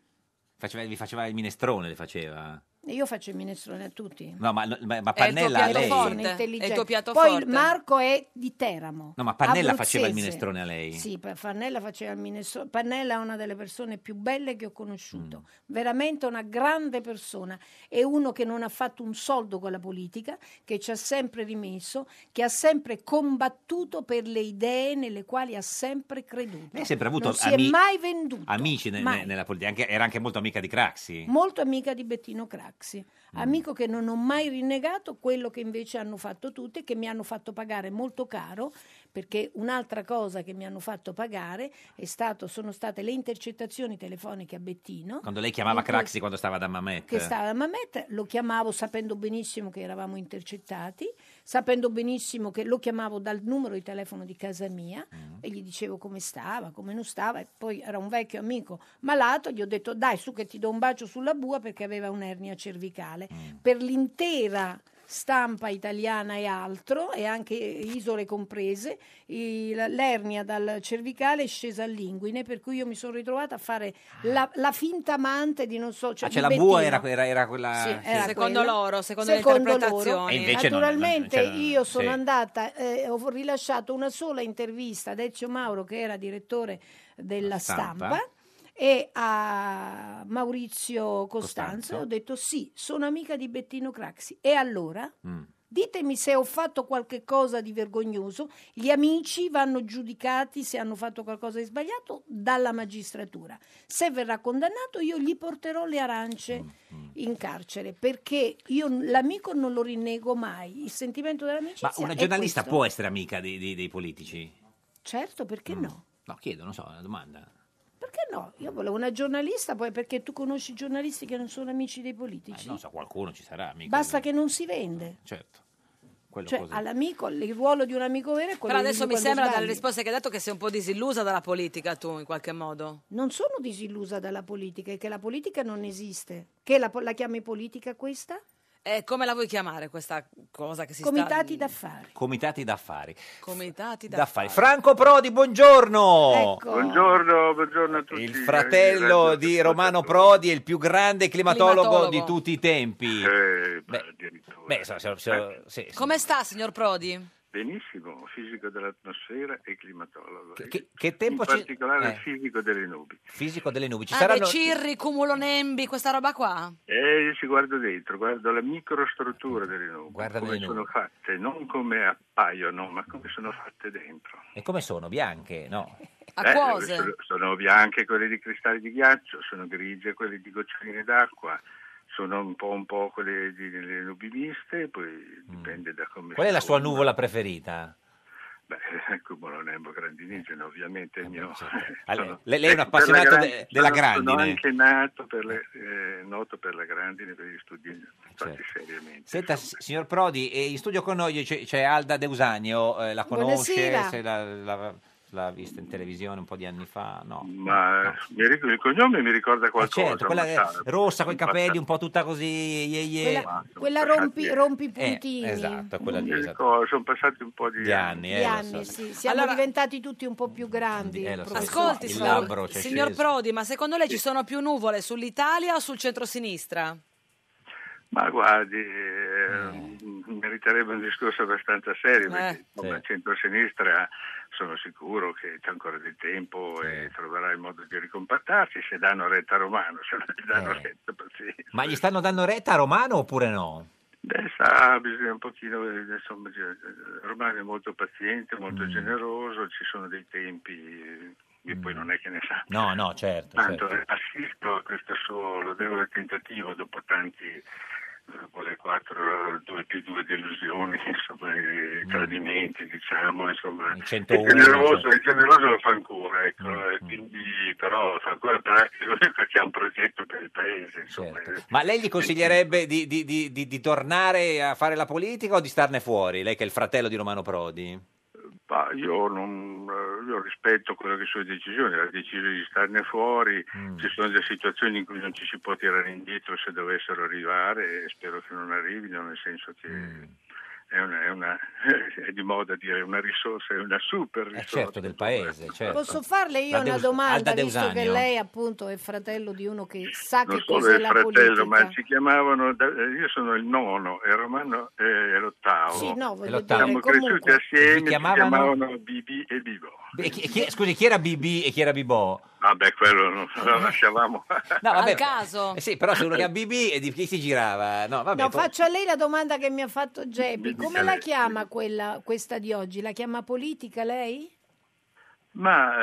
Speaker 17: Faceva, vi faceva il minestrone, le faceva.
Speaker 14: e io faccio il minestrone a tutti.
Speaker 17: No, ma, ma- ma
Speaker 14: È il tuo
Speaker 17: Pannella a
Speaker 14: piatto
Speaker 17: lei...
Speaker 14: forte.
Speaker 1: È il
Speaker 14: Intelligente.
Speaker 1: tuo piatto
Speaker 14: Poi
Speaker 1: forte.
Speaker 14: Marco è di Teramo.
Speaker 17: No, ma Pannella faceva il
Speaker 14: abruzzese.
Speaker 17: minestrone a lei.
Speaker 14: Sì, pa- Pannella faceva il minestrone. Pannella è una delle persone più belle che ho conosciuto.
Speaker 17: Mm.
Speaker 14: Veramente una grande persona. È uno che non ha fatto un soldo con la politica, che ci ha sempre rimesso, che ha sempre combattuto per le idee nelle quali ha sempre creduto.
Speaker 17: Lei ha sempre avuto
Speaker 14: non si
Speaker 17: ami-
Speaker 14: è mai venduto.
Speaker 17: Amici ne- ne-
Speaker 14: Mai.
Speaker 17: nella politica, anche- era anche molto amica di Craxi.
Speaker 14: Molto amica di Bettino Craxi, amico che non ho mai rinnegato quello che invece hanno fatto tutti e che mi hanno fatto pagare molto caro, perché un'altra cosa che mi hanno fatto pagare è stato- sono state le intercettazioni telefoniche a Bettino.
Speaker 17: Quando lei chiamava
Speaker 14: in cui-
Speaker 17: Craxi quando stava da Mamet.
Speaker 14: Che stava a Mamet, lo chiamavo sapendo benissimo che eravamo intercettati, sapendo benissimo che lo chiamavo dal numero di telefono di casa mia
Speaker 17: Mm.
Speaker 14: e gli dicevo come stava, come non stava. E poi era un vecchio amico malato, gli ho detto dai su che ti do un bacio sulla bua perché aveva un'ernia cervicale.
Speaker 17: Mm.
Speaker 14: Per l'intera stampa italiana e altro, e anche isole comprese, il- l'ernia dal cervicale è scesa all'inguine, per cui io mi sono ritrovata a fare la, la finta amante di non so...
Speaker 17: Ah,
Speaker 14: Cioè di
Speaker 17: cioè la bua
Speaker 14: Bettino.
Speaker 17: era, era- era quella...
Speaker 14: Sì, era
Speaker 1: Secondo
Speaker 14: quello. Eh,
Speaker 1: loro, secondo le interpretazioni.
Speaker 17: E invece non-
Speaker 14: Naturalmente
Speaker 17: non- cioè,
Speaker 14: io sono
Speaker 17: sì.
Speaker 14: andata, eh, ho rilasciato una sola intervista ad Ezio Mauro che era direttore della
Speaker 17: La
Speaker 14: stampa.
Speaker 17: stampa.
Speaker 14: e a Maurizio Costanzo
Speaker 17: Costanzo.
Speaker 14: e ho detto sì, sono amica di Bettino Craxi e allora ditemi se ho fatto qualche cosa di vergognoso gli amici vanno giudicati se hanno fatto qualcosa di sbagliato dalla magistratura se verrà condannato io gli porterò le
Speaker 17: Mm,
Speaker 14: arance in carcere perché io n- l'amico non lo rinnego mai il sentimento dell'amicizia
Speaker 17: Ma una
Speaker 14: è
Speaker 17: giornalista
Speaker 14: questo.
Speaker 17: può Mm. essere amica di- di- dei politici?
Speaker 14: certo perché no
Speaker 17: No, chiedo, non so, è una domanda.
Speaker 14: perché no io volevo una giornalista poi perché tu conosci giornalisti che non sono amici dei politici
Speaker 17: Non so, qualcuno ci sarà, amico.
Speaker 14: basta che non si vende
Speaker 17: Certo. Quello
Speaker 14: Cioè,
Speaker 17: così.
Speaker 14: all'amico, il ruolo di un amico vero è quello
Speaker 1: Però adesso
Speaker 14: di
Speaker 1: mi
Speaker 14: dirgli
Speaker 1: sembra
Speaker 14: quando
Speaker 1: dalle
Speaker 14: sbagli.
Speaker 1: risposte che hai dato che sei un po' disillusa dalla politica tu in qualche modo.
Speaker 14: Non sono disillusa dalla politica, è che la politica non esiste. Che la, po- la chiami politica questa?
Speaker 1: E come la vuoi chiamare questa cosa che si
Speaker 14: Comitati
Speaker 1: sta...
Speaker 14: d'affari.
Speaker 17: Comitati d'affari.
Speaker 1: Comitati
Speaker 17: Da fare. Franco Prodi, buongiorno!
Speaker 14: Ecco.
Speaker 19: Buongiorno, buongiorno a tutti.
Speaker 17: Ecco. Il fratello di Romano Prodi è il più grande climatologo,
Speaker 1: Climatologo.
Speaker 17: di tutti i tempi. beh, beh, so- so- so-
Speaker 19: Eh.
Speaker 17: sì, sì.
Speaker 1: Come sta, signor Prodi?
Speaker 19: Benissimo, fisico dell'atmosfera e climatologo.
Speaker 17: Che, che tempo
Speaker 19: in
Speaker 17: ci-
Speaker 19: particolare
Speaker 17: eh.
Speaker 19: fisico delle nubi.
Speaker 17: Fisico delle nubi. Ci
Speaker 1: Ah,
Speaker 17: saranno...
Speaker 1: dei cirri, cumulonembi, questa roba qua?
Speaker 19: Eh, io ci guardo dentro, guardo la microstruttura delle nubi, come
Speaker 17: delle
Speaker 19: sono fatte, non come appaiono, ma come sono fatte dentro.
Speaker 17: E come sono? Bianche? No.
Speaker 19: Eh, sono, sono bianche quelle di cristalli di ghiaccio, sono grigie quelle di goccioline d'acqua, sono un po', un po' quelle di- delle nubi miste, poi dipende da come...
Speaker 17: Mm. Qual è la
Speaker 19: si
Speaker 17: sua
Speaker 19: forma.
Speaker 17: nuvola preferita?
Speaker 19: Beh, Cubo non è un grandinigeno, ovviamente. il mio-
Speaker 2: Eh, Ale- lei lei è un appassionato
Speaker 19: Per la
Speaker 2: de-
Speaker 19: gran-
Speaker 2: della
Speaker 19: sono- Sono
Speaker 2: grandine.
Speaker 19: anche nato per le- eh, noto per la grandine, per gli studi fatti
Speaker 2: Certo.
Speaker 19: seriamente.
Speaker 2: Senta, s- signor Prodi, eh, in studio con noi c'è, c'è Alda Deusagno, eh, la conosce?
Speaker 19: Buonasera.
Speaker 2: Se la, la- l'ha vista in televisione un po' di anni fa? No.
Speaker 19: Ma
Speaker 2: No.
Speaker 19: mi ric- il cognome mi ricorda
Speaker 2: Eh,
Speaker 19: qualcosa.
Speaker 2: certo, quella
Speaker 19: ma
Speaker 2: che-
Speaker 19: sa-
Speaker 2: rossa con i capelli,
Speaker 19: ma
Speaker 2: un po' tutta così, ye, ye.
Speaker 14: Quella, quella rompi, rompi puntini.
Speaker 2: Eh, esatto, quella
Speaker 19: sa-
Speaker 2: lì,
Speaker 19: mi
Speaker 2: esatto.
Speaker 19: ricordo, Sono passati un po' di,
Speaker 2: Di anni, eh,
Speaker 14: Gli
Speaker 2: lo
Speaker 14: anni,
Speaker 2: so.
Speaker 14: sì. Siamo diventati tutti un po' più grandi.
Speaker 2: Eh, lo so,
Speaker 14: professore.
Speaker 1: Ascolti,
Speaker 2: il
Speaker 1: signor,
Speaker 2: labbro cioè, c'è
Speaker 1: signor
Speaker 2: sceso.
Speaker 1: Prodi, ma secondo lei ci sono più nuvole sull'Italia o sul centrosinistra?
Speaker 19: Ma guardi, eh, meriterebbe un discorso abbastanza serio, perché come centro-sinistra sono sicuro che c'è ancora del tempo e troverà il modo di ricompattarsi se danno retta a Romano, se non gli danno
Speaker 2: Eh.
Speaker 19: retta pazienza.
Speaker 2: Ma gli stanno dando retta a Romano oppure no?
Speaker 19: Beh, Eh, sa, bisogna un pochino, eh, insomma, eh, Romano è molto paziente, molto generoso, ci sono dei tempi eh, che poi non è che ne sa.
Speaker 2: No, no, certo. certo.
Speaker 19: Tanto eh, assisto a questo suo lodevole tentativo dopo tanti, dopo le quattro, due più due delusioni, insomma, i tradimenti, diciamo, insomma. È
Speaker 2: 101,
Speaker 19: generoso, è generoso lo fa ancora, ecco, e quindi però lo fa ancora pratico perché ha un progetto per il paese, insomma. eh.
Speaker 2: Ma lei gli consiglierebbe di, di- di- di- di tornare a fare la politica o di starne fuori? Lei che è il fratello di Romano Prodi?
Speaker 19: Ma io, non, eh, io rispetto quelle che sono le decisioni, ha deciso di starne fuori,
Speaker 2: Mm.
Speaker 19: ci sono delle situazioni in cui non ci si può tirare indietro se dovessero arrivare e spero che non arrivino, nel senso che
Speaker 2: Mm.
Speaker 19: è, una, è una- è di moda dire una risorsa, è una super
Speaker 2: Eh,
Speaker 19: risorsa.
Speaker 2: certo, del paese. certo.
Speaker 14: Posso farle io
Speaker 2: La
Speaker 14: una
Speaker 2: Deus- ah,
Speaker 14: domanda,
Speaker 2: Alda
Speaker 14: visto che
Speaker 2: Deusagno.
Speaker 14: lei appunto è fratello di uno che sa
Speaker 19: non
Speaker 14: che
Speaker 19: solo
Speaker 14: cos'è
Speaker 19: il
Speaker 14: la
Speaker 19: fratello,
Speaker 14: politica?
Speaker 19: ma ci chiamavano, da- eh, io sono il nono e Romano è l'ottavo.
Speaker 14: Sì, no, voglio
Speaker 2: L'ottavo.
Speaker 19: eh, Siamo
Speaker 14: dire,
Speaker 19: cresciuti
Speaker 14: comunque...
Speaker 19: assieme,
Speaker 2: Vi
Speaker 19: ci
Speaker 2: chiamavano-
Speaker 19: chiamavano Bibi e Bibo.
Speaker 2: E chi- chi- scusi, chi era BB e chi era Bibò?
Speaker 19: Vabbè, quello non lo lasciavamo.
Speaker 2: No, vabbè,
Speaker 14: Al caso.
Speaker 2: eh sì, però se uno che ha BB e di chi si girava? No, vabbè,
Speaker 14: No,
Speaker 2: poi-
Speaker 14: faccio a lei la domanda che mi ha fatto Geppi.
Speaker 2: dica
Speaker 14: Come la
Speaker 2: lei.
Speaker 14: chiama quella, questa di oggi? La chiama politica lei?
Speaker 19: Ma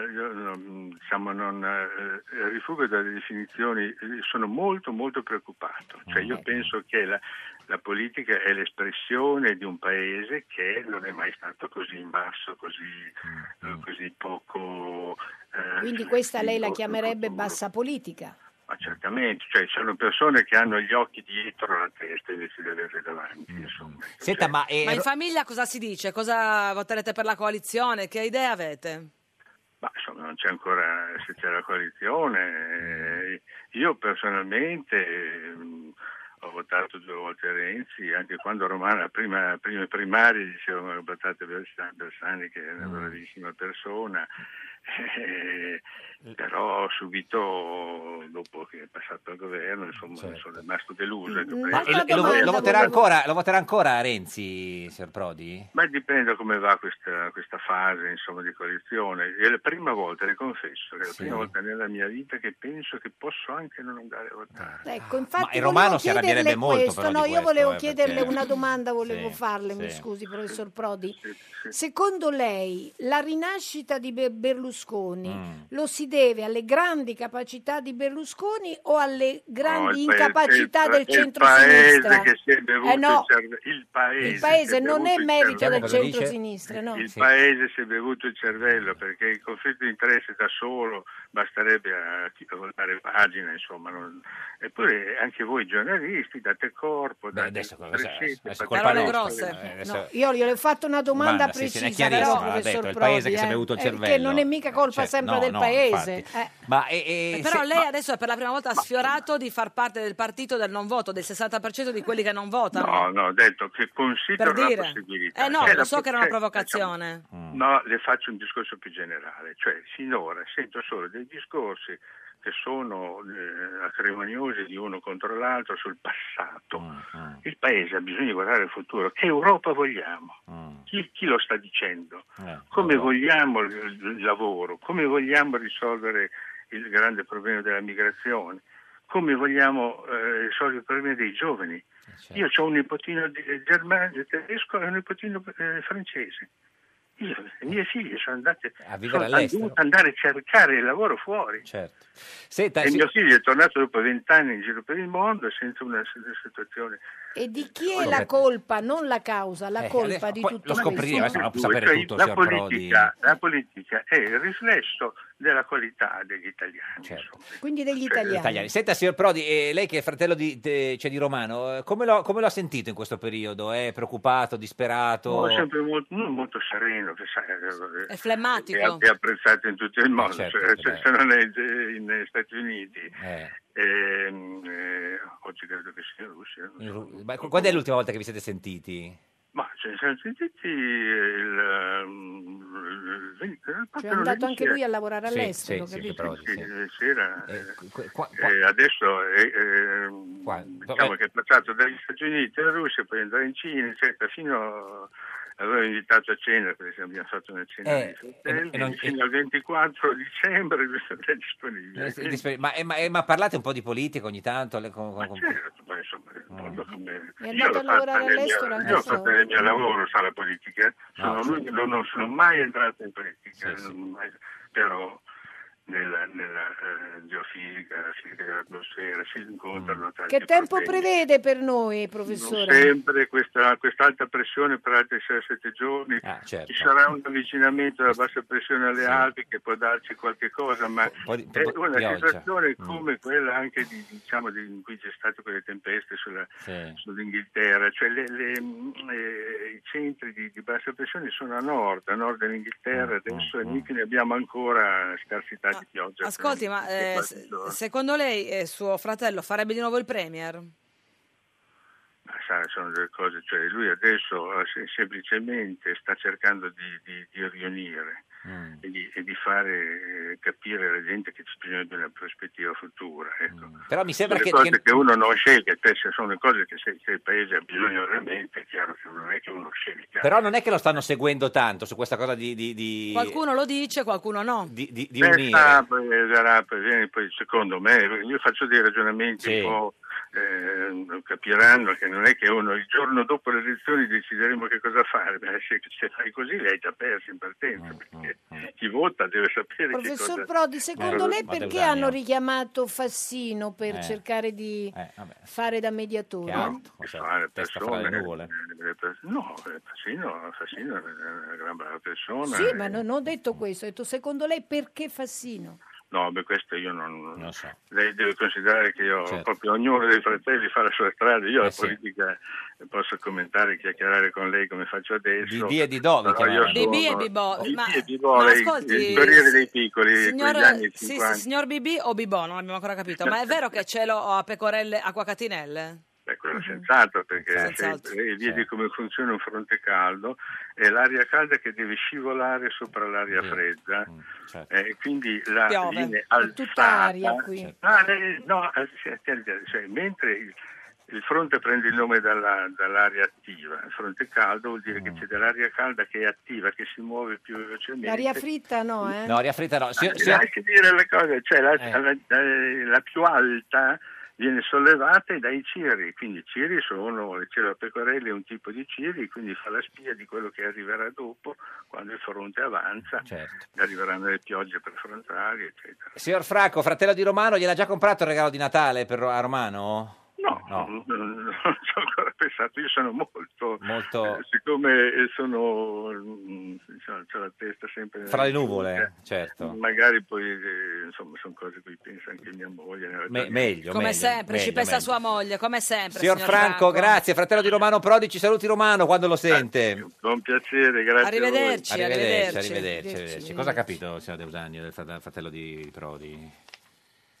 Speaker 19: eh, io non- diciamo, non, eh, rifuggo dalle definizioni, eh, sono molto molto preoccupato.
Speaker 2: Mm,
Speaker 19: Cioè, io penso che la, la politica è l'espressione di un paese che non è mai stato così in basso, così,
Speaker 2: Mm,
Speaker 19: eh, così poco... eh,
Speaker 14: Quindi questa lei la
Speaker 19: sensitivo.
Speaker 14: chiamerebbe bassa politica.
Speaker 19: Ma certamente, cioè, ci sono persone che hanno gli occhi dietro la testa invece di averli davanti. Insomma.
Speaker 2: Mm,
Speaker 19: Cioè,
Speaker 2: Senta, ma, eh,
Speaker 1: Ma in
Speaker 2: Ro-
Speaker 1: famiglia cosa si dice? Cosa voterete per la coalizione? Che idea avete?
Speaker 19: Ma insomma non c'è ancora se c'è la coalizione. Eh, Io personalmente ehm, ho votato due volte Renzi, anche quando Romano, a prima, a prime primarie dicevano che votate Bersa- Bersani che è una
Speaker 2: Mm.
Speaker 19: bravissima persona. Eh, però subito dopo che è passato al governo insomma sono rimasto deluso ecco,
Speaker 2: Ma-
Speaker 19: perché-
Speaker 2: Certo. e lo- e lo, lo voterà ancora, lo voterà ancora Renzi, signor Prodi?
Speaker 19: ma dipende da come va questa, questa fase insomma, di coalizione. È la prima volta, le confesso, che è la
Speaker 2: Sì.
Speaker 19: prima volta nella mia vita che penso che posso anche non andare a
Speaker 2: Ah.
Speaker 19: votare.
Speaker 14: Ecco, infatti
Speaker 19: Ah, Ma il
Speaker 14: volevo
Speaker 19: Romano si
Speaker 14: chiederle
Speaker 19: arrabbierebbe molto,
Speaker 14: questo,
Speaker 19: però, di
Speaker 14: no, io
Speaker 19: questo,
Speaker 14: volevo
Speaker 19: eh,
Speaker 14: chiederle
Speaker 19: perché-
Speaker 14: una domanda, volevo
Speaker 19: Sì,
Speaker 14: farle, mi
Speaker 19: sì.
Speaker 14: scusi professor Prodi. Secondo lei la rinascita di Be- Berlusconi
Speaker 19: Mm.
Speaker 14: lo si deve alle grandi capacità di Berlusconi o alle
Speaker 19: No, il
Speaker 14: grandi
Speaker 19: paese-
Speaker 14: incapacità
Speaker 19: il-
Speaker 14: del
Speaker 19: Il
Speaker 14: centro-sinistra?
Speaker 19: paese che si è bevuto
Speaker 14: Eh no,
Speaker 19: il cerve- il paese.
Speaker 14: il paese non è merito del
Speaker 19: centro-sinistra
Speaker 14: centro-sinistra, no?
Speaker 19: Il paese si è bevuto il cervello perché il conflitto di interesse da solo basterebbe a, chi- a voltare pagina, insomma. non- Eppure anche voi giornalisti date corpo, date
Speaker 2: adesso cosa-
Speaker 19: crescete,
Speaker 2: adesso è
Speaker 19: fate-
Speaker 2: colpa Parole nostra, grosse. eh, adesso-
Speaker 14: No, io gliel'ho fatto una domanda
Speaker 2: Domanda, sì, sì,
Speaker 14: precisa,
Speaker 2: è chiarissimo,
Speaker 14: però,
Speaker 2: l'ha detto,
Speaker 14: professor
Speaker 2: è il
Speaker 14: Prodi,
Speaker 2: paese che si è
Speaker 14: eh,
Speaker 2: bevuto il
Speaker 14: eh, Che
Speaker 2: cervello.
Speaker 14: non è mica colpa
Speaker 2: Cioè,
Speaker 14: sempre
Speaker 2: no,
Speaker 14: del
Speaker 2: no,
Speaker 14: paese.
Speaker 2: infatti.
Speaker 14: eh.
Speaker 2: Ma eh, eh,
Speaker 1: Però
Speaker 2: se-
Speaker 1: lei
Speaker 2: ma-
Speaker 1: adesso per la prima volta ha sfiorato di far parte del partito del non voto, del 60% di quelli che non votano.
Speaker 19: No, no, ho detto che considero
Speaker 1: Per
Speaker 19: la
Speaker 1: dire.
Speaker 19: possibilità.
Speaker 1: Eh
Speaker 19: C'è
Speaker 1: no, lo
Speaker 19: la diciamo.
Speaker 1: so
Speaker 19: po-
Speaker 1: che era una
Speaker 19: c'è-
Speaker 1: provocazione.
Speaker 19: No, le faccio un discorso più generale, cioè sinora sento solo dei discorsi che sono eh, acrimoniosi di uno contro l'altro sul passato. Il paese ha bisogno di guardare al futuro. Che Europa vogliamo? Chi, chi lo sta dicendo? Come vogliamo il, il lavoro? Come vogliamo risolvere il grande problema della migrazione? Come vogliamo eh, risolvere il problema dei giovani?
Speaker 2: certo.
Speaker 19: eh, Io ho un nipotino di- germano, tedesco e un nipotino eh, francese. Io, le mie figlie sono andate
Speaker 2: A vivere
Speaker 19: sono- hanno
Speaker 2: all'estero.
Speaker 19: dovuto andare a cercare il lavoro fuori.
Speaker 2: Certo. Senta,
Speaker 19: e
Speaker 2: si-
Speaker 19: mio figlio è tornato dopo vent'anni in giro per il mondo senza una s- situazione.
Speaker 14: E di chi è
Speaker 19: Come-
Speaker 14: la colpa, non la causa, la
Speaker 19: Eh,
Speaker 14: colpa
Speaker 19: adesso
Speaker 14: di
Speaker 19: poi
Speaker 14: tutto
Speaker 19: lo
Speaker 14: questo.
Speaker 19: scopriremo,
Speaker 2: adesso non può
Speaker 19: Due,
Speaker 2: sapere
Speaker 19: cioè,
Speaker 2: tutto,
Speaker 19: la
Speaker 2: signor Prodi.
Speaker 19: politica, la politica è il riflesso della qualità degli italiani.
Speaker 2: Certo.
Speaker 19: insomma.
Speaker 14: Quindi degli
Speaker 2: Gli
Speaker 14: italiani.
Speaker 2: Cioè, italiani. Senta, signor Prodi, eh, lei che è fratello di, de- cioè, di Romano, eh, come lo, come lo ha sentito in questo periodo? È preoccupato, disperato?
Speaker 19: Oh, è sempre molto, non molto sereno, che sai, eh,
Speaker 1: È
Speaker 19: è,
Speaker 1: flemmatico.
Speaker 19: è apprezzato in tutto il mondo,
Speaker 2: certo,
Speaker 19: cioè, se-
Speaker 2: beh.
Speaker 19: se non è eh, negli Stati Uniti,
Speaker 2: Eh,
Speaker 19: ehm, eh, oggi credo che sia in Russia, non
Speaker 2: in
Speaker 19: so.
Speaker 2: Ru- ma qu- quando è l'ultima volta che vi siete sentiti?
Speaker 19: ma ce ne siamo sentiti il, ehm, il- il-
Speaker 14: Cioè, è
Speaker 19: proprio
Speaker 14: andato
Speaker 19: lunedì
Speaker 14: anche
Speaker 19: sera.
Speaker 14: lui a lavorare
Speaker 2: Sì,
Speaker 14: all'estero,
Speaker 2: sì, sì,
Speaker 14: capito?
Speaker 2: però-
Speaker 19: Sì, ieri sera,
Speaker 2: qua-
Speaker 19: eh, adesso eh, ehm, diciamo
Speaker 2: vabbè.
Speaker 19: che è passato dagli Stati Uniti alla Russia, poi è andato in Cina, eccetera, fino avevo invitato a cena, perché abbiamo fatto una cena
Speaker 2: Eh,
Speaker 19: nei suoi hotel,
Speaker 2: e- e non-
Speaker 19: fino al 24 dicembre lui sarà disponibile.
Speaker 2: Eh,
Speaker 19: Quindi,
Speaker 2: disper- Ma, eh, ma- eh, ma parlate un po' di politica ogni tanto? le- con- con- con-
Speaker 19: certo, ma insomma,
Speaker 2: Ah.
Speaker 19: il mondo come-
Speaker 14: È
Speaker 19: io
Speaker 14: andato
Speaker 19: l'ho
Speaker 14: a lavorare
Speaker 19: fatta nel mio-
Speaker 14: all'estero anche
Speaker 19: Io ho fatto
Speaker 14: solo.
Speaker 19: il mio lavoro, sa la
Speaker 2: Ah,
Speaker 19: politica, sono
Speaker 2: No,
Speaker 19: l'unico- non, non sono mai entrato in politica, non mai- però nella, nella eh, geofisica, la fisica dell'atmosfera si
Speaker 2: Mm.
Speaker 19: incontrano tanti
Speaker 14: Che tempo
Speaker 19: problemi.
Speaker 14: prevede per noi,
Speaker 19: Non
Speaker 14: professore?
Speaker 19: sempre questa, quest'alta pressione per altri 6-7 giorni
Speaker 2: certo.
Speaker 19: ci sarà un avvicinamento dalla bassa pressione alle alte che può darci qualche cosa ma
Speaker 2: po' di-
Speaker 19: è
Speaker 2: po'
Speaker 19: una
Speaker 2: pioggia. Mm.
Speaker 19: situazione come quella anche di, diciamo, di- in cui c'è stato quelle tempeste sulla,
Speaker 2: Sì.
Speaker 19: sull'Inghilterra cioè le- le, mm, eh, i centri di, di bassa pressione sono a nord a nord dell'Inghilterra
Speaker 2: Mm,
Speaker 19: adesso e lì che ne abbiamo ancora scarsità di pioggia
Speaker 1: Ascolti,
Speaker 19: per-
Speaker 1: ma
Speaker 19: per
Speaker 1: eh,
Speaker 19: qualche
Speaker 1: se-
Speaker 19: giorno.
Speaker 1: secondo lei eh, suo fratello farebbe di nuovo il Premier?
Speaker 19: Ma ah, sa, sono delle cose, cioè lui adesso eh, se- semplicemente sta cercando di, di- di riunire
Speaker 2: Mm.
Speaker 19: e, di, e di fare eh, capire alla gente che c'è bisogno di una prospettiva futura. Ecco.
Speaker 2: Mm. Però mi sembra
Speaker 19: Sono
Speaker 2: che...
Speaker 19: le cose
Speaker 2: che-
Speaker 19: che... uno non sceglie, cioè, se sono le cose che se, se il paese ha bisogno
Speaker 2: Mm.
Speaker 19: veramente, è chiaro che non è che uno sceglie.
Speaker 2: Però non è che lo stanno seguendo tanto su questa cosa di, di, di-
Speaker 1: Qualcuno lo dice, qualcuno no.
Speaker 2: di- di- di
Speaker 19: Beh,
Speaker 2: unire.
Speaker 19: sa, Ah, poi sarà, poi- poi, secondo me, io faccio dei ragionamenti
Speaker 2: Sì.
Speaker 19: un po'. eh, capiranno che non è che uno il giorno dopo le elezioni decideremo che cosa fare, ma se, se fai così lei già perso in
Speaker 2: Mm,
Speaker 19: partenza, perché chi vota deve sapere
Speaker 14: Professor
Speaker 19: che cosa...
Speaker 14: Prodi, secondo
Speaker 19: Eh,
Speaker 14: lei
Speaker 19: Matteo
Speaker 14: perché
Speaker 19: Zanio.
Speaker 14: hanno richiamato Fassino per
Speaker 19: Eh.
Speaker 14: cercare di fare da mediatore?
Speaker 19: No, fare persone,
Speaker 2: le nuvole.
Speaker 19: eh, per- No, eh, Fassino, Fassino è una gran brava persona.
Speaker 14: Sì,
Speaker 19: eh,
Speaker 14: ma non ho detto questo, ho detto secondo lei perché Fassino?
Speaker 19: No, beh, questo io non, lo so. Lei deve considerare che io, proprio ognuno dei fratelli fa la sua strada. Io la politica posso commentare e chiacchierare con lei come faccio
Speaker 2: Di
Speaker 19: adesso.
Speaker 2: di e di do, vi
Speaker 19: Però io
Speaker 2: chiamavano.
Speaker 19: sono-
Speaker 1: BB e Bibo.
Speaker 19: Di
Speaker 1: Ma,
Speaker 19: Di e di Bo,
Speaker 1: ma
Speaker 19: lei-
Speaker 1: ascolti,
Speaker 19: il Corriere dei Piccoli,
Speaker 1: signor,
Speaker 19: quegli anni
Speaker 1: sì, sì,
Speaker 19: 50.
Speaker 1: signor BB o Bibo, non abbiamo ancora capito. Ma è vero che ce l'ho a pecorelle, acqua catinelle?
Speaker 19: È
Speaker 14: Mhm.
Speaker 19: quello sensato, perché se
Speaker 1: Senz'altro.
Speaker 19: lei
Speaker 14: certo.
Speaker 19: vedi come funziona un fronte caldo, è l'aria calda che deve scivolare sopra l'aria fredda. Eh, quindi la
Speaker 14: Piove.
Speaker 19: linea
Speaker 14: È tutta aria
Speaker 19: alzata-
Speaker 14: qui.
Speaker 19: Ah, eh, no, eh, sì, cioè, mentre il, il fronte prende il nome dalla- dall'aria attiva, il fronte caldo vuol dire che c'è dell'aria calda che è attiva, che si muove più velocemente.
Speaker 14: L'aria fritta no, eh?
Speaker 2: No, aria fritta no. Signor-
Speaker 19: Eh,
Speaker 2: signor-
Speaker 19: lasci dire le cose, cioè la, la- eh, la più alta viene sollevata dai ciri, quindi i ciri sono, il ciro a pecorelli è un tipo di ciri, quindi fa la spia di quello che arriverà dopo, quando il fronte avanza, arriveranno le piogge per frontali, eccetera.
Speaker 2: signor Franco, fratello di Romano, gliel'ha già comprato il regalo di Natale per, a Romano?
Speaker 19: No, non, non ci ho ancora pensato, io sono molto, eh, siccome eh, sono, mm, diciamo, ho la testa sempre...
Speaker 2: Fra le
Speaker 19: nella-
Speaker 2: nuvole,
Speaker 19: eh,
Speaker 2: certo.
Speaker 19: Magari poi, eh, insomma, sono cose a cui pensa anche mia moglie. nella
Speaker 2: Me-
Speaker 19: realtà-
Speaker 2: meglio,
Speaker 1: Come
Speaker 2: meglio,
Speaker 1: sempre,
Speaker 2: meglio,
Speaker 1: ci pensa
Speaker 2: meglio.
Speaker 1: sua moglie, come sempre.
Speaker 2: Signor Franco, grazie, fratello di Romano Prodi, ci saluti Romano quando lo
Speaker 19: Ah,
Speaker 2: sente.
Speaker 19: Buon piacere, grazie.
Speaker 1: a voi. Arrivederci,
Speaker 2: arrivederci,
Speaker 1: arrivederci.
Speaker 2: arrivederci, arrivederci. Cosa ha capito, signor Deusanio, del frate- fratello di Prodi?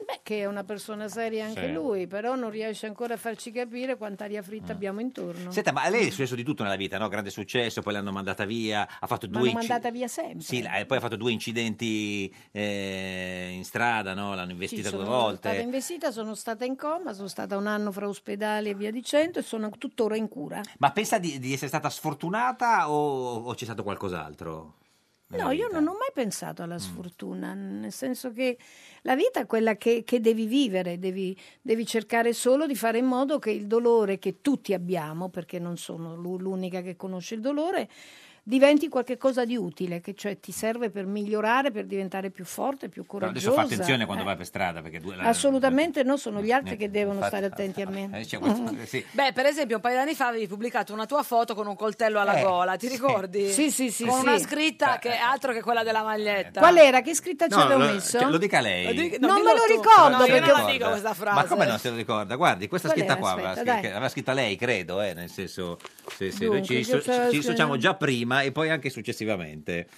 Speaker 14: Beh, Eh, che è una persona seria anche
Speaker 2: Sì.
Speaker 14: lui, però non riesce ancora a farci capire quanta aria fritta abbiamo intorno.
Speaker 2: Mm. Senta, ma a lei è successo di tutto nella vita, no? Grande successo, poi l'hanno mandata via, ha fatto
Speaker 14: Ma
Speaker 2: due
Speaker 14: l'hanno
Speaker 2: incidenti.
Speaker 14: mandata via sempre.
Speaker 2: Sì, la- e poi ha fatto due incidenti eh, in strada, no? L'hanno
Speaker 14: Sì,
Speaker 2: investita
Speaker 14: sono
Speaker 2: due
Speaker 14: stata
Speaker 2: volte.
Speaker 14: investita, sono stata in coma, sono stata un anno fra ospedali e via dicendo e sono tuttora in cura.
Speaker 2: Ma pensa di, di essere stata sfortunata o, o c'è stato qualcos'altro?
Speaker 14: No, io non ho mai pensato alla
Speaker 2: Mm.
Speaker 14: sfortuna, nel senso che la vita è quella che, che devi vivere, devi, devi cercare solo di fare in modo che il dolore che tutti abbiamo, perché non sono l'u- l'unica che conosce il dolore, diventi qualcosa di utile, che cioè ti serve per migliorare, per diventare più forte, più
Speaker 2: Però
Speaker 14: coraggiosa.
Speaker 2: Cioè, adesso fa attenzione quando
Speaker 14: Eh,
Speaker 2: vai per strada perché due, la-
Speaker 14: Assolutamente no, sono gli altri che devono
Speaker 2: Eh, infatti-
Speaker 14: stare attenti a me.
Speaker 2: eh, cioè, questo- sì.
Speaker 1: Beh, per esempio, un paio di anni fa avevi pubblicato una tua foto con un coltello alla
Speaker 2: Eh,
Speaker 1: gola, ti
Speaker 2: sì.
Speaker 1: ricordi?
Speaker 14: Sì, sì, sì,
Speaker 1: Con
Speaker 14: sì.
Speaker 1: una scritta che è altro che quella della maglietta.
Speaker 14: Qual era? Che scritta ci
Speaker 2: eh, No,
Speaker 14: avevo
Speaker 2: lo-
Speaker 14: messo?
Speaker 2: cioè, lo dica lei.
Speaker 1: Lo dica-
Speaker 14: non
Speaker 1: dillo
Speaker 14: me lo
Speaker 1: tu.
Speaker 14: ricordo
Speaker 1: No, io
Speaker 14: perché-
Speaker 1: non la
Speaker 2: Ricorda.
Speaker 1: dico questa frase.
Speaker 2: Ma come non se lo ricorda? Guardi, questa
Speaker 1: Qual
Speaker 2: scritta
Speaker 1: era?
Speaker 2: qua
Speaker 1: Aspetta,
Speaker 2: aveva, scri- che
Speaker 1: dai.
Speaker 2: aveva scritta lei, credo, eh, nel senso se, se noi
Speaker 1: Dunque,
Speaker 2: ci, so-
Speaker 1: cosa-
Speaker 2: ci dissociamo già prima e poi anche successivamente.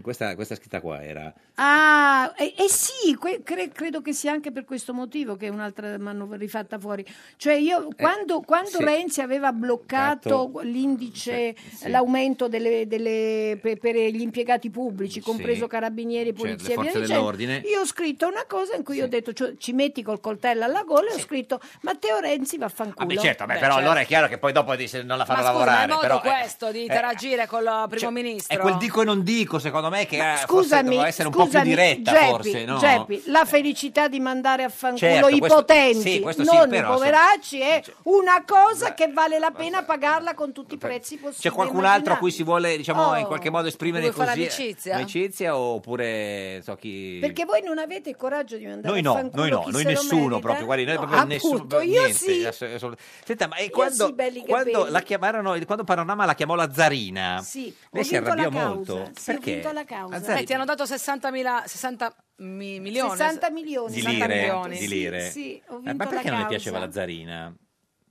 Speaker 2: Questa, questa scritta qua era.
Speaker 14: Ah, e, e sì, que- cre- credo che sia anche per questo motivo che un'altra mi hanno rifatta fuori. Cioè io, quando, quando
Speaker 2: Eh, sì.
Speaker 14: Renzi aveva bloccato
Speaker 2: Bloccato.
Speaker 14: l'indice,
Speaker 2: Sì, sì.
Speaker 14: l'aumento delle, delle- per, per gli impiegati pubblici, compreso carabinieri e
Speaker 2: Cioè, le
Speaker 14: polizia, e
Speaker 2: forze
Speaker 14: via dicendo,
Speaker 2: dell'ordine.
Speaker 14: io ho scritto una cosa in cui ho detto, cioè, ci metti col coltello alla gola e ho scritto Matteo Renzi vaffanculo.
Speaker 2: Vabbè, certo, beh, però allora è chiaro che poi dopo dice, non la
Speaker 1: Ma
Speaker 2: fanno
Speaker 1: scusa, ma è
Speaker 2: lavorare.
Speaker 1: modo
Speaker 2: però, eh,
Speaker 1: questo di
Speaker 2: eh,
Speaker 1: interagire con il primo ministro?
Speaker 2: È quel dico e non dico, secondo me, che eh, forse
Speaker 14: Scusami,
Speaker 2: doveva essere un po'
Speaker 14: scusami,
Speaker 2: più diretta,
Speaker 14: Geppi,
Speaker 2: forse, no?
Speaker 14: Geppi, la felicità di mandare a fanculo
Speaker 2: Certo,
Speaker 14: i
Speaker 2: questo-
Speaker 14: potenti,
Speaker 2: sì, questo sì,
Speaker 14: non i
Speaker 2: però, Cioè,
Speaker 14: poveracci, è una cosa che vale la pena pagarla con tutti i prezzi possibili.
Speaker 2: C'è qualcun altro a cui
Speaker 14: immaginabili.
Speaker 2: si vuole, diciamo,
Speaker 14: Oh,
Speaker 2: in qualche modo esprimere
Speaker 14: vuoi
Speaker 2: così? eh,
Speaker 14: fare amicizia?
Speaker 2: Amicizia oppure, so chi...
Speaker 14: Perché voi non avete il coraggio di mandare
Speaker 2: Noi
Speaker 14: a
Speaker 2: no,
Speaker 14: fanculo
Speaker 2: noi no,
Speaker 14: chi
Speaker 2: noi
Speaker 14: se lo
Speaker 2: nessuno
Speaker 14: merita?
Speaker 2: proprio, guardi, noi
Speaker 14: No,
Speaker 2: proprio nessuno,
Speaker 14: appunto, io
Speaker 2: niente,
Speaker 14: sì.
Speaker 2: ass- assolut- Senta, ma e quando,
Speaker 14: sì, belli
Speaker 2: quando
Speaker 14: capelli.
Speaker 2: la chiamarono, quando Panorama la chiamò la Zarina,
Speaker 14: Sì, ho
Speaker 2: lei si
Speaker 14: vinto la
Speaker 2: arrabbiò
Speaker 14: causa,
Speaker 2: molto,
Speaker 14: sì, ho
Speaker 2: perché?
Speaker 14: vinto la causa.
Speaker 2: Azzari-
Speaker 1: Eh, ti hanno dato 60.000 60 mi- milioni.
Speaker 14: 60 milioni.
Speaker 2: Di
Speaker 1: 60
Speaker 2: lire,
Speaker 1: milioni.
Speaker 2: di lire.
Speaker 14: Sì, sì, ho
Speaker 2: Eh,
Speaker 14: vinto
Speaker 2: ma perché non le
Speaker 14: la causa.
Speaker 2: piaceva la Zarina?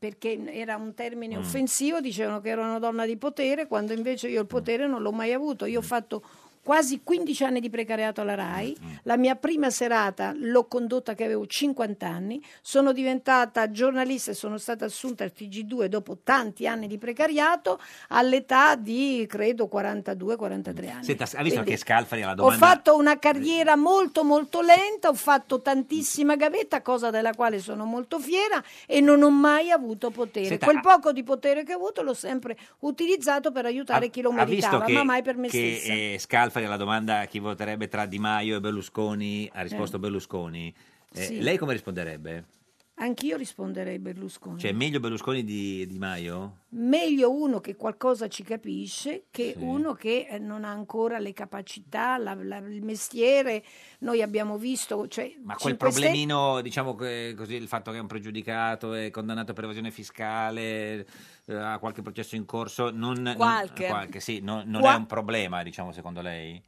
Speaker 14: perché era un termine
Speaker 2: Mm.
Speaker 14: offensivo, dicevano che ero una donna di potere, quando invece io il potere non l'ho mai avuto. Io ho fatto quasi 15 anni di precariato alla RAI, la mia prima serata l'ho condotta che avevo 50 anni, sono diventata giornalista e sono stata assunta al TG2 dopo tanti anni di precariato all'età di credo 42-43 anni.
Speaker 2: Senta, ha visto
Speaker 14: Quindi-
Speaker 2: che Scalfari alla
Speaker 14: Ah, Ho
Speaker 2: domanda...
Speaker 14: fatto una carriera molto molto lenta, ho fatto tantissima gavetta, cosa della quale sono molto fiera e non ho mai avuto potere.
Speaker 2: Senta,
Speaker 14: Quel
Speaker 2: ha-
Speaker 14: poco di potere che ho avuto l'ho sempre utilizzato per aiutare chi lo
Speaker 2: ha visto
Speaker 14: meritava,
Speaker 2: che,
Speaker 14: ma mai per me
Speaker 2: che,
Speaker 14: stessa.
Speaker 2: eh, Scalfari alla domanda chi voterebbe tra Di Maio e Berlusconi ha risposto
Speaker 14: Eh.
Speaker 2: Berlusconi. Eh,
Speaker 14: Sì.
Speaker 2: Lei come risponderebbe?
Speaker 14: Anch'io risponderei Berlusconi.
Speaker 2: Cioè, meglio Berlusconi di, di Maio?
Speaker 14: Meglio uno che qualcosa ci capisce che uno che eh, non ha ancora le capacità, la- la- il mestiere. Noi abbiamo visto... Cioè,
Speaker 2: Ma quel
Speaker 14: 5 Stelle-
Speaker 2: problemino, diciamo che- così, il fatto che è un pregiudicato, è condannato per evasione fiscale, eh, ha qualche processo in corso, non, non-
Speaker 14: Qualche.
Speaker 2: qualche, sì, non, non
Speaker 14: Qua-
Speaker 2: è un problema, diciamo, secondo lei?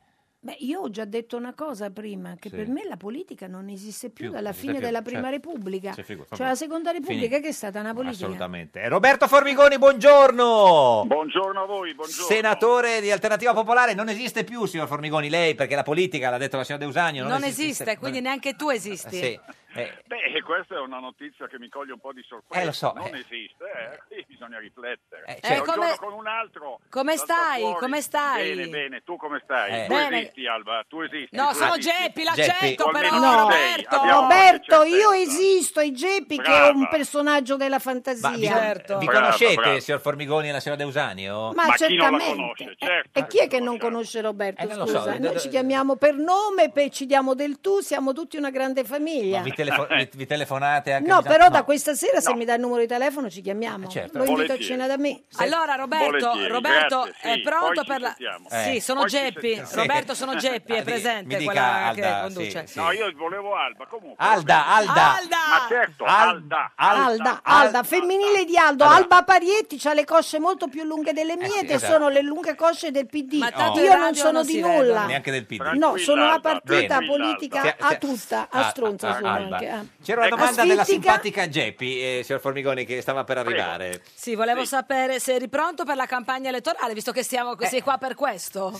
Speaker 14: Beh, io ho già detto una cosa prima, che
Speaker 2: Sì.
Speaker 14: per me la politica non esiste
Speaker 2: Più,
Speaker 14: più,
Speaker 2: non
Speaker 14: dalla
Speaker 2: esiste
Speaker 14: fine
Speaker 2: più,
Speaker 14: della
Speaker 2: certo.
Speaker 14: Prima Repubblica.
Speaker 2: Sì, figura,
Speaker 14: cioè
Speaker 2: proprio.
Speaker 14: la Seconda Repubblica
Speaker 2: Finito.
Speaker 14: che è stata una politica.
Speaker 2: Assolutamente. Eh, Roberto Formigoni, buongiorno!
Speaker 20: Buongiorno a voi, buongiorno.
Speaker 2: Senatore di Alternativa Popolare, non esiste più, signor Formigoni, lei, perché la politica, l'ha detto la signora Deusagno,
Speaker 1: Non, esiste, quindi neanche tu esisti.
Speaker 2: Sì, eh,
Speaker 20: Beh, questa è una notizia che mi coglie un po' di sorpresa.
Speaker 2: Eh, lo so,
Speaker 20: non
Speaker 2: eh.
Speaker 20: esiste, eh, qui bisogna riflettere.
Speaker 1: certo.
Speaker 20: Cioè, Un giorno
Speaker 1: Eh, come-
Speaker 20: con un altro.
Speaker 1: Come
Speaker 20: salta
Speaker 1: stai?
Speaker 20: fuori.
Speaker 1: Come stai?
Speaker 20: Bene, bene, tu come stai?
Speaker 1: Eh.
Speaker 20: Tu
Speaker 1: Bene.
Speaker 20: esisti, Alba, tu esisti.
Speaker 1: No,
Speaker 20: tu
Speaker 1: sono
Speaker 20: esisti.
Speaker 1: Geppi, l'accetto,
Speaker 20: O
Speaker 1: però,
Speaker 20: almeno ci sei,
Speaker 1: Roberto!
Speaker 20: abbiamo-
Speaker 14: Roberto, io esisto, i Geppi che è un
Speaker 2: Brava.
Speaker 14: personaggio della
Speaker 2: ma certo. vi,
Speaker 14: fantasia.
Speaker 2: vi
Speaker 20: Brava,
Speaker 2: conoscete,
Speaker 20: brava.
Speaker 2: signor Formigoni e la signora Deusanio?
Speaker 14: certo. Ma, certamente. Eh, e chi è che non conosce Roberto?
Speaker 2: Eh, non lo
Speaker 14: Scusa,
Speaker 2: so,
Speaker 14: noi
Speaker 2: d- d-
Speaker 14: ci chiamiamo per nome, pe- ci diamo del tu, siamo tutti una grande famiglia.
Speaker 2: Ma
Speaker 20: Eh.
Speaker 2: vi, telefo- vi- vi telefonate anche
Speaker 14: No,
Speaker 2: ogni tanto?
Speaker 14: però
Speaker 2: No.
Speaker 14: da questa sera se mi dà il numero di telefono ci chiamiamo.
Speaker 2: certo.
Speaker 14: Lo invito a
Speaker 2: Volentieri.
Speaker 14: cena da me.
Speaker 1: Allora Roberto,
Speaker 2: Volentieri,
Speaker 1: Roberto eh,
Speaker 2: grazie,
Speaker 1: è
Speaker 2: sì,
Speaker 1: pronto
Speaker 2: poi ci
Speaker 1: per la...
Speaker 20: sentiamo.
Speaker 1: Sì,
Speaker 2: Eh.
Speaker 1: sono
Speaker 20: Poi ci
Speaker 1: Geppi,
Speaker 20: sentiamo.
Speaker 1: Roberto sono Geppi,
Speaker 2: Mi
Speaker 1: è
Speaker 2: dica-
Speaker 1: presente
Speaker 2: mi dica
Speaker 1: quella che
Speaker 2: Alda,
Speaker 1: conduce.
Speaker 2: sì, sì.
Speaker 20: No, io volevo Alba, comunque.
Speaker 2: Alda, Alda.
Speaker 20: Alda! Ma certo,
Speaker 2: Al-
Speaker 20: Alda.
Speaker 14: Alda, Alda, femminile di Aldo, Alba Parietti ha le cosce molto più lunghe delle mie,
Speaker 2: sì,
Speaker 14: che
Speaker 2: esatto.
Speaker 14: sono le lunghe cosce del PD.
Speaker 2: tanto in
Speaker 14: Io non
Speaker 2: radio
Speaker 14: sono
Speaker 2: non
Speaker 14: di
Speaker 2: si
Speaker 14: nulla.
Speaker 2: vedono. Neanche del PD.
Speaker 14: No,
Speaker 2: Tranquilla,
Speaker 14: sono a
Speaker 2: Alba,
Speaker 14: partita
Speaker 2: tranquilla,
Speaker 14: politica,
Speaker 2: Alba.
Speaker 14: a tutta, a
Speaker 2: Ah,
Speaker 14: stronza
Speaker 2: ah,
Speaker 14: sono
Speaker 2: Alba.
Speaker 14: anche. eh.
Speaker 2: C'era una
Speaker 14: Ecco.
Speaker 2: domanda della
Speaker 14: Asfittica?
Speaker 2: simpatica Geppi, eh, signor Formigoni, che stava per arrivare.
Speaker 1: Sì, volevo sapere se eri pronto per la campagna elettorale, visto che siamo,
Speaker 2: Eh.
Speaker 1: sei qua per questo.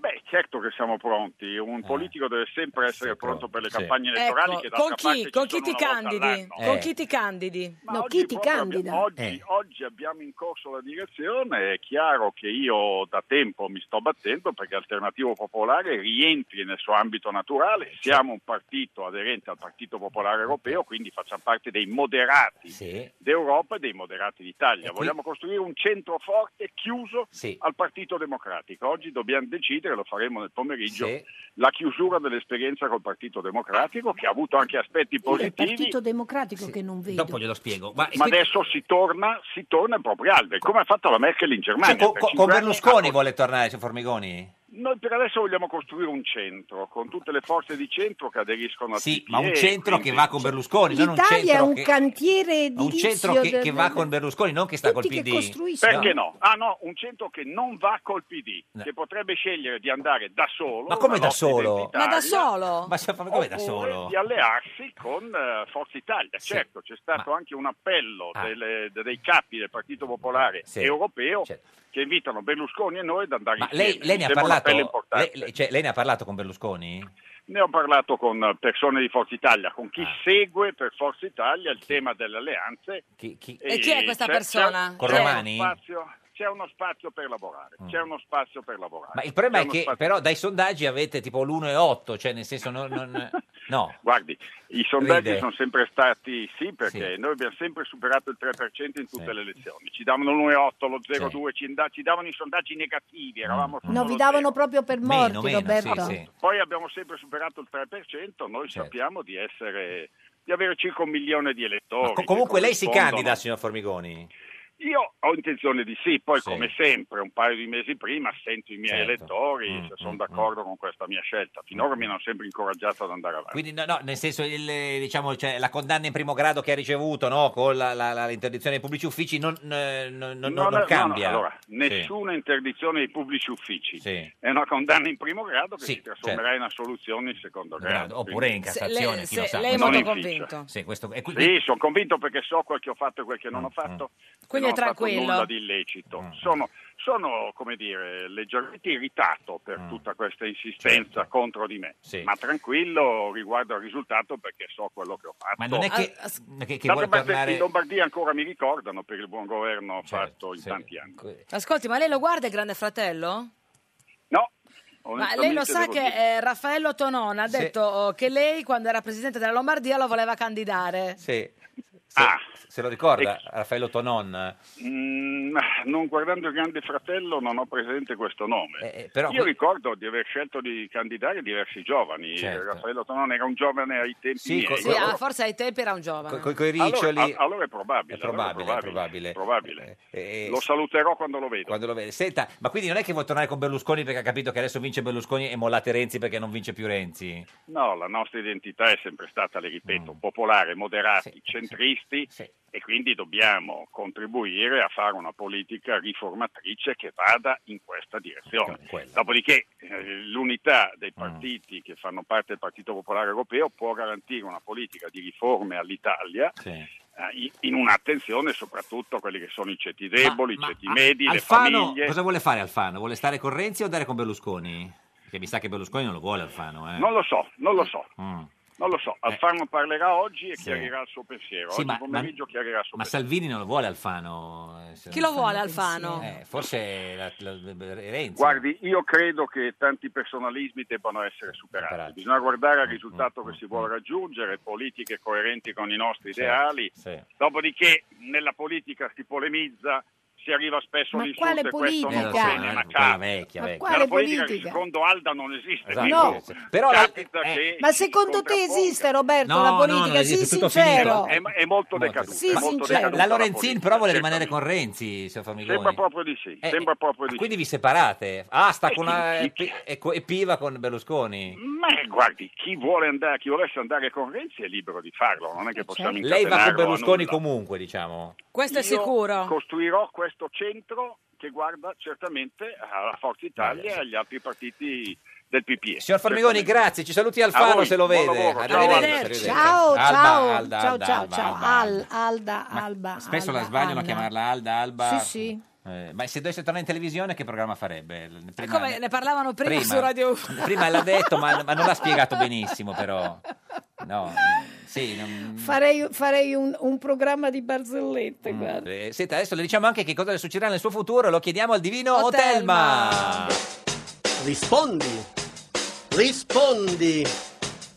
Speaker 20: Beh, certo che siamo pronti. Un politico deve sempre essere pronto per le campagne elettorali
Speaker 1: Ecco,
Speaker 20: che
Speaker 1: con
Speaker 20: d'altra parte
Speaker 1: chi,
Speaker 20: ci
Speaker 1: con chi
Speaker 20: sono
Speaker 1: ti
Speaker 20: una volta
Speaker 1: candidi?
Speaker 2: Eh.
Speaker 1: Eh.
Speaker 20: all'anno.
Speaker 1: Con chi ti candidi?
Speaker 20: No, oggi chi ti proprio candida? abbiamo- oggi- Oggi abbiamo in corso la direzione, è chiaro che io da tempo mi sto battendo perché Alternativo Popolare rientri nel suo ambito naturale, siamo un partito aderente al Partito Popolare Europeo, quindi facciamo parte dei moderati d'Europa e dei moderati d'Italia.
Speaker 2: qui-
Speaker 20: Vogliamo costruire un centro forte chiuso
Speaker 2: Sì.
Speaker 20: al Partito Democratico. Oggi dobbiamo decidere discutere, lo faremo nel pomeriggio, la chiusura dell'esperienza col Partito Democratico che ha avuto anche aspetti
Speaker 14: Io il
Speaker 20: positivi,
Speaker 14: Partito Democratico che non vedo.
Speaker 20: Dopo
Speaker 17: glielo spiego.
Speaker 20: ma,
Speaker 17: Ma, qui-
Speaker 20: adesso si torna, si torna ai propri alberi, come ha fatto la Merkel in Germania.
Speaker 2: Cioè, co-
Speaker 20: per
Speaker 2: co-
Speaker 20: cinque
Speaker 2: con
Speaker 20: anni.
Speaker 2: Berlusconi vuole tornare, cioè Formigoni?
Speaker 20: Noi per adesso vogliamo costruire un centro, con tutte le forze di centro che aderiscono a
Speaker 2: Sì, ma un centro che va con Berlusconi, non un
Speaker 14: L'Italia è
Speaker 2: centro
Speaker 14: un
Speaker 2: che...
Speaker 14: cantiere
Speaker 2: ma un
Speaker 14: edilizio
Speaker 2: centro che,
Speaker 14: del-
Speaker 2: che va con Berlusconi, non che sta col PD.
Speaker 20: Perché no? Ah no, un centro che non va col PD, che potrebbe scegliere di andare da solo.
Speaker 2: Ma come
Speaker 20: una
Speaker 2: da
Speaker 20: lotta
Speaker 2: solo?
Speaker 20: identitaria,
Speaker 2: Ma se- ma come da
Speaker 20: oppure
Speaker 2: solo?
Speaker 20: Di allearsi con eh, Forza Italia. Certo, c'è stato anche un appello delle- de- dei capi del Partito Popolare
Speaker 2: Ah. Sì.
Speaker 20: europeo che invitano Berlusconi e noi ad andare
Speaker 2: Ma
Speaker 20: insieme.
Speaker 2: lei, lei ne ha
Speaker 20: Mi sembra un appello
Speaker 2: parlato?
Speaker 20: importante.
Speaker 2: Lei, lei- cioè, lei ne ha parlato con Berlusconi?
Speaker 20: Ne ho parlato con persone di Forza Italia, con
Speaker 2: Ah.
Speaker 20: chi segue per Forza Italia il tema delle alleanze.
Speaker 1: E chi è questa persona?
Speaker 20: c'è
Speaker 2: Con
Speaker 20: uno
Speaker 2: Romani? Mm.
Speaker 20: spazio- c'è uno spazio per lavorare, c'è uno spazio per lavorare.
Speaker 2: Ma il problema
Speaker 20: C'è
Speaker 2: è
Speaker 20: uno
Speaker 2: che
Speaker 20: spazio-
Speaker 2: però dai sondaggi avete tipo l'1,8, cioè nel senso non... non- no.
Speaker 20: Guardi, i sondaggi
Speaker 2: Ride.
Speaker 20: sono sempre stati sì perché noi abbiamo sempre superato il 3% in tutte le elezioni. Ci davano l'1,8, lo 0,2, ci, inda- ci davano i sondaggi negativi,
Speaker 2: Mm,
Speaker 20: eravamo sotto
Speaker 14: No,
Speaker 20: lo
Speaker 14: vi davano proprio per morti, Roberto.
Speaker 20: Poi abbiamo sempre superato il 3%,
Speaker 2: Certo.
Speaker 20: noi sappiamo di essere di avere circa un milione di elettori.
Speaker 2: Co-
Speaker 20: che
Speaker 2: comunque lei si
Speaker 20: corrispondono- Cioè.
Speaker 2: candida, signor Formigoni?
Speaker 20: Io ho intenzione di sì, poi come sempre, un paio di mesi prima sento i miei
Speaker 2: Certo.
Speaker 20: elettori
Speaker 2: Mm,
Speaker 20: se sono d'accordo con questa mia scelta. Finora mi hanno sempre incoraggiato ad andare avanti.
Speaker 2: Quindi no, no, nel senso il, eh, diciamo, cioè, la condanna in primo grado che ha ricevuto no, con la- la- la- l'interdizione dei pubblici uffici non, eh, non- non- non
Speaker 20: no, no,
Speaker 2: cambia.
Speaker 20: no, allora,
Speaker 2: Sì.
Speaker 20: nessuna interdizione dei pubblici uffici.
Speaker 2: Sì.
Speaker 20: È una condanna in primo grado che
Speaker 2: Sì,
Speaker 20: si trasformerà in assoluzione in secondo grado.
Speaker 2: Grado, oppure in
Speaker 20: Quindi-
Speaker 2: Cassazione, chi lo sa.
Speaker 20: Non in ficcia.
Speaker 2: Sì, questo, Mm, e quindi-
Speaker 20: Sì, sono convinto perché so quel che ho fatto e quel che non ho fatto. non
Speaker 1: Quindi è
Speaker 20: ho fatto
Speaker 1: tranquillo.
Speaker 20: nulla di illecito.
Speaker 2: Mm.
Speaker 20: Sono, sono, come dire, leggermente irritato per
Speaker 2: Mm.
Speaker 20: tutta questa insistenza
Speaker 2: certo.
Speaker 20: contro di me, ma tranquillo riguardo al risultato perché so quello che ho fatto.
Speaker 2: Ma non è che, che, che
Speaker 20: D'altra
Speaker 2: vuole
Speaker 20: parte,
Speaker 2: tornare... Certo,
Speaker 20: in Lombardia ancora mi ricordano per il buon governo fatto in tanti anni.
Speaker 1: Ascolti, ma lei lo guarda il Grande Fratello?
Speaker 20: No.
Speaker 1: Ma lei lo
Speaker 20: onestamente
Speaker 1: sa
Speaker 20: devo
Speaker 1: che
Speaker 20: dire.
Speaker 1: eh, Raffaello Tonon ha
Speaker 20: Sì.
Speaker 1: detto oh, che lei, quando era presidente della Lombardia, lo voleva candidare.
Speaker 2: Sì. Se,
Speaker 20: Ah.
Speaker 2: se lo ricorda, Raffaello Tonon.
Speaker 20: Mm, non guardando il Grande Fratello non ho presente questo nome.
Speaker 2: Eh, però
Speaker 20: Io
Speaker 2: qui-
Speaker 20: ricordo di aver scelto di candidare diversi giovani.
Speaker 2: Certo.
Speaker 20: Raffaello Tonon era un giovane ai tempi
Speaker 2: Sì, co-
Speaker 20: miei.
Speaker 1: Sì, ah, forse ai tempi era un giovane.
Speaker 2: Coi- coi riccioli.
Speaker 20: Allora, a- allora è probabile.
Speaker 2: È probabile,
Speaker 20: allora è
Speaker 2: probabile.
Speaker 20: probabile, probabile.
Speaker 2: Eh, eh,
Speaker 20: Lo saluterò quando lo vedo.
Speaker 2: Quando lo vede. Senta, ma quindi non è che vuol tornare con Berlusconi perché ha capito che adesso vince Berlusconi e mollate Renzi perché non vince più Renzi?
Speaker 20: No, la nostra identità è sempre stata, le ripeto, popolare, moderati, centristi e quindi dobbiamo contribuire a fare una politica riformatrice che vada in questa direzione. Dopodiché eh, l'unità dei partiti che fanno parte del Partito Popolare Europeo può garantire una politica di riforme all'Italia eh, in- in un'attenzione soprattutto a quelli che sono i ceti deboli, i ceti medi, le
Speaker 2: Alfano,
Speaker 20: famiglie.
Speaker 2: cosa vuole fare Alfano? Vuole stare con Renzi o andare con Berlusconi? Perché mi sa che Berlusconi non lo vuole Alfano, eh.
Speaker 20: Non lo so, non lo so.
Speaker 2: Mm.
Speaker 20: Non lo so, Alfano parlerà oggi e
Speaker 2: Sì.
Speaker 20: chiarirà il suo pensiero.
Speaker 2: Sì,
Speaker 20: oggi
Speaker 2: ma-
Speaker 20: pomeriggio chiarirà il suo
Speaker 2: Ma Salvini non lo vuole Alfano. eh, se-
Speaker 1: Chi lo vuole Alfano?
Speaker 2: Eh, forse la- la- Renzi.
Speaker 20: Guardi, io credo che tanti personalismi debbano essere superati. Bisogna guardare
Speaker 2: Mm,
Speaker 20: al risultato che si vuole raggiungere, politiche coerenti con i nostri
Speaker 2: Certo,
Speaker 20: ideali.
Speaker 2: sì.
Speaker 20: Dopodiché nella politica si polemizza, si arriva spesso
Speaker 14: Ma
Speaker 20: all'insulto
Speaker 14: quale
Speaker 20: e questo
Speaker 14: politica?
Speaker 20: non conviene,
Speaker 14: Eh,
Speaker 20: ma
Speaker 14: quella
Speaker 20: capita.
Speaker 2: vecchia,
Speaker 14: Ma vecchia. quale
Speaker 20: La politica, che
Speaker 14: politica?
Speaker 20: secondo Alda non esiste.
Speaker 2: Esatto,
Speaker 20: quindi
Speaker 2: sì, sì. Però la-
Speaker 20: capita che
Speaker 14: Ma
Speaker 20: ci si
Speaker 14: secondo te
Speaker 20: contrapponga.
Speaker 14: esiste, Roberto,
Speaker 2: No,
Speaker 14: Certo, la
Speaker 2: no,
Speaker 14: politica?
Speaker 2: non esiste,
Speaker 14: sì,
Speaker 2: tutto Eh,
Speaker 14: sincero.
Speaker 20: È, è molto decaduta.
Speaker 14: Sì,
Speaker 20: è molto
Speaker 14: sincero.
Speaker 2: La
Speaker 20: decaduta la
Speaker 2: Lorenzin
Speaker 20: politica,
Speaker 2: però vuole
Speaker 20: certamente.
Speaker 2: rimanere con Renzi, signor Formigoni.
Speaker 20: Sembra proprio di sì,
Speaker 2: Eh,
Speaker 20: sembra proprio di sì.
Speaker 2: Quindi vi separate. Ah, sta
Speaker 20: Eh,
Speaker 2: con
Speaker 20: sì,
Speaker 2: una,
Speaker 20: sì,
Speaker 2: e, pi- e co- e piva con Berlusconi.
Speaker 20: Ma guardi, chi vuole andare, chi volesse andare con Renzi è libero di farlo, non è
Speaker 2: Eh,
Speaker 14: Eh,
Speaker 20: che possiamo
Speaker 14: certo.
Speaker 2: Lei va con
Speaker 20: incatenarlo a
Speaker 2: Berlusconi
Speaker 20: nulla. Certo.
Speaker 2: comunque, diciamo.
Speaker 20: Io Costruirò questo centro che guarda certamente alla Forza Italia e agli altri partiti del PPE.
Speaker 2: Signor Formigoni,
Speaker 20: Certamente.
Speaker 2: grazie. Ci saluti
Speaker 20: A
Speaker 2: Alfano
Speaker 20: voi,
Speaker 2: se lo
Speaker 20: buon
Speaker 2: vede.
Speaker 20: lavoro, ciao.
Speaker 14: Arrivederci. Ciao,
Speaker 2: Alba,
Speaker 14: ciao,
Speaker 2: Alda,
Speaker 14: ciao,
Speaker 2: Alda,
Speaker 14: ciao,
Speaker 2: Alba,
Speaker 14: ciao.
Speaker 2: Alba.
Speaker 14: Al- Alda, Alba.
Speaker 2: Spesso
Speaker 14: Alba,
Speaker 2: la sbagliano a
Speaker 14: Anna.
Speaker 2: chiamarla Alda, Alba.
Speaker 14: Sì, sì.
Speaker 2: Eh, ma se dovesse tornare in televisione, che programma farebbe? L- prima-
Speaker 1: Come ne parlavano prima, su Radio 1.
Speaker 2: prima l'ha detto, ma, ma non l'ha spiegato benissimo, però. No, sì, non-
Speaker 14: Farei, farei un, un programma di barzellette, guarda.
Speaker 2: Eh, Senta, adesso le diciamo anche che cosa le succederà nel suo futuro, lo chiediamo al divino
Speaker 14: Otelma.
Speaker 2: Otelma.
Speaker 18: Rispondi, rispondi,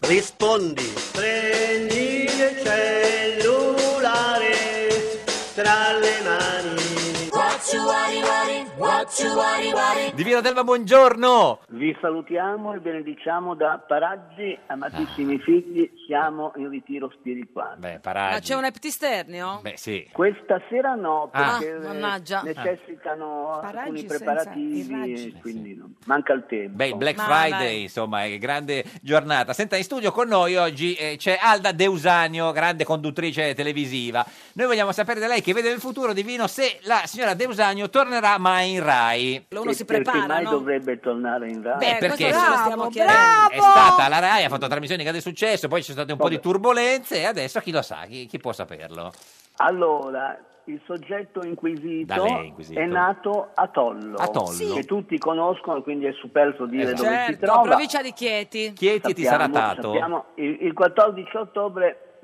Speaker 18: rispondi. Prendi il cellulare tra le mani.
Speaker 4: What you worry, worry, what
Speaker 2: Divino Delva, buongiorno!
Speaker 21: Vi salutiamo e benediciamo da Paraggi, amatissimi figli, siamo in ritiro spirituale.
Speaker 2: Ah. Beh,
Speaker 1: Ma c'è un episternio?
Speaker 2: Beh, sì.
Speaker 21: Questa sera no,
Speaker 1: Ah.
Speaker 21: perché
Speaker 1: Ah,
Speaker 21: eh,
Speaker 1: mannaggia.
Speaker 21: necessitano
Speaker 1: Paraggi
Speaker 21: alcuni
Speaker 1: senza
Speaker 21: preparativi, e quindi non- manca il tempo.
Speaker 2: Beh, il Black Friday, insomma, è grande giornata. Senta, in studio con noi oggi eh, c'è Alda Deusanio, grande conduttrice televisiva. Noi vogliamo sapere da lei che vede nel futuro divino se la signora Deusanio tornerà mai in Rai.
Speaker 21: E Perché mai dovrebbe tornare in Rai?
Speaker 2: Beh, Eh, perché
Speaker 21: questo lo
Speaker 1: stiamo
Speaker 2: È stata la Rai, ha fatto trasmissioni che è successo, poi ci sono state un po' di turbolenze e adesso chi lo sa, chi, chi può saperlo?
Speaker 21: Allora, il soggetto inquisito,
Speaker 2: Da lei inquisito.
Speaker 21: è nato a Tollo,
Speaker 2: A Tollo. Sì.
Speaker 21: che tutti conoscono, quindi è superfluo dire
Speaker 2: Esatto.
Speaker 21: dove si
Speaker 1: Certo,
Speaker 21: trova.
Speaker 1: provincia di Chieti.
Speaker 2: Chieti ti sarà tato?
Speaker 21: sappiamo, il, il 14 ottobre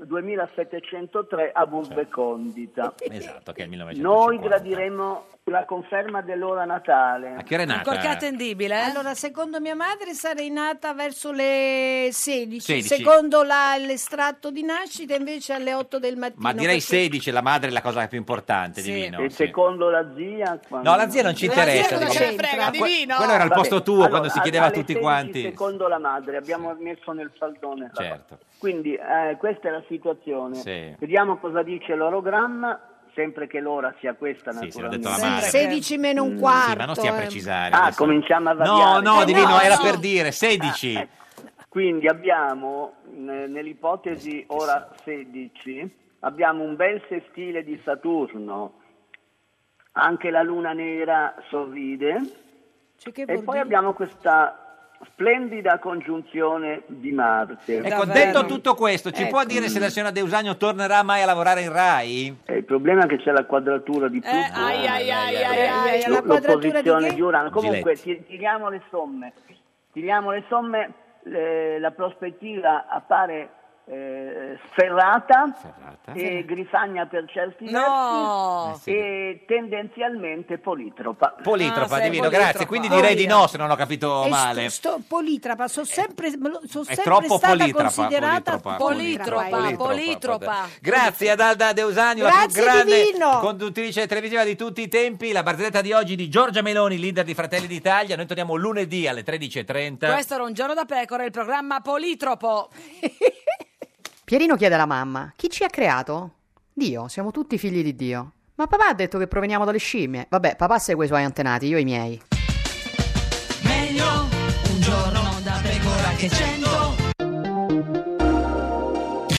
Speaker 21: 2703 a
Speaker 2: Certo.
Speaker 21: Burbe Condita.
Speaker 2: Esatto, che è il 1900.
Speaker 21: Noi gradiremo la conferma dell'ora natale.
Speaker 2: A che ora è nata? Ancora che
Speaker 21: attendibile,
Speaker 1: eh?
Speaker 14: Allora, secondo mia madre sarei nata verso le 16,
Speaker 2: 16.
Speaker 14: secondo la- l'estratto di nascita invece alle 8 del mattino.
Speaker 2: Ma direi
Speaker 14: perché-
Speaker 2: 16, la madre è la cosa più importante, divino.
Speaker 21: e
Speaker 2: sì.
Speaker 21: secondo la zia? quando-
Speaker 2: No, la zia non ci interessa,
Speaker 21: cosa
Speaker 2: divino.
Speaker 21: c'entra?
Speaker 2: Frega, divino. quello era al
Speaker 21: Vabbè,
Speaker 2: posto tuo, quando si chiedeva a
Speaker 21: alle
Speaker 2: tutti
Speaker 21: 16
Speaker 2: quanti.
Speaker 21: Secondo la madre, abbiamo messo nel faldone. la-
Speaker 2: Certo.
Speaker 21: Quindi eh, questa è la situazione.
Speaker 2: Sì.
Speaker 21: Vediamo cosa dice l'orogramma, sempre che l'ora sia questa
Speaker 2: Sì, se l'ha
Speaker 21: naturalmente.
Speaker 2: detto la madre.
Speaker 14: 16 meno un quarto.
Speaker 2: Sì, ma non stiamo a
Speaker 14: eh.
Speaker 2: precisare.
Speaker 21: Ah,
Speaker 2: adesso.
Speaker 21: cominciamo a
Speaker 2: No,
Speaker 21: variare.
Speaker 2: no,
Speaker 21: Eh,
Speaker 2: divino,
Speaker 21: no,
Speaker 2: era
Speaker 21: no. Ah, ecco.
Speaker 2: per dire 16.
Speaker 21: Quindi abbiamo eh, nell'ipotesi ora 16 abbiamo un bel sestile di Saturno. Anche la luna nera sorride.
Speaker 14: Cioè, che
Speaker 21: E
Speaker 14: vuol
Speaker 21: poi
Speaker 14: dire?
Speaker 21: abbiamo questa splendida congiunzione di Marte.
Speaker 2: Ecco, detto tutto questo, ci
Speaker 21: Ecco.
Speaker 2: può dire se la signora Deusanio tornerà mai a lavorare in Rai?
Speaker 21: Eh, Il problema è che c'è la quadratura di Pluto.
Speaker 6: Eh, ai, ai, ai, ai, ai, ai,
Speaker 21: Lo-
Speaker 6: la quadratura di
Speaker 21: l'opposizione
Speaker 6: che?
Speaker 21: di Urano. Comunque, ti- tiriamo le somme. Tiriamo le somme, eh, la prospettiva appare eh, sferrata, e grisagna per certi
Speaker 1: No!
Speaker 2: Eh
Speaker 21: versi e tendenzialmente politropa.
Speaker 2: Politropa,
Speaker 1: Ah,
Speaker 2: divino, grazie. Quindi
Speaker 1: Oh,
Speaker 2: direi di no se non ho capito
Speaker 14: E
Speaker 2: male.
Speaker 14: sto, sto politrapa, sono sempre, me lo- sono
Speaker 2: È
Speaker 14: sempre
Speaker 2: troppo
Speaker 14: stata
Speaker 2: politrapa,
Speaker 14: considerata
Speaker 2: politrapa,
Speaker 1: Politropa, politropa.
Speaker 2: Grazie ad Alda Deusanio, la più
Speaker 1: Grazie,
Speaker 2: grande
Speaker 1: divino.
Speaker 2: conduttrice televisiva di tutti i tempi. La barzelletta di oggi di Giorgia Meloni, leader di Fratelli d'Italia. Noi torniamo lunedì alle 13.30.
Speaker 1: Questo era un giorno da pecora, il programma Politropo.
Speaker 5: Pierino chiede alla mamma: Chi ci ha creato? Dio, siamo tutti figli di Dio. Ma papà ha detto che proveniamo dalle scimmie. Vabbè, papà segue i suoi antenati, io i miei.
Speaker 22: Meglio un giorno da pecora che cento